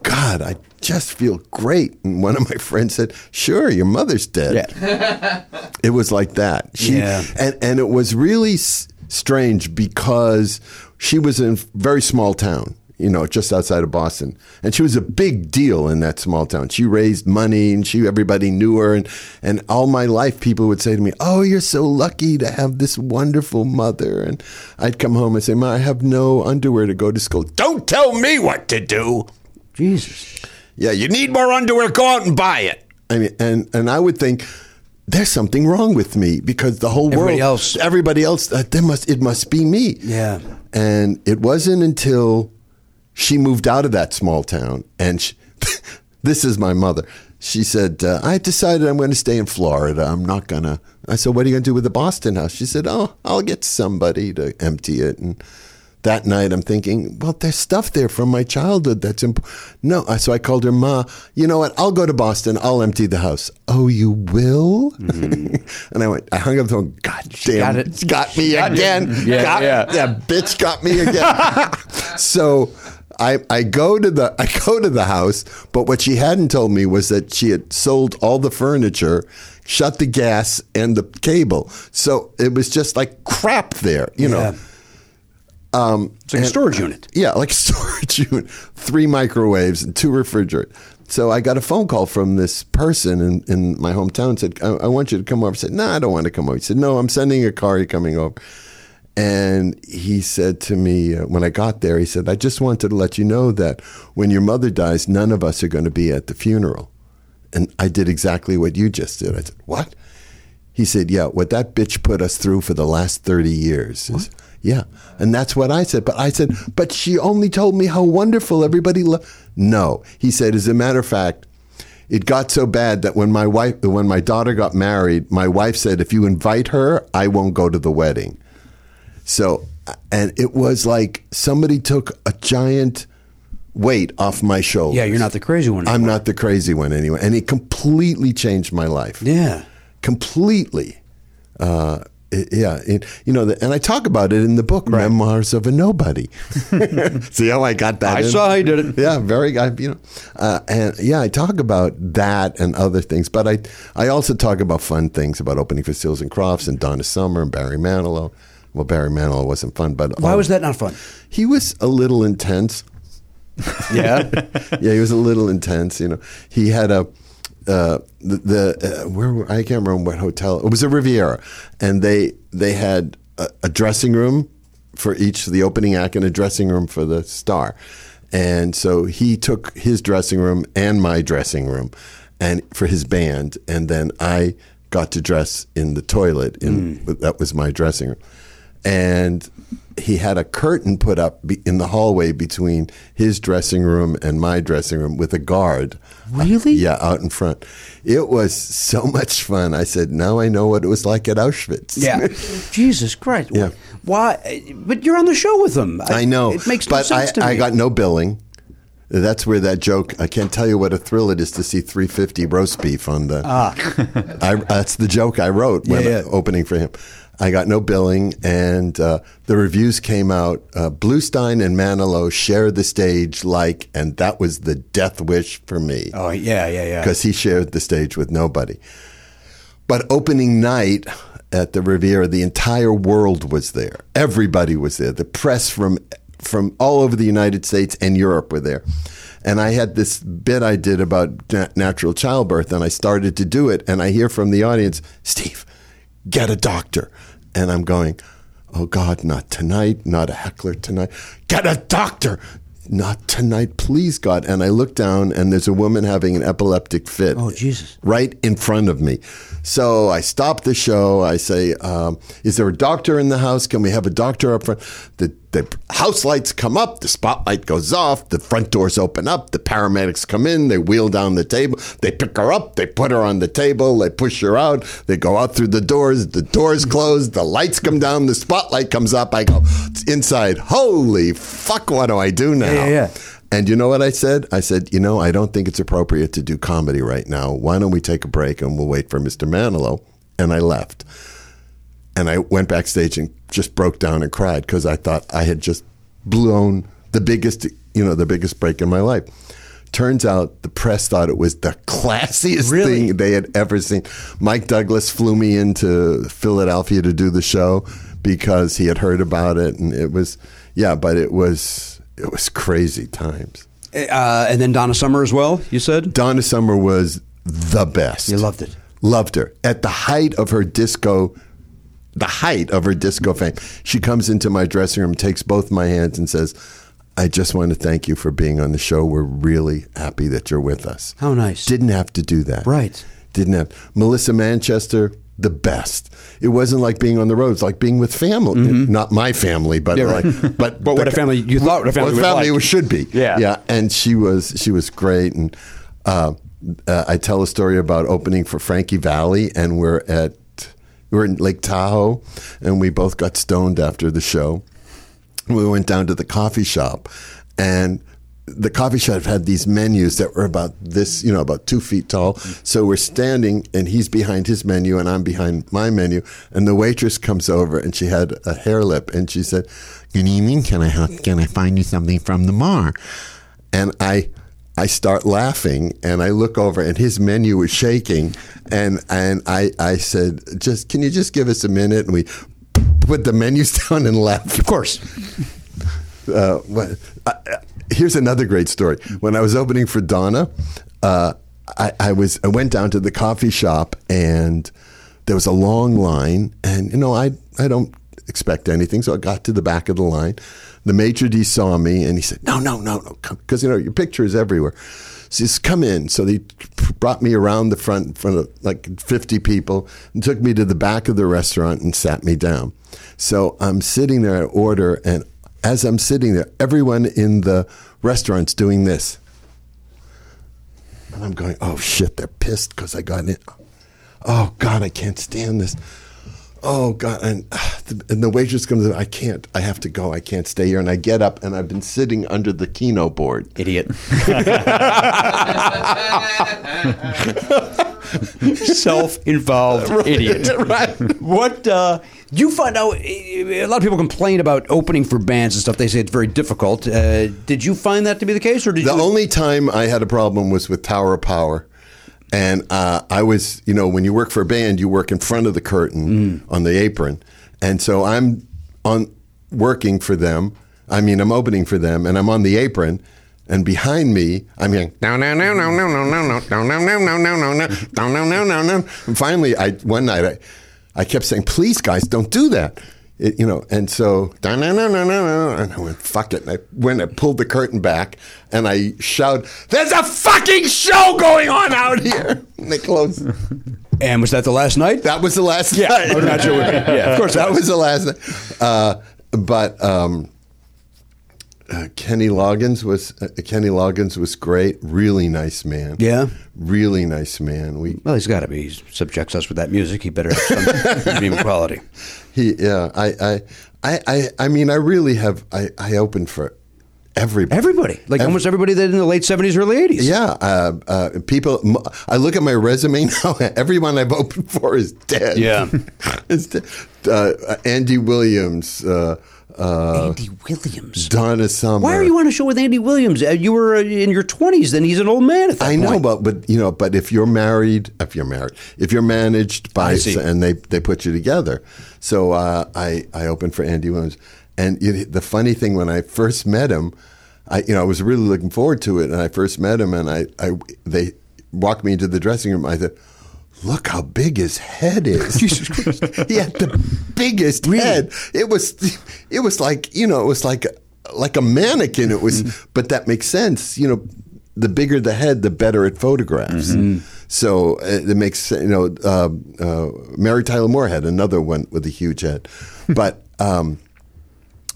[SPEAKER 10] "God, I just feel great." And one of my friends said, "Sure, your mother's dead." It was like that. She,
[SPEAKER 3] Yeah.
[SPEAKER 10] And, and it was really s- strange because she was in a very small town, you know, just outside of Boston. And she was a big deal in that small town. She raised money and she everybody knew her. And, and all my life, people would say to me, Oh, you're so lucky to have this wonderful mother. And I'd come home and say, Ma, I have no underwear to go to school. Don't tell me what to do.
[SPEAKER 3] Jesus.
[SPEAKER 10] Yeah, you need more underwear. Go out and buy it. I mean, and and I would think there's something wrong with me because the whole
[SPEAKER 3] Everybody
[SPEAKER 10] world,
[SPEAKER 3] else-
[SPEAKER 10] everybody else, uh, there must it must be me.
[SPEAKER 3] Yeah.
[SPEAKER 10] and it wasn't until she moved out of that small town, and she, this is my mother. She said, uh, "I decided I'm going to stay in Florida. I'm not gonna." I said, "What are you going to do with the Boston house?" She said, "Oh, I'll get somebody to empty it." And that night I'm thinking, well, there's stuff there from my childhood that's imp- no. I- So I called her ma. You know what? I'll go to Boston. I'll empty the house. Oh, you will? and I went. I hung up the phone. God damn,
[SPEAKER 3] got it.
[SPEAKER 10] it's got me again.
[SPEAKER 5] Yeah,
[SPEAKER 10] got,
[SPEAKER 5] yeah.
[SPEAKER 10] that bitch got me again. so. I, I go to the I go to the house, but what she hadn't told me was that she had sold all the furniture, shut the gas and the cable. So it was just like crap there, you know. um,
[SPEAKER 3] It's like a storage unit.
[SPEAKER 10] Yeah, like a storage unit, three microwaves and two refrigerators. So I got a phone call from this person in, in my hometown. Said, I, "I want you to come over." I said, "No, I don't want to come over." He said, "No, I'm sending a car. You're coming over." And he said to me uh, when I got there, he said, "I just wanted to let you know that when your mother dies, none of us are going to be at the funeral." And I did exactly what you just did. I said, "What?" He said, Yeah, what that bitch put us through for the last 30 years. is- yeah. And that's what I said. But I said, But she only told me how wonderful everybody loved. No. He said, As a matter of fact, it got so bad that when my wife, when my daughter got married, my wife said, If you invite her, I won't go to the wedding. So, and it was like somebody took a giant weight off my shoulders.
[SPEAKER 3] Yeah, you're not the crazy one.
[SPEAKER 10] Oh, I'm not the crazy one anyway. And it completely changed my life
[SPEAKER 3] Yeah.
[SPEAKER 10] completely. Uh, it- yeah, it, you know, the, and I talk about it in the book "Memoirs of a Nobody." See how I got that?
[SPEAKER 3] I
[SPEAKER 10] in?
[SPEAKER 3] saw how you did it.
[SPEAKER 10] Yeah, very. I, you know, uh, and yeah, I talk about that and other things, but I I also talk about fun things about opening for Seals and Crofts and Donna Summer and Barry Manilow. Well, Barry Manilow wasn't fun, but
[SPEAKER 3] Why was that not fun?
[SPEAKER 10] He was a little intense
[SPEAKER 3] Yeah.
[SPEAKER 10] yeah, he was a little intense. You know, he had a uh, the, the uh, where were, I can't remember what hotel it was a Riviera, and they they had a, a dressing room for each the opening act and a dressing room for the star, and so he took his dressing room and my dressing room, and for his band, and then I got to dress in the toilet in that was my dressing room, and. he- he had a curtain put up be- in the hallway between his dressing room and my dressing room with a guard.
[SPEAKER 3] Really?
[SPEAKER 10] yeah, out in front. It was so much fun. I said, now I know what it was like at Auschwitz.
[SPEAKER 3] Yeah. Jesus Christ.
[SPEAKER 10] Yeah.
[SPEAKER 3] Why? But you're on the show with them.
[SPEAKER 10] I know.
[SPEAKER 3] It makes no
[SPEAKER 10] but
[SPEAKER 3] sense
[SPEAKER 10] I,
[SPEAKER 3] to me.
[SPEAKER 10] I got no billing. That's where that joke. I can't tell you what a thrill it is to see 350 roast beef on the. Ah. I, that's the joke I wrote when
[SPEAKER 3] Yeah, yeah.
[SPEAKER 10] opening for him. I got no billing, and uh, the reviews came out. Uh, Bluestein and Manilow share the stage like, and that was the death wish for me
[SPEAKER 3] Oh yeah, yeah, yeah.
[SPEAKER 10] because he shared the stage with nobody. But opening night at the Riviera, the entire world was there. Everybody was there. The press from from all over the United States and Europe were there. And I had this bit I did about na- natural childbirth, and I started to do it, and I hear from the audience, Steve, get a doctor. And I'm going, oh God, not tonight, not a heckler tonight. Get a doctor. Not tonight, please God. And I look down and there's a woman having an epileptic fit.
[SPEAKER 3] Oh, Jesus.
[SPEAKER 10] Right in front of me. So I stop the show. I say, um, is there a doctor in the house? Can we have a doctor up front? The, the house lights come up, the spotlight goes off, the front doors open up, the paramedics come in, they wheel down the table, they pick her up, they put her on the table, they push her out, they go out through the doors, the doors close, the lights come down, the spotlight comes up, I go inside, holy fuck, what do I do now?
[SPEAKER 3] yeah, yeah.
[SPEAKER 10] And you know what I said? I said, you know, I don't think it's appropriate to do comedy right now. Why don't we take a break and we'll wait for Mr. Manilow? And I left. And I went backstage and just broke down and cried because I thought I had just blown the biggest, you know, the biggest break in my life. Turns out the press thought it was the classiest
[SPEAKER 3] Really?
[SPEAKER 10] thing they had ever seen. Mike Douglas flew me into Philadelphia to do the show because he had heard about it, and it was, yeah, but it was it was crazy times.
[SPEAKER 3] Uh, and then Donna Summer as well. You said.
[SPEAKER 10] Donna Summer was the best.
[SPEAKER 3] You loved it.
[SPEAKER 10] Loved her. At the height of her disco, the height of her disco fame, she comes into my dressing room, takes both my hands, and says, I just want to thank you for being on the show. We're really happy that you're with us.
[SPEAKER 3] How nice.
[SPEAKER 10] Didn't have to do that.
[SPEAKER 3] Right.
[SPEAKER 10] Didn't have. Melissa Manchester, the best. It wasn't like being on the road. It's like being with family. Not my family, but
[SPEAKER 3] Mm-hmm. Yeah,
[SPEAKER 10] like,
[SPEAKER 3] right.
[SPEAKER 10] but,
[SPEAKER 3] But what a family- you thought what a family
[SPEAKER 10] what
[SPEAKER 3] was
[SPEAKER 10] family
[SPEAKER 3] like.
[SPEAKER 10] should be.
[SPEAKER 3] Yeah.
[SPEAKER 10] yeah. And she was she was great. And uh, uh, I tell a story about opening for Frankie Valley, and we're at we're in Lake Tahoe, and we both got stoned after the show. We went down to the coffee shop, and the coffee shop had these menus that were about this, you know, about two feet tall. So we're standing, and he's behind his menu, and I'm behind my menu. And the waitress comes over, and she had a hair lip, and she said, "Good evening. Can I help? Can I find you something from the bar?" and I I start laughing and I look over and his menu is shaking and and I I said just can you just give us a minute and we put the menus down and laughed. Of course. Uh, what, I, I- here's another great story. When I was opening for Donna, uh, I, I was I went down to the coffee shop and there was a long line, and you know I I don't expect anything, so I got to the back of the line. The maitre d saw me and he said, "No, no, no, no, come," because you know your picture is everywhere." So he says, "Come in." So they brought me around the front in front of like 50 people and took me to the back of the restaurant and sat me down. So I'm sitting there, I order, and as I'm sitting there, everyone in the restaurant's doing this. And I'm going, oh shit, they're pissed because I got in. Oh God, I can't stand this. Oh God. And, ah, the- and the waitress comes in, I can't, I have to go, I can't stay here. And I get up and I've been sitting under the Kino board.
[SPEAKER 3] Idiot. Self-involved idiot.
[SPEAKER 10] right.
[SPEAKER 3] What uh, you find out? A lot of people complain about opening for bands and stuff. They say it's very difficult. Uh, did you find that to be the case, or did
[SPEAKER 10] The
[SPEAKER 3] you?
[SPEAKER 10] only time I had a problem was with Tower of Power. And uh, I was, you know, when you work for a band, you work in front of the curtain on the apron. And so I'm on working for them. I mean, I'm opening for them and I'm on the apron. And behind me, I'm hearing, no, no, no, no, no, no, no, no, no, no, no, no, no, no, no, no, no, no, no, no. And finally, I one night, I, I kept saying, please, guys, don't do that it, you know, and so no, no, no, no, no, no, and I went fuck it. And I went, I pulled the curtain back, and I shout, "There's a fucking show going on out here!" And they closed.
[SPEAKER 3] and was that the last night?
[SPEAKER 10] That was the last
[SPEAKER 3] yeah,
[SPEAKER 10] night.
[SPEAKER 3] I'm not sure what- yeah, of course.
[SPEAKER 10] that was the last night. Uh, but um, uh, Kenny Loggins was uh, Kenny Loggins was great. Really nice man.
[SPEAKER 3] Yeah.
[SPEAKER 10] really nice man. We
[SPEAKER 3] Well, he's got to be. He subjects us with that music. He better have some redeeming quality.
[SPEAKER 10] he yeah. I I I I, I mean I really have I I opened for everybody.
[SPEAKER 3] Everybody, like
[SPEAKER 10] Ev-
[SPEAKER 3] almost everybody that in the late seventies, early eighties.
[SPEAKER 10] Yeah, uh, uh, people. m- I look at my resume now. Everyone I've opened for is dead.
[SPEAKER 3] Yeah.
[SPEAKER 10] It's de- uh, Andy Williams, uh, uh,
[SPEAKER 3] Andy Williams.
[SPEAKER 10] Donna Summer.
[SPEAKER 3] Why are you on a show with Andy Williams? Uh, You were uh, in your twenties, then he's an old man at that
[SPEAKER 10] I know,
[SPEAKER 3] point.
[SPEAKER 10] but but you know, but if you're married, if you're married, if you're managed by
[SPEAKER 3] see.
[SPEAKER 10] and they they put you together. So uh, I I opened for Andy Williams, and it, the funny thing when I first met him, I you know I was really looking forward to it, and I first met him, and I I they walked me into the dressing room. I said. Look how big his head is! he had the biggest head. It was, it was like you know, it was like like a mannequin. It was, but that makes sense. You know, the bigger the head, the better it photographs. So uh, it makes sen- you know uh, uh, Mary Tyler Moore had another one with a huge head, but um,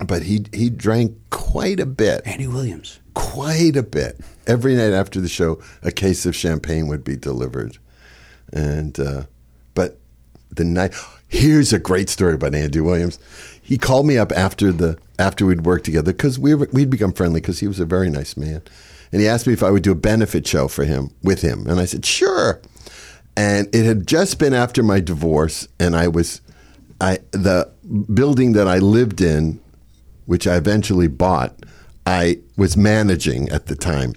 [SPEAKER 10] but he he drank quite a bit,
[SPEAKER 3] Andy Williams.
[SPEAKER 10] quite a bit every night after the show. A case of champagne would be delivered, and uh, but the night here's a great story about Andy Williams. He called me up after the after we'd worked together because we were, we'd become friendly because he was a very nice man, and he asked me if I would do a benefit show for him with him, and I said sure. And it had just been after my divorce, and I was, I the building that I lived in, which I eventually bought, I was managing at the time.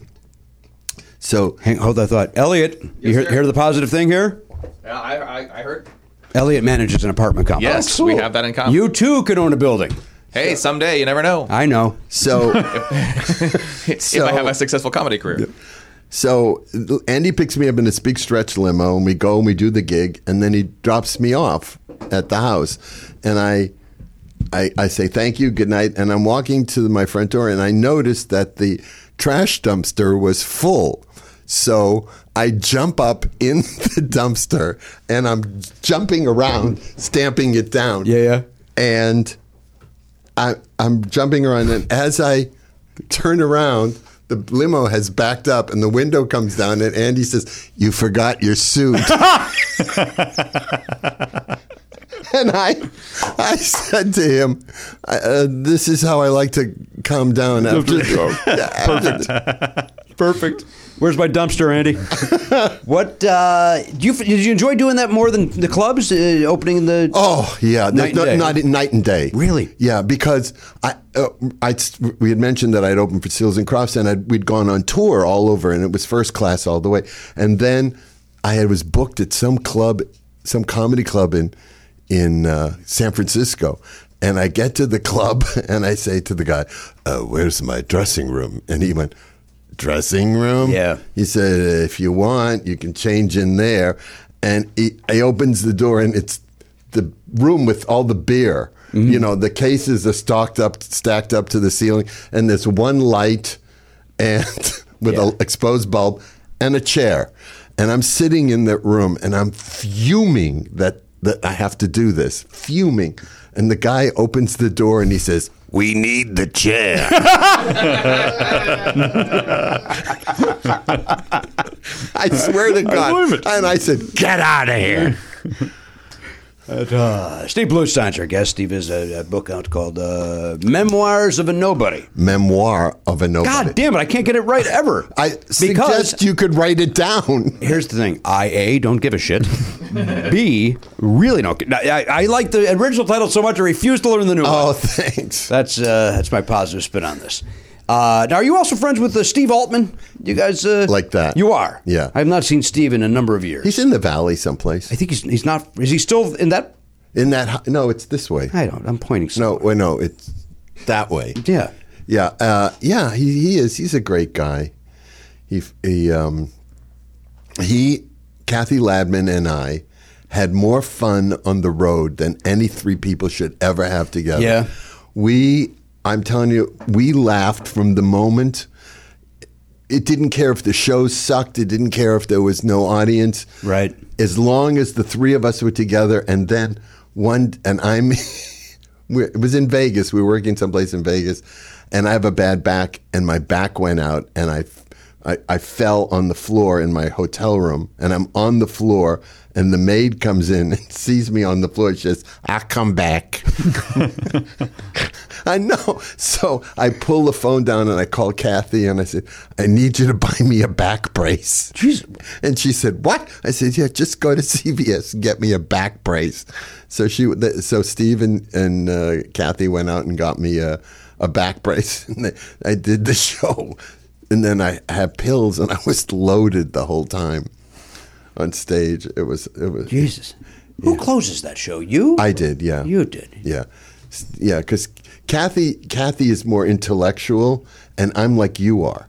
[SPEAKER 10] So
[SPEAKER 3] Hang, hold that thought, Elliot. you hear,
[SPEAKER 7] sir.
[SPEAKER 3] hear the positive thing here?
[SPEAKER 7] Yeah, I, I, I heard.
[SPEAKER 3] Elliot manages an apartment complex.
[SPEAKER 7] Yes, we have that in common.
[SPEAKER 3] You too could own a building.
[SPEAKER 7] Hey, someday you never know.
[SPEAKER 3] I know.
[SPEAKER 10] so
[SPEAKER 7] if I
[SPEAKER 10] so-
[SPEAKER 7] have a successful comedy career,
[SPEAKER 10] so Andy picks me up in a speak stretch limo, and we go and we do the gig, and then he drops me off at the house, and I. I, I say thank you, good night, and I'm walking to my front door, and I noticed that the trash dumpster was full. So I jump up in the dumpster, and I'm jumping around, stamping it down.
[SPEAKER 3] Yeah, yeah.
[SPEAKER 10] And I, I'm jumping around, and as I turn around, the limo has backed up, and the window comes down, and Andy says, "You forgot your suit." and I, I said to him, I- uh, "This is how I like to calm down after." Perfect.
[SPEAKER 3] Perfect. Where's my dumpster, Andy? what uh, do you, did you enjoy doing that more than the clubs uh, opening the?
[SPEAKER 10] Oh yeah,
[SPEAKER 3] Night
[SPEAKER 10] night,
[SPEAKER 3] and
[SPEAKER 10] no,
[SPEAKER 3] day.
[SPEAKER 10] night, night and day.
[SPEAKER 3] Really?
[SPEAKER 10] Yeah, because I, uh, I we had mentioned that I'd opened for Seals and Crofts, and I'd, we'd gone on tour all over, and it was first class all the way. And then I had, was booked at some club, some comedy club in in uh, San Francisco. And I get to the club, and I say to the guy, uh, "Where's my dressing room?" And he went. Dressing room?
[SPEAKER 3] Yeah.
[SPEAKER 10] He said, if you want, you can change in there. And he, he opens the door, and it's the room with all the beer. You know, the cases are stocked up, stacked up to the ceiling, and there's one light and with an exposed bulb and a chair. And I'm sitting in that room and I'm fuming that, that I have to do this, fuming. And the guy opens the door and he says, We need the chair. I swear to
[SPEAKER 4] believe
[SPEAKER 10] God.
[SPEAKER 4] it.
[SPEAKER 10] and I said, Get out of here.
[SPEAKER 3] Uh, Steve Bluestein's our guest. Steve has a, a book out called uh, "Memoirs of a Nobody."
[SPEAKER 10] Memoir of a nobody.
[SPEAKER 3] God damn it! I can't get it right ever.
[SPEAKER 10] I
[SPEAKER 3] because
[SPEAKER 10] suggest you could write it down.
[SPEAKER 3] here's the thing: I a don't give a shit. B really don't. gi- I, I like the original title so much I refuse to learn the new one.
[SPEAKER 10] Oh, thanks.
[SPEAKER 3] That's uh, that's my positive spin on this. Uh, now, are you also friends with uh, Steve Altman? You guys uh,
[SPEAKER 10] Like that.
[SPEAKER 3] You are.
[SPEAKER 10] Yeah.
[SPEAKER 3] I have not seen Steve in a number of years.
[SPEAKER 10] He's in the valley someplace.
[SPEAKER 3] I think he's he's not. Is he still in that?
[SPEAKER 10] In that, hu- no, it's this way.
[SPEAKER 3] I don't. I'm pointing. somewhere.
[SPEAKER 10] No, well, no, it's that way.
[SPEAKER 3] Yeah.
[SPEAKER 10] Yeah, uh, yeah, he, he is. He's a great guy. He he um, he, Kathy Ladman and I had more fun on the road than any three people should ever have together.
[SPEAKER 3] Yeah.
[SPEAKER 10] we. I'm telling you, we laughed from the moment. It didn't care if the show sucked. It didn't care if there was no audience.
[SPEAKER 3] Right.
[SPEAKER 10] As long as the three of us were together, and then one, and I'm we, it was in Vegas. We were working someplace in Vegas, and I have a bad back, and my back went out, and I, I, I fell on the floor in my hotel room, and I'm on the floor, and the maid comes in and sees me on the floor. She says, "I come back." I know. So I pull the phone down and I call Kathy and I said, I need you to buy me a back brace. And she said, What? I said, Yeah, just go to CVS and get me a back brace. So she, th- so Steve and, and uh, Kathy went out and got me a, a back brace. And they, I did the show. And then I had pills and I was loaded the whole time on stage. It was, it was,
[SPEAKER 3] Jesus. Who closes that show? You?
[SPEAKER 10] I did, yeah.
[SPEAKER 3] You did.
[SPEAKER 10] Yeah, S- yeah. Because Kathy, Kathy is more intellectual, and I'm like you are.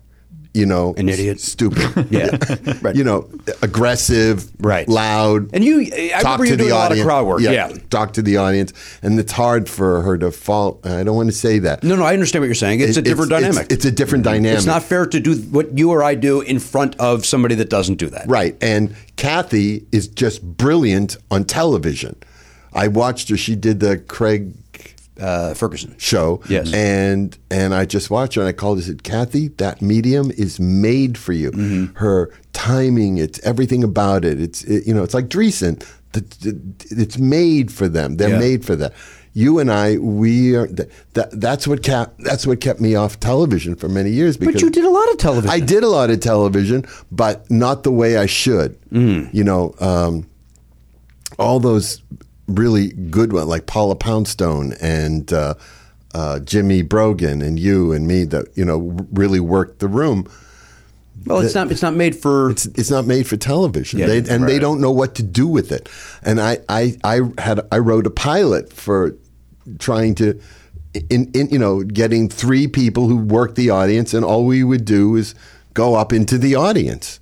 [SPEAKER 10] You know,
[SPEAKER 3] An idiot.
[SPEAKER 10] s- stupid.
[SPEAKER 3] Yeah. Right.
[SPEAKER 10] You know, aggressive,
[SPEAKER 3] Right.
[SPEAKER 10] loud,
[SPEAKER 3] And you, I
[SPEAKER 10] talk
[SPEAKER 3] remember you
[SPEAKER 10] to
[SPEAKER 3] doing
[SPEAKER 10] the
[SPEAKER 3] a lot of
[SPEAKER 10] audience.
[SPEAKER 3] crowd work. Yeah.
[SPEAKER 10] talk to the audience, and it's hard for her to fall. I don't want to say that.
[SPEAKER 3] No, no, I understand what you're saying. It's
[SPEAKER 10] It-
[SPEAKER 3] a different dynamic.
[SPEAKER 10] It's, a different dynamic.
[SPEAKER 3] It's not fair to do what you or I do in front of somebody that doesn't do that.
[SPEAKER 10] Right. And Kathy is just brilliant on television. I watched her. She did the Craig
[SPEAKER 3] Uh, Ferguson.
[SPEAKER 10] show.
[SPEAKER 3] Yes.
[SPEAKER 10] And and I just watched her and I called her and said, Kathy, that medium is made for you.
[SPEAKER 3] Mm-hmm.
[SPEAKER 10] Her timing, it's everything about it. It's it, you know, it's like Dreesen. The, the- it's made for them. They're
[SPEAKER 3] Yeah.
[SPEAKER 10] made for that. You and I, we are. That, that, that's what kept. That's what kept me off television for many years. Because
[SPEAKER 3] But you did a lot of television.
[SPEAKER 10] I did a lot of television, but not the way I should.
[SPEAKER 3] Mm.
[SPEAKER 10] You know, um, all those really good ones, like Paula Poundstone and uh, uh, Jimmy Brogan and you and me, that you know really worked the room.
[SPEAKER 3] Well, it's not. It's not made for.
[SPEAKER 10] It's it's not made for television,
[SPEAKER 3] Yeah,
[SPEAKER 10] they,
[SPEAKER 3] yeah,
[SPEAKER 10] and they don't know what to do with it. And I I, I had I wrote a pilot for trying to. In, in you know getting three people who worked the audience and all we would do is go up into the audience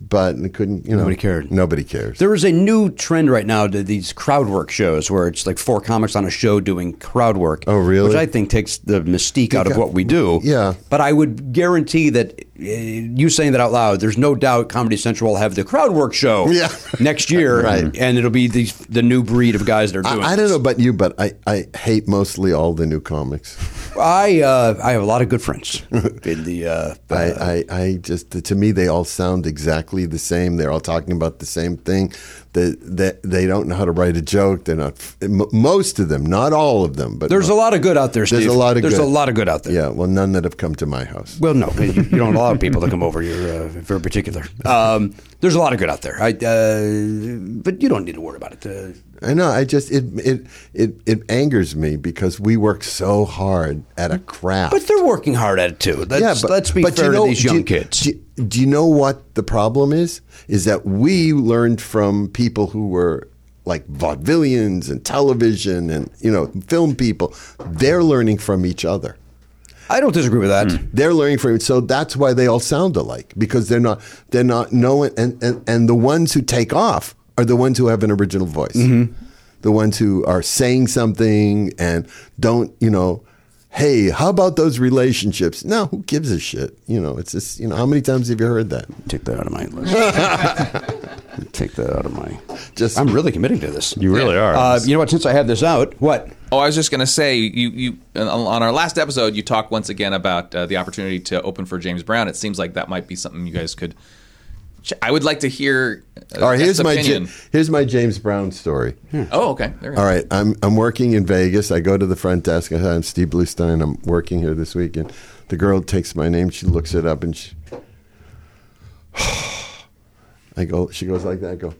[SPEAKER 10] but it couldn't you know
[SPEAKER 3] Nobody cared.
[SPEAKER 10] nobody cares
[SPEAKER 3] There is a new trend right now to these crowd work shows where it's like four comics on a show doing crowd work.
[SPEAKER 10] Oh, really?
[SPEAKER 3] Which I think takes the mystique out of
[SPEAKER 10] I-
[SPEAKER 3] what we do.
[SPEAKER 10] Yeah.
[SPEAKER 3] But I would guarantee that uh, you saying that out loud, there's no doubt Comedy Central will have the crowd work show
[SPEAKER 10] Yeah.
[SPEAKER 3] next year.
[SPEAKER 10] Right.
[SPEAKER 3] And it'll be these, the new breed of guys that are doing
[SPEAKER 10] I, I don't know about you but I, I hate mostly all the new comics
[SPEAKER 3] I uh, I have a lot of good friends in the. Uh,
[SPEAKER 10] I, I, I just to me they all sound exactly the same. They're all talking about the same thing. That that they don't know how to write a joke. They're not m- most of them, not all of them, but
[SPEAKER 3] there's a lot of good out there. Steve.
[SPEAKER 10] There's a lot of
[SPEAKER 3] there's
[SPEAKER 10] good.
[SPEAKER 3] a lot of good out there.
[SPEAKER 10] Yeah, well, none that have come to my house.
[SPEAKER 3] Well, no, you, you don't allow people to come over. You're uh, very particular. Um, there's a lot of good out there. I, uh, but you don't need to worry about it. Uh,
[SPEAKER 10] I know. I just it it it it angers me because we work so hard at a craft.
[SPEAKER 3] but they're working hard at it too. Let's, let's be fair to these
[SPEAKER 10] do
[SPEAKER 3] young
[SPEAKER 10] you-
[SPEAKER 3] kids.
[SPEAKER 10] Do, you- do you know what the problem is? Is that we learned from people who were like vaudevillians and television and you know film people. They're learning from each other.
[SPEAKER 3] I don't disagree with that.
[SPEAKER 10] They're learning from so that's why they all sound alike because they're not they're not knowing and and, and the ones who take off are the ones who have an original voice. The ones who are saying something and don't, you know, hey, how about those relationships? No, who gives a shit? You know, it's just, you know, how many times have you heard that?
[SPEAKER 3] Take that out of my list. Take that out of my.
[SPEAKER 10] Just
[SPEAKER 3] I'm really committing to this.
[SPEAKER 4] You really are.
[SPEAKER 3] Uh, you know what? Since I have this out, what?
[SPEAKER 7] Oh, I was just gonna say, you you on- on our last episode, you talked once again about uh, the opportunity to open for James Brown. It seems like that might be something you guys could. ch- I would like to hear. Uh,
[SPEAKER 10] All right, here's
[SPEAKER 7] Jeff's
[SPEAKER 10] my
[SPEAKER 7] opinion.
[SPEAKER 10] Ja- here's my James Brown story.
[SPEAKER 7] oh, okay. There we go.
[SPEAKER 10] All right, I'm I'm working in Vegas. I go to the front desk. I say, I'm Steve Bluestein. I'm working here this weekend. The girl takes my name. She looks it up and she. I go. She goes like that. I go,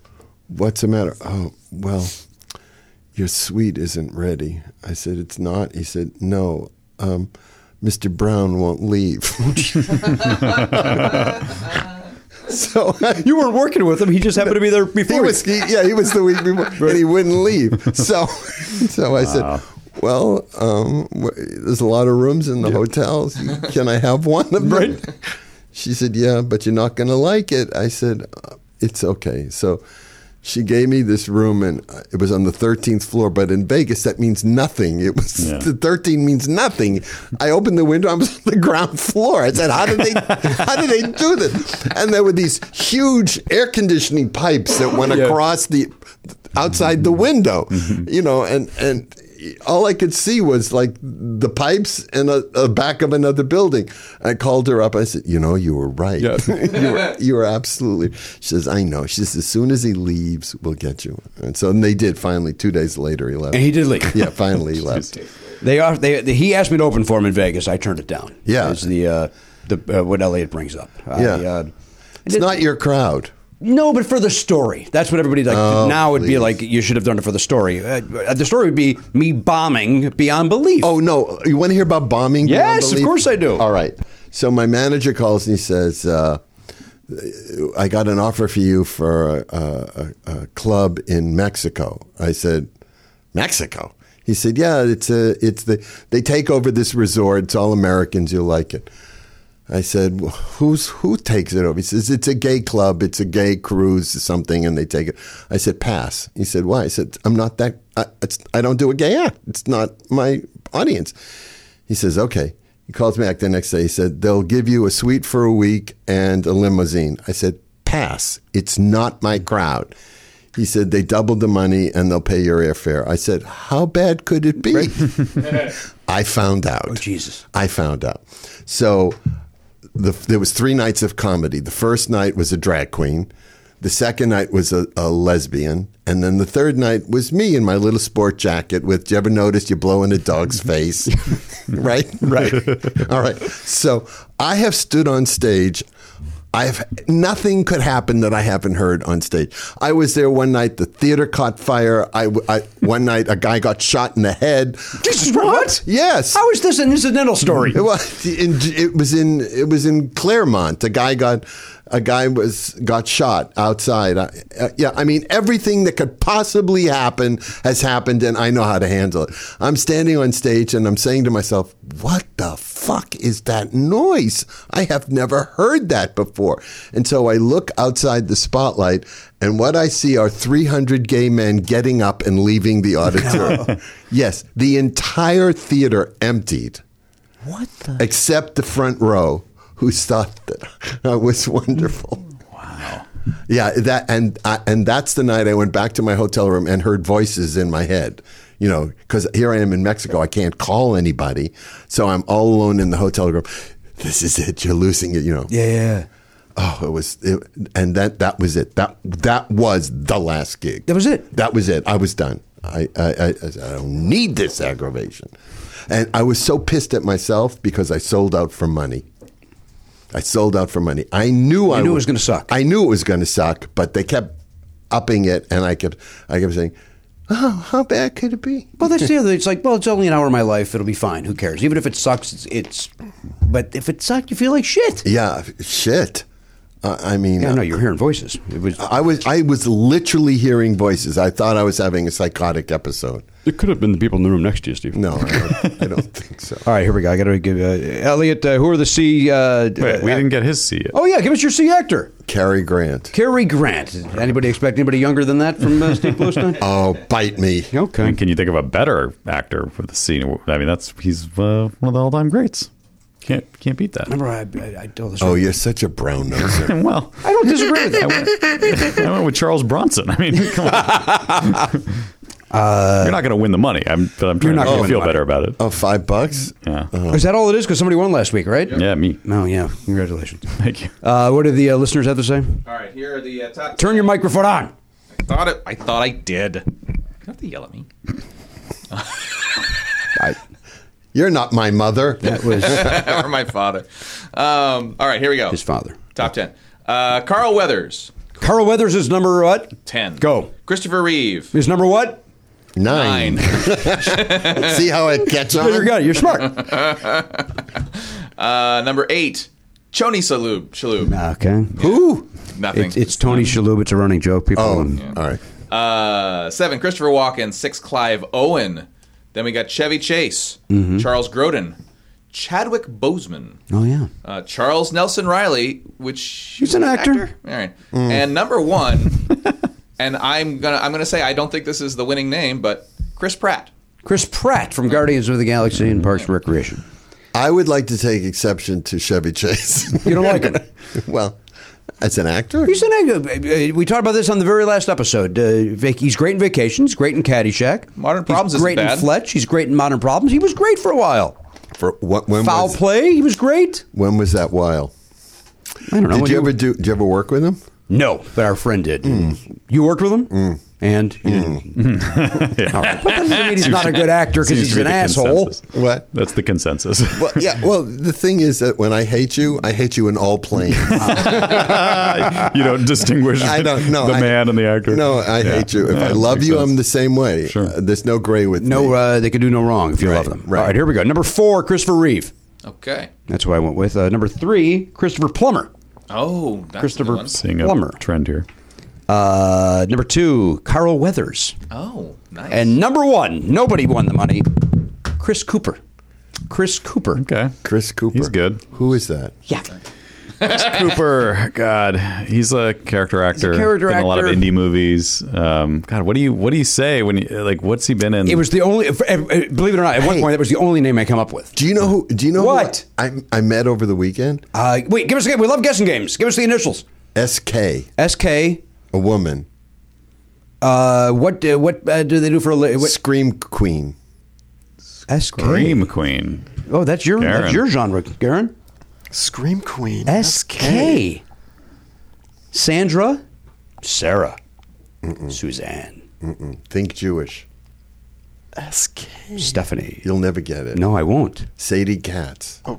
[SPEAKER 10] what's the matter? Oh well, your suite isn't ready. I said it's not. He said no. Um, Mr. Brown won't leave. so
[SPEAKER 3] You weren't working with him. He just happened to be there before.
[SPEAKER 10] he
[SPEAKER 3] you.
[SPEAKER 10] was he, yeah he was the week before and he wouldn't leave so so i said well um, w- there's a lot of rooms in the hotels can i have one of them she said yeah but you're not going to like it i said uh, it's okay so she gave me this room and uh, it was on the 13th floor but in vegas that means nothing it was
[SPEAKER 4] Yeah.
[SPEAKER 10] the 13 means nothing i opened the window i was on the ground floor i said how did they how did they do this and there were these huge air
[SPEAKER 3] Mm-hmm.
[SPEAKER 10] conditioning pipes that went across the outside the window you know and and all I could see was like the pipes and a, a back of another building. I called her up. I said, "You know, you were right. you, were, you were absolutely." She says, "I know." She says, "As soon as he leaves, we'll get you." And so and they did. Finally, two days later, he left.
[SPEAKER 3] And he did leave.
[SPEAKER 10] yeah, finally he left.
[SPEAKER 3] They are. They, they- he asked me to open for him in Vegas. I turned it down.
[SPEAKER 10] Yeah.
[SPEAKER 3] is the uh, the uh, what Elliot brings up. I,
[SPEAKER 10] Yeah.
[SPEAKER 3] uh,
[SPEAKER 10] It's not your crowd.
[SPEAKER 3] no, but for the story. That's what everybody like. now would be
[SPEAKER 10] Oh, please.
[SPEAKER 3] like you should have done it for the story. Uh, the story would be me bombing beyond belief.
[SPEAKER 10] Oh no! You want to hear about bombing? beyond
[SPEAKER 3] Yes, of
[SPEAKER 10] belief?
[SPEAKER 3] course I do.
[SPEAKER 10] All right. So my manager calls and he says, uh, "I got an offer for you for a, a, a club in Mexico." I said, "Mexico." He said, "Yeah, it's a, it's the they take over this resort. It's all Americans. You'll like it." I said, well, "Who's who takes it over?" He says, "It's a gay club. It's a gay cruise, or something, and they take it." I said, "Pass." He said, "Why?" I said, "I'm not that. I, it's, I don't do a gay act. It's not my audience." He says, "Okay." He calls me back the next day. He said, "They'll give you a suite for a week and a limousine." I said, "Pass. It's not my crowd." He said, "They doubled the money and they'll pay your airfare." I said, "How bad could it be?" I found out. Oh
[SPEAKER 3] Jesus.
[SPEAKER 10] I found out. So the, there was three nights of comedy. The first night was a drag queen. The second night was a, a lesbian, and then the third night was me in my little sport jacket. With you ever noticed you blow in a dog's face, right? Right. All right. So I have stood on stage. I've nothing could happen that I haven't heard on stage. I was there one night. The theater caught fire. I, I one night a guy got shot in the head.
[SPEAKER 3] Jesus, what?
[SPEAKER 10] Yes.
[SPEAKER 3] How is this an incidental story?
[SPEAKER 10] It was in it was in it was in Claremont. A guy got a guy was got shot outside. I, uh, yeah, I mean everything that could possibly happen has happened, and I know how to handle it. I'm standing on stage and I'm saying to myself, "What the fuck is that noise? I have never heard that before." And so I look outside the spotlight, and what I see are 300 gay men getting up and leaving the auditorium. yes, the entire theater emptied
[SPEAKER 3] What the?
[SPEAKER 10] except the front row, who thought that I was wonderful. Wow. Yeah, that and I, and that's the night I went back to my hotel room and heard voices in my head. You know, because here I am in Mexico, I can't call anybody, so I'm all alone in the hotel room. This is it. You're losing it. You know.
[SPEAKER 3] Yeah, yeah.
[SPEAKER 10] Oh, it was, it, and that that was it. That that was the last gig.
[SPEAKER 3] That was it.
[SPEAKER 10] That was it. I was done. I, I, I, I don't need this aggravation. And I was so pissed at myself because I sold out for money. I sold out for money. I knew I
[SPEAKER 3] knew it was gonna suck.
[SPEAKER 10] I knew it was going to suck, but they kept upping it, and I kept, I kept saying, "Oh, how bad could it be?"
[SPEAKER 3] Well, that's the other. It's like, well, it's only an hour of my life. It'll be fine. Who cares? Even if it sucks, it's. it's but if it sucked, you feel like shit.
[SPEAKER 10] Yeah, shit. Uh, I mean,
[SPEAKER 3] Yeah, no, you're hearing voices. It was.
[SPEAKER 10] I was I was literally hearing voices. I thought I was having a psychotic episode.
[SPEAKER 13] It could have been the people in the room next to you, Steve.
[SPEAKER 10] No, I don't, I don't think so.
[SPEAKER 3] All right, here we go. I got to give uh, Elliot. Uh, who are the C? Uh,
[SPEAKER 4] Wait, we
[SPEAKER 3] uh,
[SPEAKER 4] didn't get his C yet.
[SPEAKER 3] Oh yeah, give us your C actor,
[SPEAKER 10] Cary Grant.
[SPEAKER 3] Cary Grant. Anybody expect anybody younger than that from uh, Steve Bluestein?
[SPEAKER 10] Oh, bite me.
[SPEAKER 4] I mean,
[SPEAKER 13] Okay.
[SPEAKER 4] can you think of a better actor with the C? I mean, that's he's uh, one of the all-time greats. Can't can't beat that.
[SPEAKER 3] Remember, I, I, I told this.
[SPEAKER 10] Oh, you're such a brown noser.
[SPEAKER 4] Well,
[SPEAKER 3] I don't disagree with
[SPEAKER 4] I
[SPEAKER 3] that.
[SPEAKER 4] went, I went with Charles Bronson. I mean, come on. You're not going to win the money. I'm, but I'm trying
[SPEAKER 3] Uh, not gonna
[SPEAKER 4] to make
[SPEAKER 3] win
[SPEAKER 4] you
[SPEAKER 3] the
[SPEAKER 4] feel
[SPEAKER 3] money.
[SPEAKER 4] better about it.
[SPEAKER 10] Oh, five bucks?
[SPEAKER 4] Yeah,
[SPEAKER 3] Is that all it is? Because somebody won last week, right?
[SPEAKER 4] yeah, me.
[SPEAKER 3] No, yeah. Congratulations.
[SPEAKER 4] Thank you.
[SPEAKER 3] Uh, what do the uh, listeners have to say?
[SPEAKER 7] All right, here are the uh, top.
[SPEAKER 3] Turn your microphone on.
[SPEAKER 7] I thought it, I thought I did. You don't have to yell at me.
[SPEAKER 10] You're not my mother.
[SPEAKER 3] That was
[SPEAKER 7] or my father. Um, all right, here we go.
[SPEAKER 3] his father.
[SPEAKER 7] Top ten. Uh, Carl Weathers,
[SPEAKER 3] Carl Weathers is number what?
[SPEAKER 7] ten.
[SPEAKER 3] Go.
[SPEAKER 7] Christopher Reeve,
[SPEAKER 3] Is number what?
[SPEAKER 10] Nine.
[SPEAKER 7] nine.
[SPEAKER 10] See how it gets on?
[SPEAKER 3] Oh, you're good. You're smart.
[SPEAKER 7] uh, number eight, Choni Salub. Shalhoub.
[SPEAKER 3] okay. Who?
[SPEAKER 7] Nothing.
[SPEAKER 3] It's, it's Tony Shalhoub. It's a running joke. People.
[SPEAKER 10] Oh,
[SPEAKER 3] um,
[SPEAKER 10] all right.
[SPEAKER 7] Uh, seven, Christopher Walken. Six, Clive Owen. Then we got Chevy Chase,
[SPEAKER 3] Mm-hmm.
[SPEAKER 7] Charles Grodin, Chadwick Boseman,
[SPEAKER 3] oh yeah.
[SPEAKER 7] uh, Charles Nelson Riley, which he's
[SPEAKER 3] an actor. Mm.
[SPEAKER 7] All right, and number one, and I'm gonna I'm gonna say I don't think this is the winning name, but Chris Pratt.
[SPEAKER 3] Chris Pratt from Guardians of the Galaxy and Parks and Recreation.
[SPEAKER 10] I would like to take exception to Chevy Chase.
[SPEAKER 3] You don't like it?
[SPEAKER 10] well, As an actor?
[SPEAKER 3] He's an actor. We talked about this on the very last episode. Uh, Vic, he's great in Vacations, great in Caddyshack.
[SPEAKER 7] Modern
[SPEAKER 3] He's
[SPEAKER 7] Problems isn't
[SPEAKER 3] great in
[SPEAKER 7] bad.
[SPEAKER 3] Fletch. He's great in Modern Problems. He was great for a while.
[SPEAKER 10] For what? When
[SPEAKER 3] Foul
[SPEAKER 10] was,
[SPEAKER 3] play. He was great.
[SPEAKER 10] When was that while?
[SPEAKER 3] I don't know.
[SPEAKER 10] Did you ever do? Did you ever work with him?
[SPEAKER 3] No, but our friend did. You worked with him, and you didn't. All right. But that doesn't mean he's not a good actor because he's
[SPEAKER 4] Seems to be
[SPEAKER 3] an
[SPEAKER 4] the
[SPEAKER 3] asshole.
[SPEAKER 4] consensus.
[SPEAKER 10] What?
[SPEAKER 4] That's the consensus.
[SPEAKER 10] Well, yeah. Well, the thing is that when I hate you, I hate you in all planes.
[SPEAKER 4] you don't distinguish
[SPEAKER 10] I don't know
[SPEAKER 4] the
[SPEAKER 10] I-
[SPEAKER 4] man and the actor.
[SPEAKER 10] No, I
[SPEAKER 4] Yeah.
[SPEAKER 10] hate you. If
[SPEAKER 4] Yeah,
[SPEAKER 10] I love
[SPEAKER 4] makes
[SPEAKER 10] you,
[SPEAKER 4] sense.
[SPEAKER 10] I'm the same way.
[SPEAKER 4] Sure.
[SPEAKER 10] Uh, there's no gray with me.
[SPEAKER 3] No, uh, they can do no wrong if you love them.
[SPEAKER 10] right.
[SPEAKER 3] All right, here we go. Number four, Christopher Reeve.
[SPEAKER 7] Okay.
[SPEAKER 3] That's who I went with. Uh, number three, Christopher Plummer.
[SPEAKER 7] Oh, that's
[SPEAKER 3] Christopher
[SPEAKER 7] a good one.
[SPEAKER 4] Seeing a
[SPEAKER 3] Plummer.
[SPEAKER 4] trend here.
[SPEAKER 3] Uh, number two, Carl Weathers.
[SPEAKER 7] Oh, nice.
[SPEAKER 3] And number one, nobody won the money, Chris Cooper. Chris Cooper.
[SPEAKER 4] Okay.
[SPEAKER 10] Chris Cooper.
[SPEAKER 4] He's good.
[SPEAKER 10] Who is that?
[SPEAKER 3] Yeah.
[SPEAKER 4] Cooper, God, he's a character actor.
[SPEAKER 3] character
[SPEAKER 4] been in a lot of
[SPEAKER 3] actor.
[SPEAKER 4] indie movies. Um, God, what do you what do you say when you like? What's he been in?
[SPEAKER 3] It was the only, if- if- if- believe it or not, at one
[SPEAKER 10] Hey.
[SPEAKER 3] point, that was the only name I come up with.
[SPEAKER 10] Do you know who? Do you know
[SPEAKER 3] What?
[SPEAKER 10] Who I, I met over the weekend.
[SPEAKER 3] Uh, wait, give us a game. We love guessing games. Give us the initials.
[SPEAKER 10] S.K.
[SPEAKER 3] SK.
[SPEAKER 10] A woman.
[SPEAKER 3] Uh, what uh, what uh, do they do for a li- what?
[SPEAKER 10] Scream queen.
[SPEAKER 3] SK.
[SPEAKER 4] Dream Queen.
[SPEAKER 3] Oh, that's your that's
[SPEAKER 4] Garen.
[SPEAKER 3] your genre, Garen.
[SPEAKER 6] Scream Queen.
[SPEAKER 3] SK. Sandra. Sarah. Suzanne.
[SPEAKER 10] Mm, Think Jewish.
[SPEAKER 6] SK.
[SPEAKER 3] Stephanie.
[SPEAKER 10] You'll never get it.
[SPEAKER 3] No, I won't.
[SPEAKER 10] Sadie Katz.
[SPEAKER 6] Oh,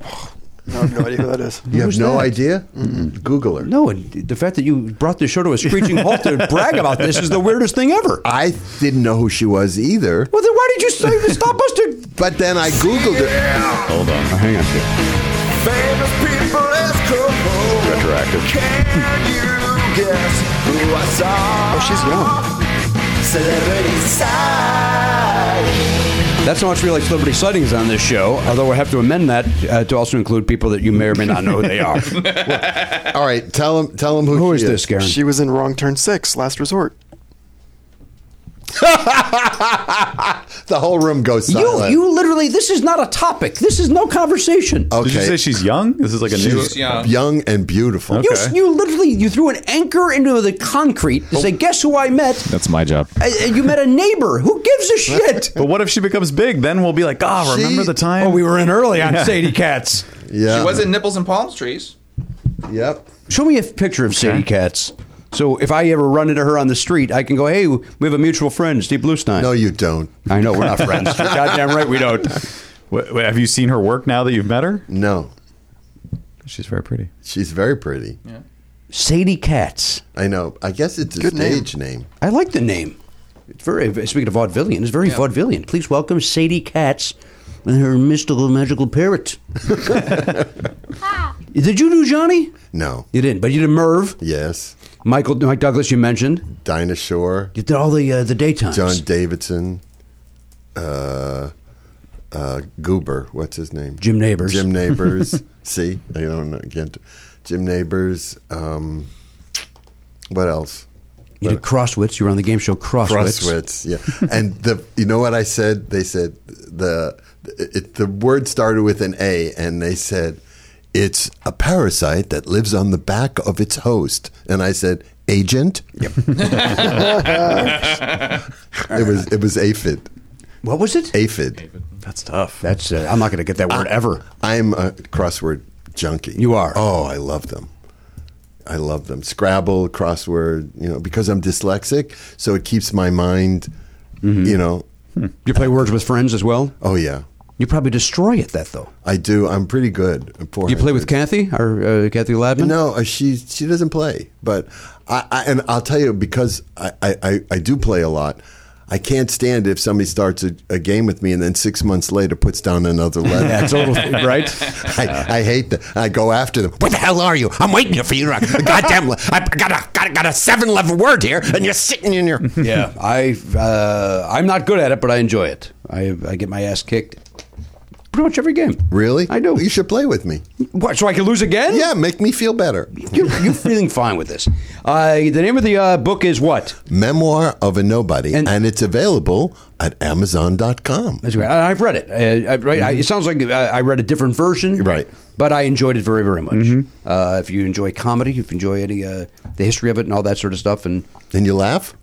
[SPEAKER 6] no, I have no idea who that is.
[SPEAKER 10] You have
[SPEAKER 3] Who's
[SPEAKER 10] no
[SPEAKER 3] that?
[SPEAKER 10] idea? Google her.
[SPEAKER 3] No, and the fact that you brought the show to a screeching halt to brag about this is the weirdest thing ever.
[SPEAKER 10] I didn't know who she was either.
[SPEAKER 3] Well, then why did you say stop us to?
[SPEAKER 10] But then I Googled her.
[SPEAKER 4] Hold on,
[SPEAKER 3] Hang on. Here.
[SPEAKER 1] Famous people as cool.
[SPEAKER 4] retroactive.
[SPEAKER 1] Can you guess who I saw?
[SPEAKER 6] Oh, she's young.
[SPEAKER 1] Celebrity side.
[SPEAKER 3] That's how much we like celebrity sightings on this show. Although I have to amend that uh, to also include people that you may or may not know who they are.
[SPEAKER 10] All right, tell him. Tell him who.
[SPEAKER 3] who
[SPEAKER 10] she
[SPEAKER 3] is this, Garen?
[SPEAKER 6] She was in Wrong Turn 6, Last Resort.
[SPEAKER 10] The whole room goes
[SPEAKER 3] You,
[SPEAKER 10] silent.
[SPEAKER 3] you literally. This is not a topic. This is no conversation.
[SPEAKER 10] okay.
[SPEAKER 4] Did you say she's young? This is like a new.
[SPEAKER 7] She's young.
[SPEAKER 10] young and beautiful.
[SPEAKER 3] You,
[SPEAKER 4] okay.
[SPEAKER 3] you literally you threw an anchor into the concrete to say, "Guess who I met."
[SPEAKER 5] That's my job.
[SPEAKER 3] And- and you met a neighbor. Who gives a shit?
[SPEAKER 4] But what if she becomes big? Then we'll be like, ah,
[SPEAKER 10] She-
[SPEAKER 4] remember the time?
[SPEAKER 3] Oh, we were in early on Sadie Katz.
[SPEAKER 10] Yeah.
[SPEAKER 7] She was in Nipples and Palm Trees.
[SPEAKER 10] Yep.
[SPEAKER 3] Show me a picture of Sadie Katz. So if I ever run into her on the street, I can go, "Hey, we have a mutual friend, Steve Bluestein."
[SPEAKER 10] No, you don't.
[SPEAKER 3] I know we're not friends. You're goddamn right, we don't.
[SPEAKER 4] Wha- wha- have you seen her work now that you've met her?
[SPEAKER 10] No.
[SPEAKER 4] She's very pretty.
[SPEAKER 10] She's very pretty.
[SPEAKER 3] Sadie Katz.
[SPEAKER 10] I know. I guess it's a
[SPEAKER 6] Good name.
[SPEAKER 10] stage name.
[SPEAKER 3] I like the name. It's very. Speaking of vaudevillian, it's very vaudevillian. Please welcome Sadie Katz and her mystical magical parrot. Did you do Johnny?
[SPEAKER 10] No.
[SPEAKER 3] You didn't, but you did Merv,
[SPEAKER 10] Yes.
[SPEAKER 3] Michael, Mike Douglas. You mentioned
[SPEAKER 10] Dinah Shore,
[SPEAKER 3] you did all the uh, the daytimes.
[SPEAKER 10] John Davidson, uh, uh, Goober. What's his name?
[SPEAKER 3] Jim Neighbors.
[SPEAKER 10] Jim Neighbors. See, I don't know. Again, Jim Neighbors. Um, what else?
[SPEAKER 3] you did Crosswits. You were on the game show Crosswits.
[SPEAKER 10] Crosswits. Yeah. and the you know what I said? They said the it, the word started with an A, and they said it's a parasite that lives on the back of its host. And I said agent. Yep. it was it was aphid.
[SPEAKER 3] What was it?
[SPEAKER 10] Aphid.
[SPEAKER 3] That's tough. That's. Uh, I'm not going to get that word ever.
[SPEAKER 10] I'm a crossword junkie.
[SPEAKER 3] You are.
[SPEAKER 10] Oh, I love them. I love them. Scrabble, crossword, you know, because I'm dyslexic, so it keeps my mind,
[SPEAKER 3] Mm-hmm.
[SPEAKER 10] you know.
[SPEAKER 3] You play Words with Friends as well.
[SPEAKER 10] Oh yeah.
[SPEAKER 3] You probably destroy it that though.
[SPEAKER 10] I do. I'm pretty good. at
[SPEAKER 3] You play with
[SPEAKER 10] 400.
[SPEAKER 3] Kathy or uh, Kathy Ladman?
[SPEAKER 10] No, uh, she she doesn't play. But I, I and I'll tell you because I, I, I- I do play a lot. I can't stand if somebody starts a, a game with me and then six months later puts down another letter.
[SPEAKER 3] Yeah, it's a little right.
[SPEAKER 10] I, I hate that. I go after them. What the hell are you? I'm waiting here for you. Goddamn! le- I got a got, a- got a seven level word here, and you're sitting in your.
[SPEAKER 3] yeah, I uh, I'm not good at it, but I enjoy it. I I get my ass kicked. Pretty much every game.
[SPEAKER 10] Really?
[SPEAKER 3] I do.
[SPEAKER 10] You should play with me.
[SPEAKER 3] What, so I can lose again?
[SPEAKER 10] Yeah, make me feel better.
[SPEAKER 3] You're, you're feeling fine with this. Uh, the name of the uh, book is what?
[SPEAKER 10] Memoir of a Nobody,
[SPEAKER 3] And-
[SPEAKER 10] and, it's available at Amazon.com.
[SPEAKER 3] That's great. I- I've read it. Uh, I, right, I, it sounds like I, I read a different version,
[SPEAKER 10] Right.
[SPEAKER 3] But I enjoyed it very, very much. Uh, if you enjoy comedy, if you enjoy any uh, the history of it and all that sort of stuff, and
[SPEAKER 10] And you laugh?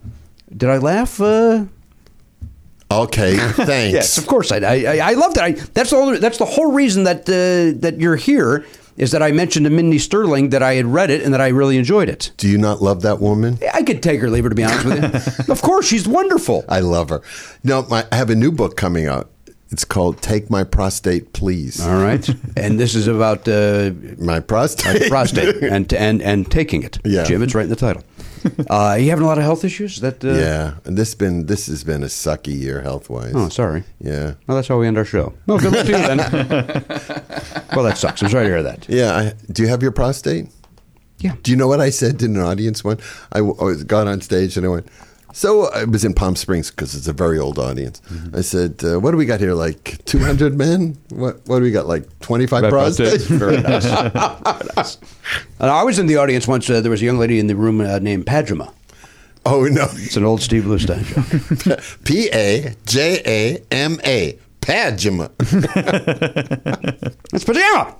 [SPEAKER 3] did I laugh? Uh,
[SPEAKER 10] Okay, thanks.
[SPEAKER 3] yes, of course. I I, I loved it. I, that's the only, that's the whole reason that uh, that you're here is that I mentioned to Mindy Sterling that I had read it and that I really enjoyed it.
[SPEAKER 10] Do you not love that woman?
[SPEAKER 3] I could take her or leave her, to be honest with you. of course, she's wonderful.
[SPEAKER 10] I love her. No, my, I have a new book coming out. It's called Take My Prostate, Please.
[SPEAKER 3] All right, and this is about uh,
[SPEAKER 10] Uh-huh. My prostate.
[SPEAKER 3] prostate and and and taking it.
[SPEAKER 10] Yeah.
[SPEAKER 3] Jim, it's right in the title. Uh, you having a lot of health issues? That uh,
[SPEAKER 10] yeah, and this been this has been a sucky year health wise.
[SPEAKER 3] Oh, sorry.
[SPEAKER 10] Yeah,
[SPEAKER 3] Well, that's how we end our show.
[SPEAKER 13] No, good luck to you then.
[SPEAKER 3] Well, that sucks. I'm sorry to hear that.
[SPEAKER 10] yeah. I, do you have your prostate?
[SPEAKER 3] Yeah.
[SPEAKER 10] Do you know what I said to an audience one? I, w- I was- got on stage and I went, so I was in Palm Springs because it's a very old audience. I said, uh, what do we got here? Like 200 men? What, what do we got? Like 25
[SPEAKER 13] Right,
[SPEAKER 10] prostates?
[SPEAKER 13] prostate. Very nice.
[SPEAKER 3] And I was in the audience once. Uh, there was a young lady in the room uh, named Padrima.
[SPEAKER 10] Oh, no.
[SPEAKER 3] It's an old Steve Bluestein joke.
[SPEAKER 10] P A J A M A. Pajama.
[SPEAKER 3] It's pajama.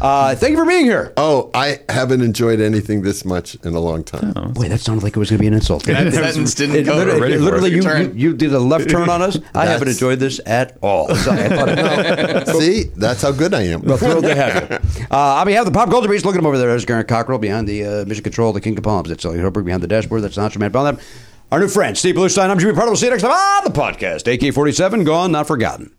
[SPEAKER 3] Uh, thank you for being here.
[SPEAKER 10] Oh, I haven't enjoyed anything this much in a long time.
[SPEAKER 3] Oh, Boy, that sounded like it was going to be an insult.
[SPEAKER 7] That sentence didn't
[SPEAKER 3] It
[SPEAKER 7] go
[SPEAKER 3] literally,
[SPEAKER 7] ready
[SPEAKER 3] it
[SPEAKER 7] for it.
[SPEAKER 3] literally
[SPEAKER 7] Your
[SPEAKER 3] you, you,
[SPEAKER 7] turn.
[SPEAKER 3] you did a left turn on us. I haven't
[SPEAKER 10] That's-
[SPEAKER 3] enjoyed this at all. Sorry, I thought it-
[SPEAKER 10] See, that's how good I am.
[SPEAKER 3] Well, thrilled to have you. Uh, on behalf of the Pop Culture Beast, look at him over there. There's Garrett Cockrell behind the uh, Mission Control, the King of Palms. That's Elliot Hoberg behind the dashboard. That's Nacho Man Belknap. Our new friend, Steve Bluestein. I'm Jimmy Pardo. We'll see you next time on the podcast. AK 47, gone, not forgotten.